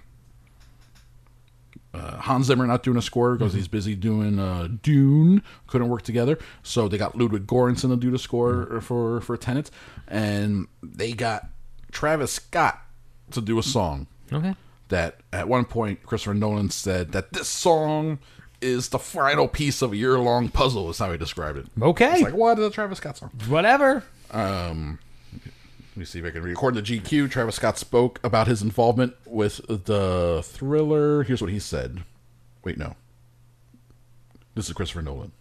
Speaker 3: uh, Hans Zimmer not doing a score because he's busy doing uh, Dune. Couldn't work together, so they got Ludwig Göransson to do the score for for Tenet, and they got Travis Scott to do a song
Speaker 4: Okay.
Speaker 3: that at one point Christopher Nolan said that this song is the final piece of a year long puzzle. Is how he described it.
Speaker 4: Okay.
Speaker 3: It's like what is a Travis Scott song?
Speaker 4: Whatever.
Speaker 3: Let me see if I can read. According to GQ, Travis Scott spoke about his involvement with the thriller. Here's what he said. Wait, no. This is Christopher Nolan.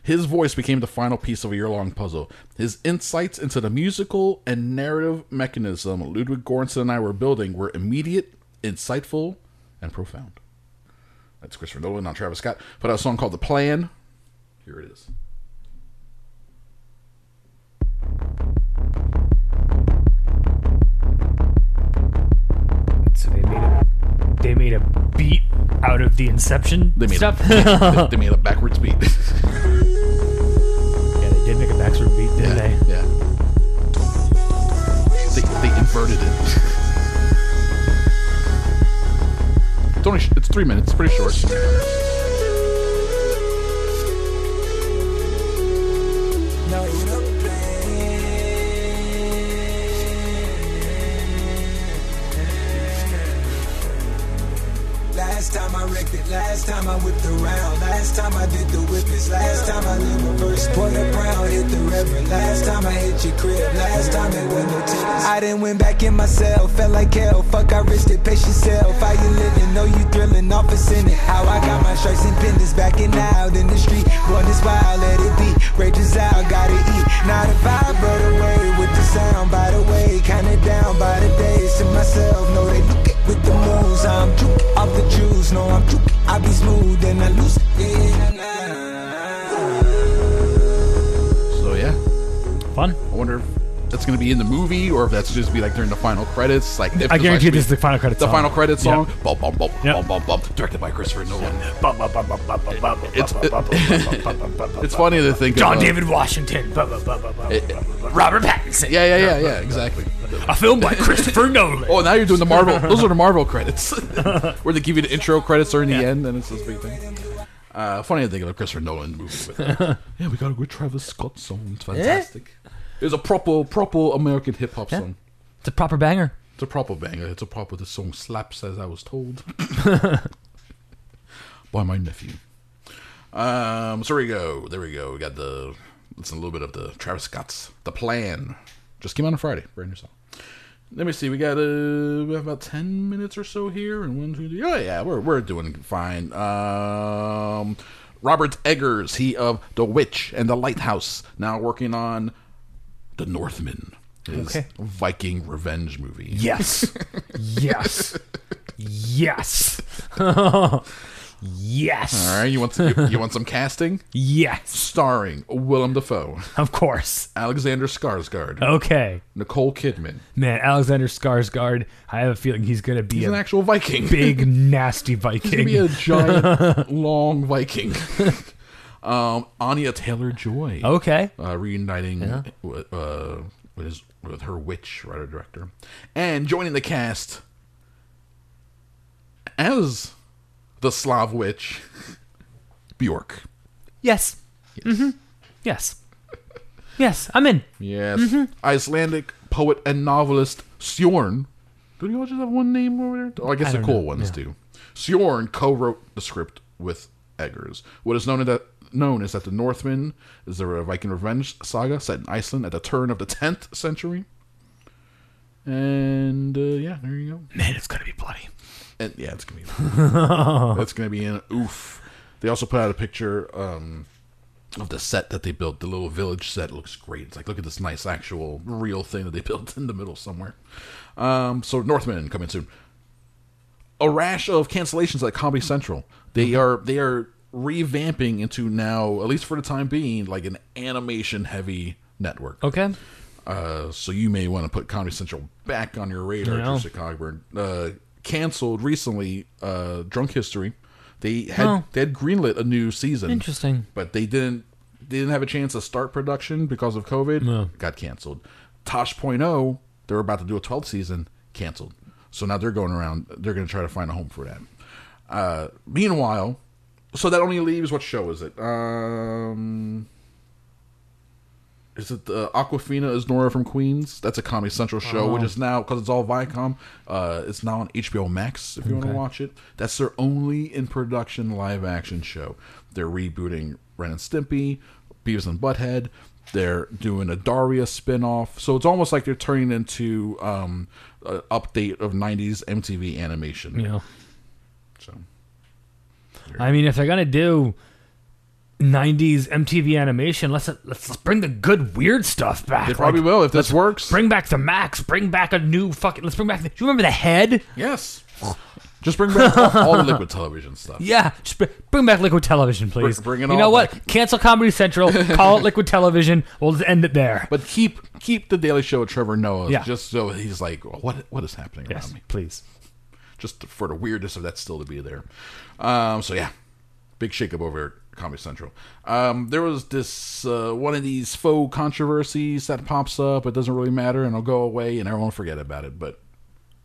Speaker 3: His voice became the final piece of a year long puzzle. His insights into the musical and narrative mechanism Ludwig Göransson and I were building were immediate, insightful, and profound. That's Christopher Nolan, not Travis Scott. Put out a song called The Plan. Here it is.
Speaker 4: So they made a they made a beat out of the Inception
Speaker 3: They made,
Speaker 4: stuff.
Speaker 3: A, they, they made a backwards beat. [laughs]
Speaker 4: yeah, they did make a backstreet beat, didn't they?
Speaker 3: Yeah. They, they inverted it. It's only it's three minutes. It's pretty short.
Speaker 7: Last time I wrecked it, last time I whipped around, last time I did the whippets, last time I lived reverse, point of brown, hit the reverend, last time I hit your crib, last time it was no tickets. I done went back in myself, felt like hell, fuck I risked it, pace yourself, how you living, know you thrilling, office in it, how I got my stripes and pendants, back and out in the street, born this wild, let it be, rages out, gotta eat, not a vibe, but away with the sound, by the way, kinda down by the days to myself, know they look it with the moves, I'm juke off the juice, no I'm juke, I be smooth and I lose, yeah,
Speaker 3: So yeah,
Speaker 4: Fun.
Speaker 3: I wonder if that's gonna be in the movie or if that's just be like during the final credits. Like if
Speaker 4: I
Speaker 3: it's
Speaker 4: guarantee
Speaker 3: actually
Speaker 4: this is the final credit
Speaker 3: the
Speaker 4: song.
Speaker 3: final credits
Speaker 4: Yeah.
Speaker 3: song. Bum, bum, bum,
Speaker 4: Yeah.
Speaker 3: bum, bum, bum, directed by Christopher Nolan.
Speaker 4: [laughs]
Speaker 3: It's [laughs] it's
Speaker 8: It's
Speaker 3: funny to think.
Speaker 4: John
Speaker 3: about.
Speaker 4: David Washington. Robert Pattinson.
Speaker 3: Yeah, yeah, yeah, yeah. Exactly.
Speaker 4: A
Speaker 3: [laughs]
Speaker 4: film by Christopher Nolan.
Speaker 3: Oh, now you're doing the
Speaker 4: [laughs]
Speaker 3: Marvel. Those are the Marvel credits, [laughs] where they give you the intro credits or in the end, and it's this big thing. Uh, funny to think of a Christopher Nolan movie. With
Speaker 4: [laughs]
Speaker 3: that. yeah, we got a good Travis Scott song. It's fantastic. It's a proper, proper American hip hop song.
Speaker 4: It's a proper banger.
Speaker 3: It's a proper banger. It's a proper. The song slaps, as I was told by my nephew. Um, so there we go. There we go. We got the. It's a little bit of the Travis Scott's "The Plan." Just came out on Friday. Brand new song. Let me see. We got uh, we have about ten minutes or so here, and one, two, three. Oh yeah, we're we're doing fine. Um, Robert Eggers, he of The Witch and The Lighthouse, now working on The Northman, his
Speaker 4: Okay.
Speaker 3: Viking revenge movie. [laughs]
Speaker 4: Yes. yes. Yes. [laughs] yes.
Speaker 3: All right, you want you, you want some casting
Speaker 4: Yes.
Speaker 3: starring Willem Dafoe,
Speaker 4: Of course.
Speaker 3: Alexander
Speaker 4: Oh.
Speaker 3: Skarsgård,
Speaker 4: Okay.
Speaker 3: Nicole Kidman.
Speaker 4: Man, Alexander Skarsgård, I have a feeling he's going to be
Speaker 3: He's
Speaker 4: a
Speaker 3: an actual Viking.
Speaker 4: big,
Speaker 3: [laughs]
Speaker 4: nasty
Speaker 3: He's gonna be a
Speaker 4: Viking.
Speaker 3: giant, long Viking. um, Anya Taylor Joy.
Speaker 4: Okay.
Speaker 3: uh, reuniting with, uh, with, his, with her witch writer director, and joining the cast as the Slav witch [laughs] Bjork.
Speaker 4: Yes. Yes. Yes. Yes, I'm in.
Speaker 3: Yes,
Speaker 4: Mm-hmm.
Speaker 3: Icelandic poet and novelist Sjorn. Do they all just have one name over there? Oh, I guess
Speaker 4: I
Speaker 3: the
Speaker 4: don't
Speaker 3: cool
Speaker 4: know.
Speaker 3: ones do. Sjorn co-wrote the script with Eggers. What is known as that known is that the Northmen is a Viking revenge saga set in Iceland at the turn of the 10th century. And uh, yeah, there you go.
Speaker 4: Man, it's going to be bloody.
Speaker 3: And yeah, it's gonna be that's gonna be an oof. They also put out a picture um, of the set that they built. The little village set looks great. It's like look at this nice actual real thing that they [laughs] built in the middle somewhere. Um, so Northmen coming soon. A rash of cancellations at Comedy Central. They are they are revamping into now at least for the time being like an animation heavy network.
Speaker 4: Okay.
Speaker 3: Uh, so you may want to put Comedy Central back on your radar,
Speaker 4: Yeah.
Speaker 3: Trisha Cogburn. Uh, canceled recently, uh, Drunk History. They had
Speaker 4: Oh.
Speaker 3: they had greenlit a new season.
Speaker 4: Interesting.
Speaker 3: but they didn't they didn't have a chance to start production because of COVID.
Speaker 4: Yeah.
Speaker 3: Got canceled. Tosh.0, they were about to do a 12th season, canceled. So now they're going around. They're going to try to find a home for that. Uh, meanwhile, so that only leaves what show is it? Um, is it uh, Aquafina is Nora from Queens? That's a Comedy Central show, which is now because it's all Viacom. Uh, it's now on HBO Max if you want to watch it. That's their only in production live action show. They're rebooting Ren and Stimpy, Beavis and Butthead. They're doing a Daria spinoff, so it's almost like they're turning into um, an update of '90s MTV animation.
Speaker 4: You know,
Speaker 3: So
Speaker 4: I mean, if they're gonna do '90s MTV animation, let's let's, let's bring the good weird stuff back.
Speaker 3: they probably
Speaker 4: Like,
Speaker 3: will if this works.
Speaker 4: Bring back the Max. Bring back a new fucking. Let's bring back. The, do you remember the head?
Speaker 3: yes, just bring back all the liquid television stuff.
Speaker 4: Yeah, just br- bring back Liquid Television, please.
Speaker 3: bring it
Speaker 4: you know
Speaker 3: all
Speaker 4: what?
Speaker 3: back.
Speaker 4: Cancel Comedy Central. call [laughs] it Liquid Television. We'll just end it there.
Speaker 3: But keep keep the Daily Show with Trevor Noah,
Speaker 4: Yeah.
Speaker 3: just so he's like, what what is happening
Speaker 4: yes,
Speaker 3: around me?
Speaker 4: please.
Speaker 3: Just for the weirdness of that still to be there. Um, so yeah, big shakeup over at Comedy Central. Um, there was this uh, one of these faux controversies that pops up. It doesn't really matter, and it'll go away, and everyone will forget about it. But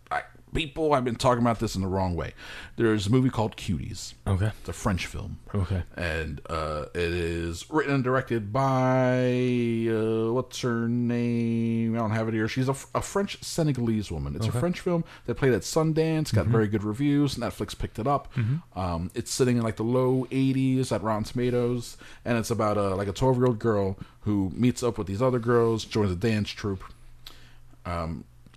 Speaker 3: I, people, I've been talking about this in the wrong way. There's a movie called Cuties.
Speaker 4: Okay.
Speaker 3: It's a French film.
Speaker 4: Okay.
Speaker 3: And uh, it is written and directed by uh, what's her name? I don't have it here. She's a, a French Senegalese woman. It's a French film that played at Sundance, got very good reviews. Netflix picked it up. Um, it's sitting in like the low 80s at Rotten Tomatoes, and it's about a like a 12 year old girl who meets up with these other girls, joins a dance troupe. Um,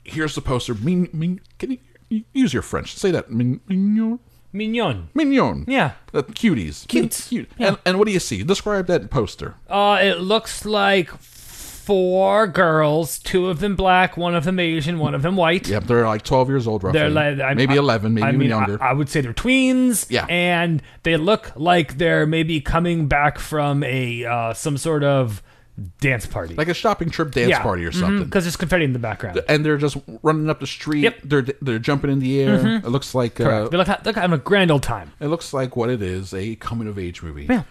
Speaker 3: here's the poster. Min, min, can you use your French? Say that. Min, mignon.
Speaker 4: Mignon.
Speaker 3: Mignon.
Speaker 4: Yeah.
Speaker 3: Uh, cuties.
Speaker 4: Cute.
Speaker 3: Cute.
Speaker 4: Yeah.
Speaker 3: And, and what do you see? Describe that poster.
Speaker 4: Uh, it looks like four girls, two of them black, one of them Asian, one of them white.
Speaker 3: Yep, they're like 12 years old, roughly.
Speaker 4: They're like I-
Speaker 3: maybe
Speaker 4: I-
Speaker 3: 11, maybe
Speaker 4: I
Speaker 3: even
Speaker 4: mean,
Speaker 3: younger.
Speaker 4: I, I would say they're tweens.
Speaker 3: Yeah.
Speaker 4: and they look like they're maybe coming back from a uh, some sort of dance party,
Speaker 3: like a shopping trip dance party or something.
Speaker 4: Because there's confetti in the background.
Speaker 3: and they're just running up the street.
Speaker 4: Yep. Mm-hmm.
Speaker 3: They're they're jumping in the air. It looks like uh,
Speaker 4: they look, they're having a grand old time.
Speaker 3: it looks like what it is a coming of age movie.
Speaker 4: Yeah.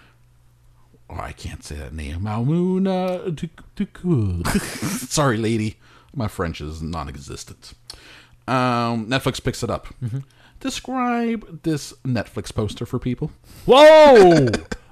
Speaker 3: Oh, I can't say that name. Mamouna Tuk- Tukur. [laughs] Sorry, lady. My French is non existent. Um, Netflix picks it up.
Speaker 4: Mm-hmm.
Speaker 3: Describe this Netflix poster for people.
Speaker 4: Whoa!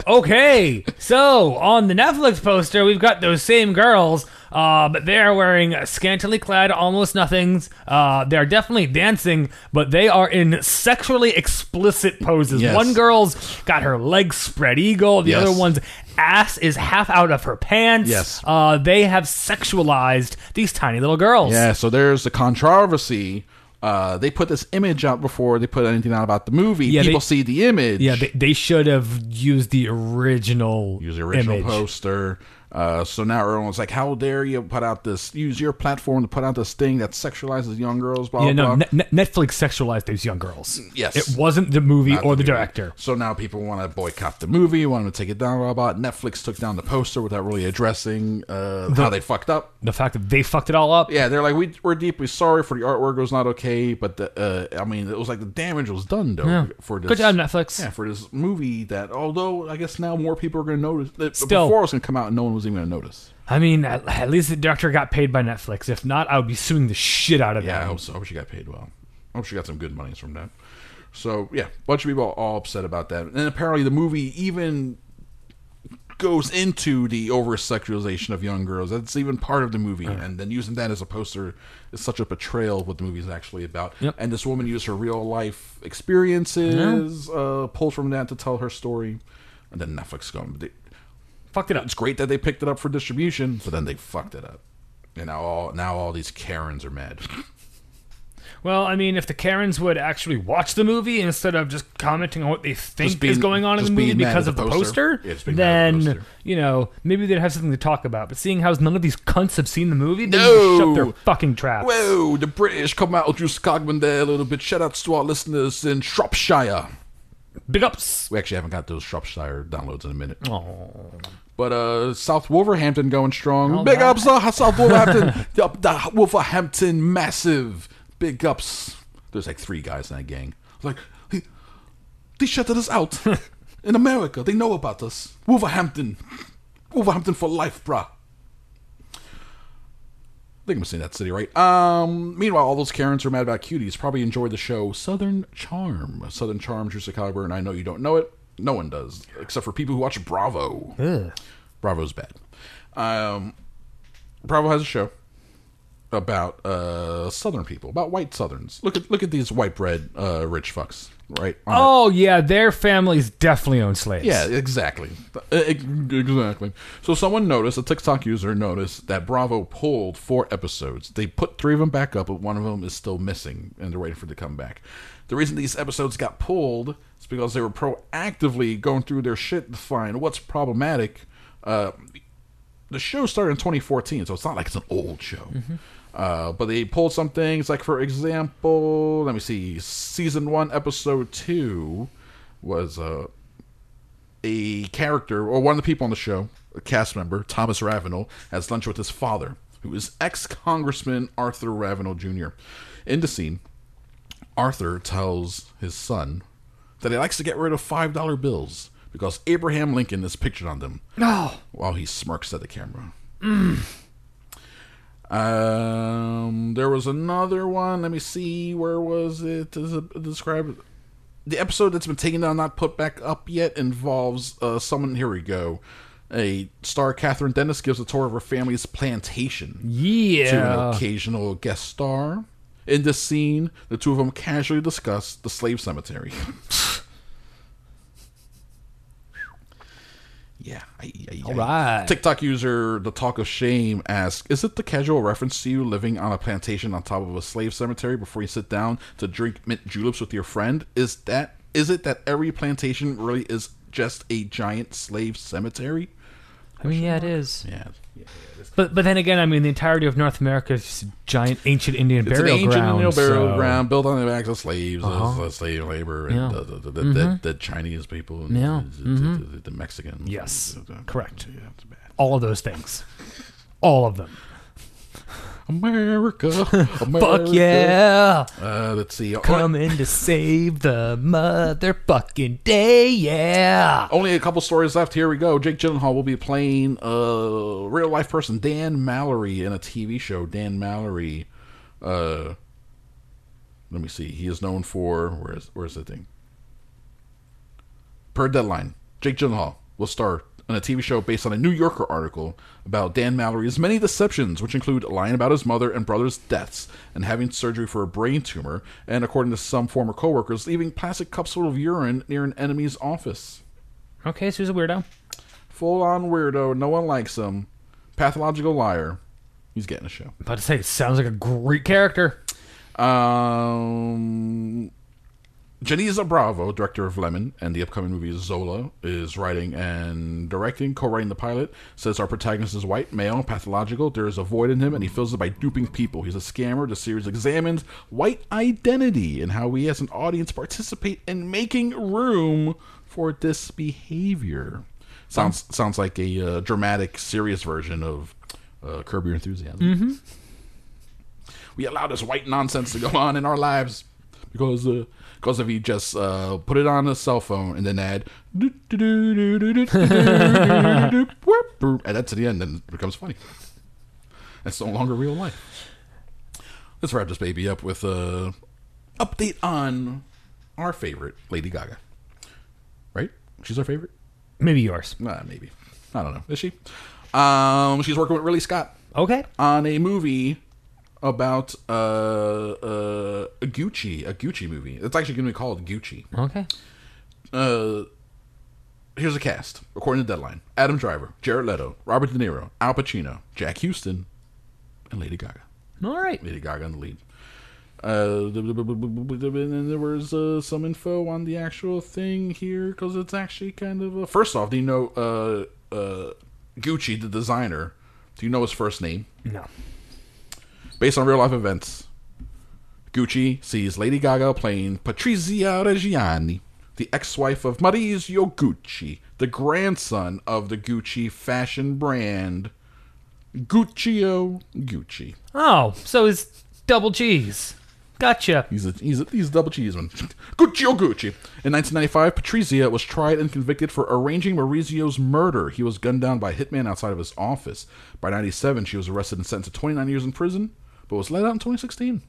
Speaker 4: okay, so on the Netflix poster, we've got those same girls, uh, but they are wearing scantily clad almost nothings. Uh, they are definitely dancing, but they are in sexually explicit poses.
Speaker 3: Yes.
Speaker 4: One girl's got her legs spread eagle, the
Speaker 3: Yes.
Speaker 4: other one's ass is half out of her pants.
Speaker 3: Yes.
Speaker 4: Uh, they have sexualized these tiny little girls.
Speaker 3: Yeah, so there's the controversy. Uh, they put this image out before they put anything out about the movie.
Speaker 4: Yeah,
Speaker 3: People
Speaker 4: they-
Speaker 3: see the image.
Speaker 4: Yeah, they, they should have used the original
Speaker 3: use the original
Speaker 4: image.
Speaker 3: poster. Uh, so now everyone's like, "How dare you put out this? Use your platform to put out this thing that sexualizes young girls." Blah
Speaker 4: Yeah, no.
Speaker 3: blah.
Speaker 4: Ne-
Speaker 3: blah.
Speaker 4: Ne- Netflix sexualized those young girls.
Speaker 3: Yes.
Speaker 4: it wasn't the movie
Speaker 3: Not
Speaker 4: or the,
Speaker 3: movie.
Speaker 4: director.
Speaker 3: So now people want to boycott the movie, want them to take it down. Blah blah. Netflix took down the poster without really addressing uh, how they fucked up.
Speaker 4: The fact that they fucked it all up.
Speaker 3: Yeah, they're like, we, we're deeply sorry for the artwork was not okay, but the, uh, I mean, it was like the damage was done though for this.
Speaker 4: Good job, Netflix.
Speaker 3: Yeah, for this movie that, although I guess now more people are going to notice. That
Speaker 4: Still.
Speaker 3: before it was going to come out, no one was even going to notice.
Speaker 4: I mean, at, at least the director got paid by Netflix. If not, I would be suing the shit out of
Speaker 3: Yeah, I
Speaker 4: them.
Speaker 3: hope so. I hope she got paid well. I hope she got some good monies from that. So yeah, bunch of people are all upset about that, and apparently the movie even goes into the over sexualization of young girls. That's even part of the movie, and then using that as a poster is such a betrayal of what the movie is actually about.
Speaker 4: Yep.
Speaker 3: And this woman used her real life experiences, uh, pulled from that to tell her story, and then Netflix going. They,
Speaker 4: Fucked it up.
Speaker 3: it's great that they picked it up for distribution, but then they fucked it up, and now all now all these Karens are mad. [laughs]
Speaker 4: Well, I mean, if the Karens would actually watch the movie instead of just commenting on what they think
Speaker 3: Just being-
Speaker 4: is going on in
Speaker 3: just
Speaker 4: the movie
Speaker 3: being mad
Speaker 4: because
Speaker 3: at
Speaker 4: of
Speaker 3: the
Speaker 4: the
Speaker 3: poster.
Speaker 4: poster,
Speaker 3: Yeah, just being mad at the
Speaker 4: then
Speaker 3: poster.
Speaker 4: you know maybe they'd have something to talk about. But seeing how none of these cunts have seen the movie, they
Speaker 3: No.
Speaker 4: just shut their fucking traps.
Speaker 3: Whoa, the British come out with Juice Cogman there a little bit. Shout outs to our listeners in Shropshire.
Speaker 4: Big ups.
Speaker 3: We actually haven't got those Shropshire downloads in a minute. But uh, South Wolverhampton going strong. Big ups, uh, South Wolverhampton. [laughs] the, the Wolverhampton massive. Big ups. There's like three guys in that gang. Like, "Hey, they shut us out. in America, they know about us. Wolverhampton. Wolverhampton for life, bruh. think I'm saying that city right. Um, meanwhile, all those Karens who are mad about cuties probably enjoyed the show Southern Charm. Southern Charm, Drew Caliber, and I know you don't know it. No one does, except for people who watch Bravo. Bravo's bad. Um, Bravo has a show about uh, Southern people, about white Southerns. Look at look at these white bread uh, rich fucks, right? on it.
Speaker 4: Oh yeah, their families definitely own slaves.
Speaker 3: Yeah, exactly. E- Exactly. So someone noticed, a TikTok user noticed that Bravo pulled four episodes. They put three of them back up, but one of them is still missing, and they're waiting for it to come back. The reason these episodes got pulled is because they were proactively going through their shit to find what's problematic. Uh, the show started in 2014, so it's not like it's an old show. Uh, but they pulled some things, like for example, let me see, season one, episode two was uh, a character or one of the people on the show, a cast member, Thomas Ravenel, has lunch with his father, who is ex Congressman Arthur Ravenel Jr. In the scene, Arthur tells his son that he likes to get rid of $5 bills because Abraham Lincoln is pictured on them. No. While he smirks at the camera. Um, there was another one. Let me see. Where was it? Does it describe the episode that's been taken down, not put back up yet, involves uh, someone. Here we go. A star, Catherine Dennis, gives a tour of her family's plantation to an
Speaker 4: Yeah.
Speaker 3: occasional guest star. In this scene, the two of them casually discuss the slave cemetery. [laughs] yeah. I, I,
Speaker 4: All right.
Speaker 3: TikTok user The Talk of Shame asks, "Is it the casual reference to you living on a plantation on top of a slave cemetery before you sit down to drink mint juleps with your friend? Is that is it that every plantation really is just a giant slave cemetery?"
Speaker 4: I mean, yeah, it is.
Speaker 3: Yeah. yeah.
Speaker 4: But but then again, I mean, the entirety of North America is just a giant ancient Indian
Speaker 3: It's an
Speaker 4: burial
Speaker 3: ancient
Speaker 4: ground.
Speaker 3: Indian burial
Speaker 4: so- Uh-huh.
Speaker 3: ground built on the backs of slaves, uh slave labor, and
Speaker 4: Yeah. Mm-hmm.
Speaker 3: the, the, the, the, the Chinese people, and
Speaker 4: Yeah. Mm-hmm.
Speaker 3: the, the, the- the Mexicans.
Speaker 4: Yes.
Speaker 3: Yeah,
Speaker 4: Correct.
Speaker 3: it's bad.
Speaker 4: All of those things. All of them.
Speaker 3: America, America.
Speaker 4: [laughs] Fuck yeah!
Speaker 3: Uh, let's see.
Speaker 4: Coming to save the motherfucking day, yeah!
Speaker 3: Only a couple stories left. Here we go. Jake Gyllenhaal will be playing uh, real life person Dan Mallory in a TV show. Dan Mallory. Uh, let me see. He is known for where is where is the thing? Per deadline, Jake Gyllenhaal will star in a TV show based on a New Yorker article about Dan Mallory's many deceptions, which include lying about his mother and brother's deaths and having surgery for a brain tumor, and according to some former coworkers, leaving plastic cups full of urine near an enemy's office
Speaker 4: Okay, so he's a weirdo.
Speaker 3: full on weirdo. No one likes him. Pathological liar. He's getting a show.
Speaker 4: About to say, sounds like a great character.
Speaker 3: Um, Janiza Bravo, director of Lemon and the upcoming movie Zola, is writing and directing, co-writing the pilot. Says our protagonist is white, male, pathological. There is a void in him, and he fills it by duping people. He's a scammer. The series examines white identity and how we, as an audience, participate in making room for this behavior. Sounds sounds like a uh, dramatic, serious version of uh, Curb Your Enthusiasm. We allow this white nonsense to go [laughs] on in our lives because uh, because if you just uh, put it on a cell phone and then add do, do, do, do, do, do, do, do, do, do, [laughs] whoop, boop, and that's to the end, then it becomes funny. That's no longer real life. Let's wrap this baby up with a update on our favorite Lady Gaga. Right? She's our favorite.
Speaker 4: Maybe yours.
Speaker 3: Nah, maybe. I don't know. Is she? Um, she's working with Ridley Scott
Speaker 4: Okay.
Speaker 3: on a movie about uh, uh, a Gucci, a Gucci movie. It's actually going to be called Gucci.
Speaker 4: Okay.
Speaker 3: Uh, here's a cast according to Deadline: Adam Driver, Jared Leto, Robert De Niro, Al Pacino, Jack Houston, and Lady Gaga.
Speaker 4: All right.
Speaker 3: Lady Gaga in the lead. Uh, and then there was uh, some info on the actual thing here because it's actually kind of a. First off, do you know uh, uh, Gucci, the designer? Do you know his first name?
Speaker 4: No.
Speaker 3: based on real life events. Gucci sees Lady Gaga playing Patrizia Reggiani, the ex wife of Maurizio Gucci, the grandson of the Gucci fashion brand Guccio Gucci.
Speaker 4: Oh, so it's double G's. Gotcha.
Speaker 3: He's a he's a, he's a double cheeseman. [laughs] Gucci oh Gucci. In 1995, Patrizia was tried and convicted for arranging Maurizio's murder. He was gunned down by a hitman outside of his office. By 97, she was arrested and sentenced to 29 years in prison, but was let out in 2016.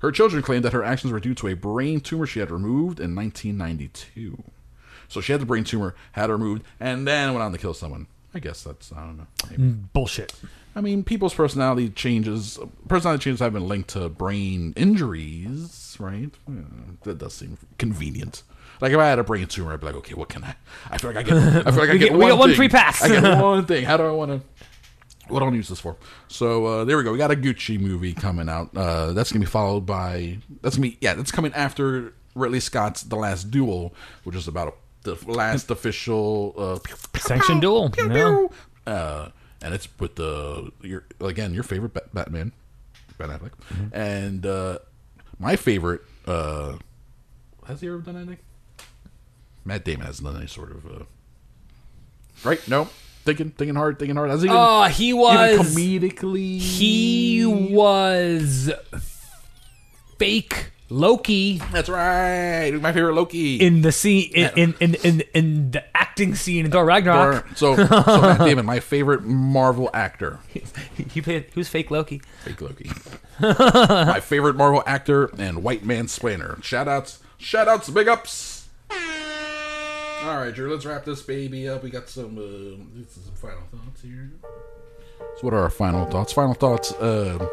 Speaker 3: Her children claimed that her actions were due to a brain tumor she had removed in 1992. So she had the brain tumor, had it removed, and then went on to kill someone. I guess that's I don't know. Maybe.
Speaker 4: Bullshit.
Speaker 3: I mean, people's personality changes. Personality changes have been linked to brain injuries, right? Yeah, that does seem convenient. Like if I had a brain tumor, I'd be like, okay, what can I? I feel like I get. I feel like I
Speaker 4: [laughs] We
Speaker 3: get.
Speaker 4: get- we
Speaker 3: one
Speaker 4: got one
Speaker 3: thing.
Speaker 4: free pass.
Speaker 3: I
Speaker 4: [laughs]
Speaker 3: get one thing. How do I want to? What do I wanna use this for? So uh, there we go. We got a Gucci movie coming out. Uh, that's gonna be followed by. That's gonna be yeah. That's coming after Ridley Scott's The Last Duel, which is about the last official uh, pew, pew,
Speaker 4: Sanctioned
Speaker 3: pew,
Speaker 4: duel,
Speaker 3: pew,
Speaker 4: yeah.
Speaker 3: pew. Uh, and it's with the your again your favorite Bat- Batman, Ben Affleck,
Speaker 4: Mm-hmm.
Speaker 3: and uh, my favorite. Uh, has he ever done anything? Matt Damon hasn't done any sort of. Uh, right? No. Thinking, thinking hard, thinking hard. Has he? even-
Speaker 4: Uh, he
Speaker 3: even
Speaker 4: was.
Speaker 3: comedically.
Speaker 4: He was fake Loki
Speaker 3: That's right. My favorite Loki.
Speaker 4: in the scene in in in, in, in the acting scene in Thor Ragnarok.
Speaker 3: so, so Matt Damon, my favorite Marvel actor.
Speaker 4: He played he was fake Loki.
Speaker 3: Fake Loki. [laughs] My favorite Marvel actor and white man splainer. Shout outs, shout outs, big ups. All right, Drew, let's wrap this baby up. We got some, uh, this is some final thoughts here. So, what are our final thoughts? Final thoughts. Um,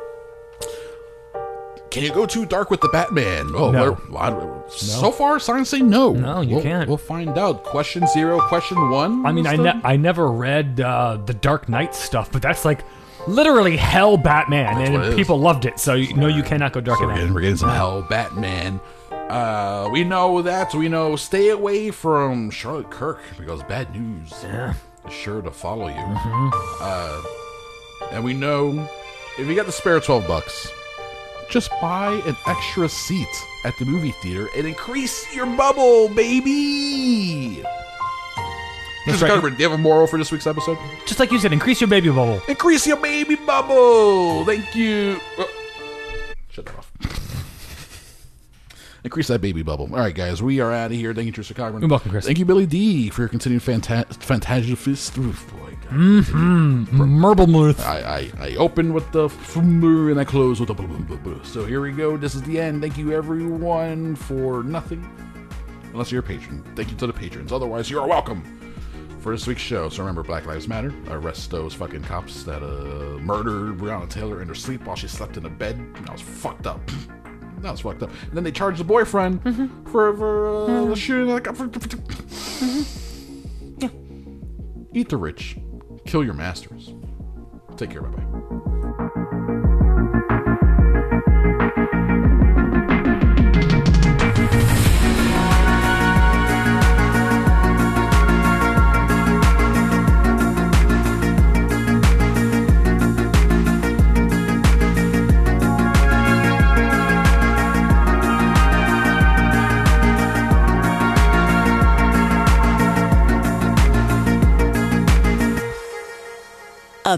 Speaker 3: can you go too dark with the Batman? Oh,
Speaker 4: No.
Speaker 3: what- what- So far, signs say no.
Speaker 4: No, you
Speaker 3: We'll-
Speaker 4: can't.
Speaker 3: We'll find out. Question zero, question one.
Speaker 4: I mean, I, ne- I never read uh, the Dark Knight stuff, but that's like literally hell Batman,
Speaker 3: what it
Speaker 4: and
Speaker 3: is.
Speaker 4: people loved it. So you, no, you cannot go dark
Speaker 3: So
Speaker 4: in
Speaker 3: we're
Speaker 4: that.
Speaker 3: getting, we're getting some hell, Batman. Uh, we know that. So we know stay away from Charlotte Kirk because bad news is sure to follow you. Uh, and we know if you got the spare 12 bucks, just buy an extra seat at the movie theater and increase your bubble, baby. Just
Speaker 4: right.
Speaker 3: covered. Do you have a moral for this week's episode?
Speaker 4: Just like you said, increase your baby bubble.
Speaker 3: Increase your baby bubble. Thank you. Oh. Shut that off. Increase that baby bubble. All right, guys, we are out of here. Thank you, Trisha Cochran.
Speaker 4: You're welcome, Chris.
Speaker 3: Thank you, Billy D, for your continued fanta- fantasia fist. Oof, boy, God.
Speaker 4: Myrtlemouth.
Speaker 3: I, I, I open with the f- and I close with the blah, blah, blah, blah. So here we go. This is the end. Thank you, everyone, for nothing. Unless you're a patron. Thank you to the patrons. Otherwise, you're welcome for this week's show. So remember, Black Lives Matter. Arrest those fucking cops that uh, murdered Breonna Taylor in her sleep while she slept in a bed. That was fucked up. [clears throat] That was fucked up. And then they charged the boyfriend for, for uh, the shooting at a cop. Yeah. Eat the rich. Kill your masters. Take care. Bye bye.
Speaker 1: A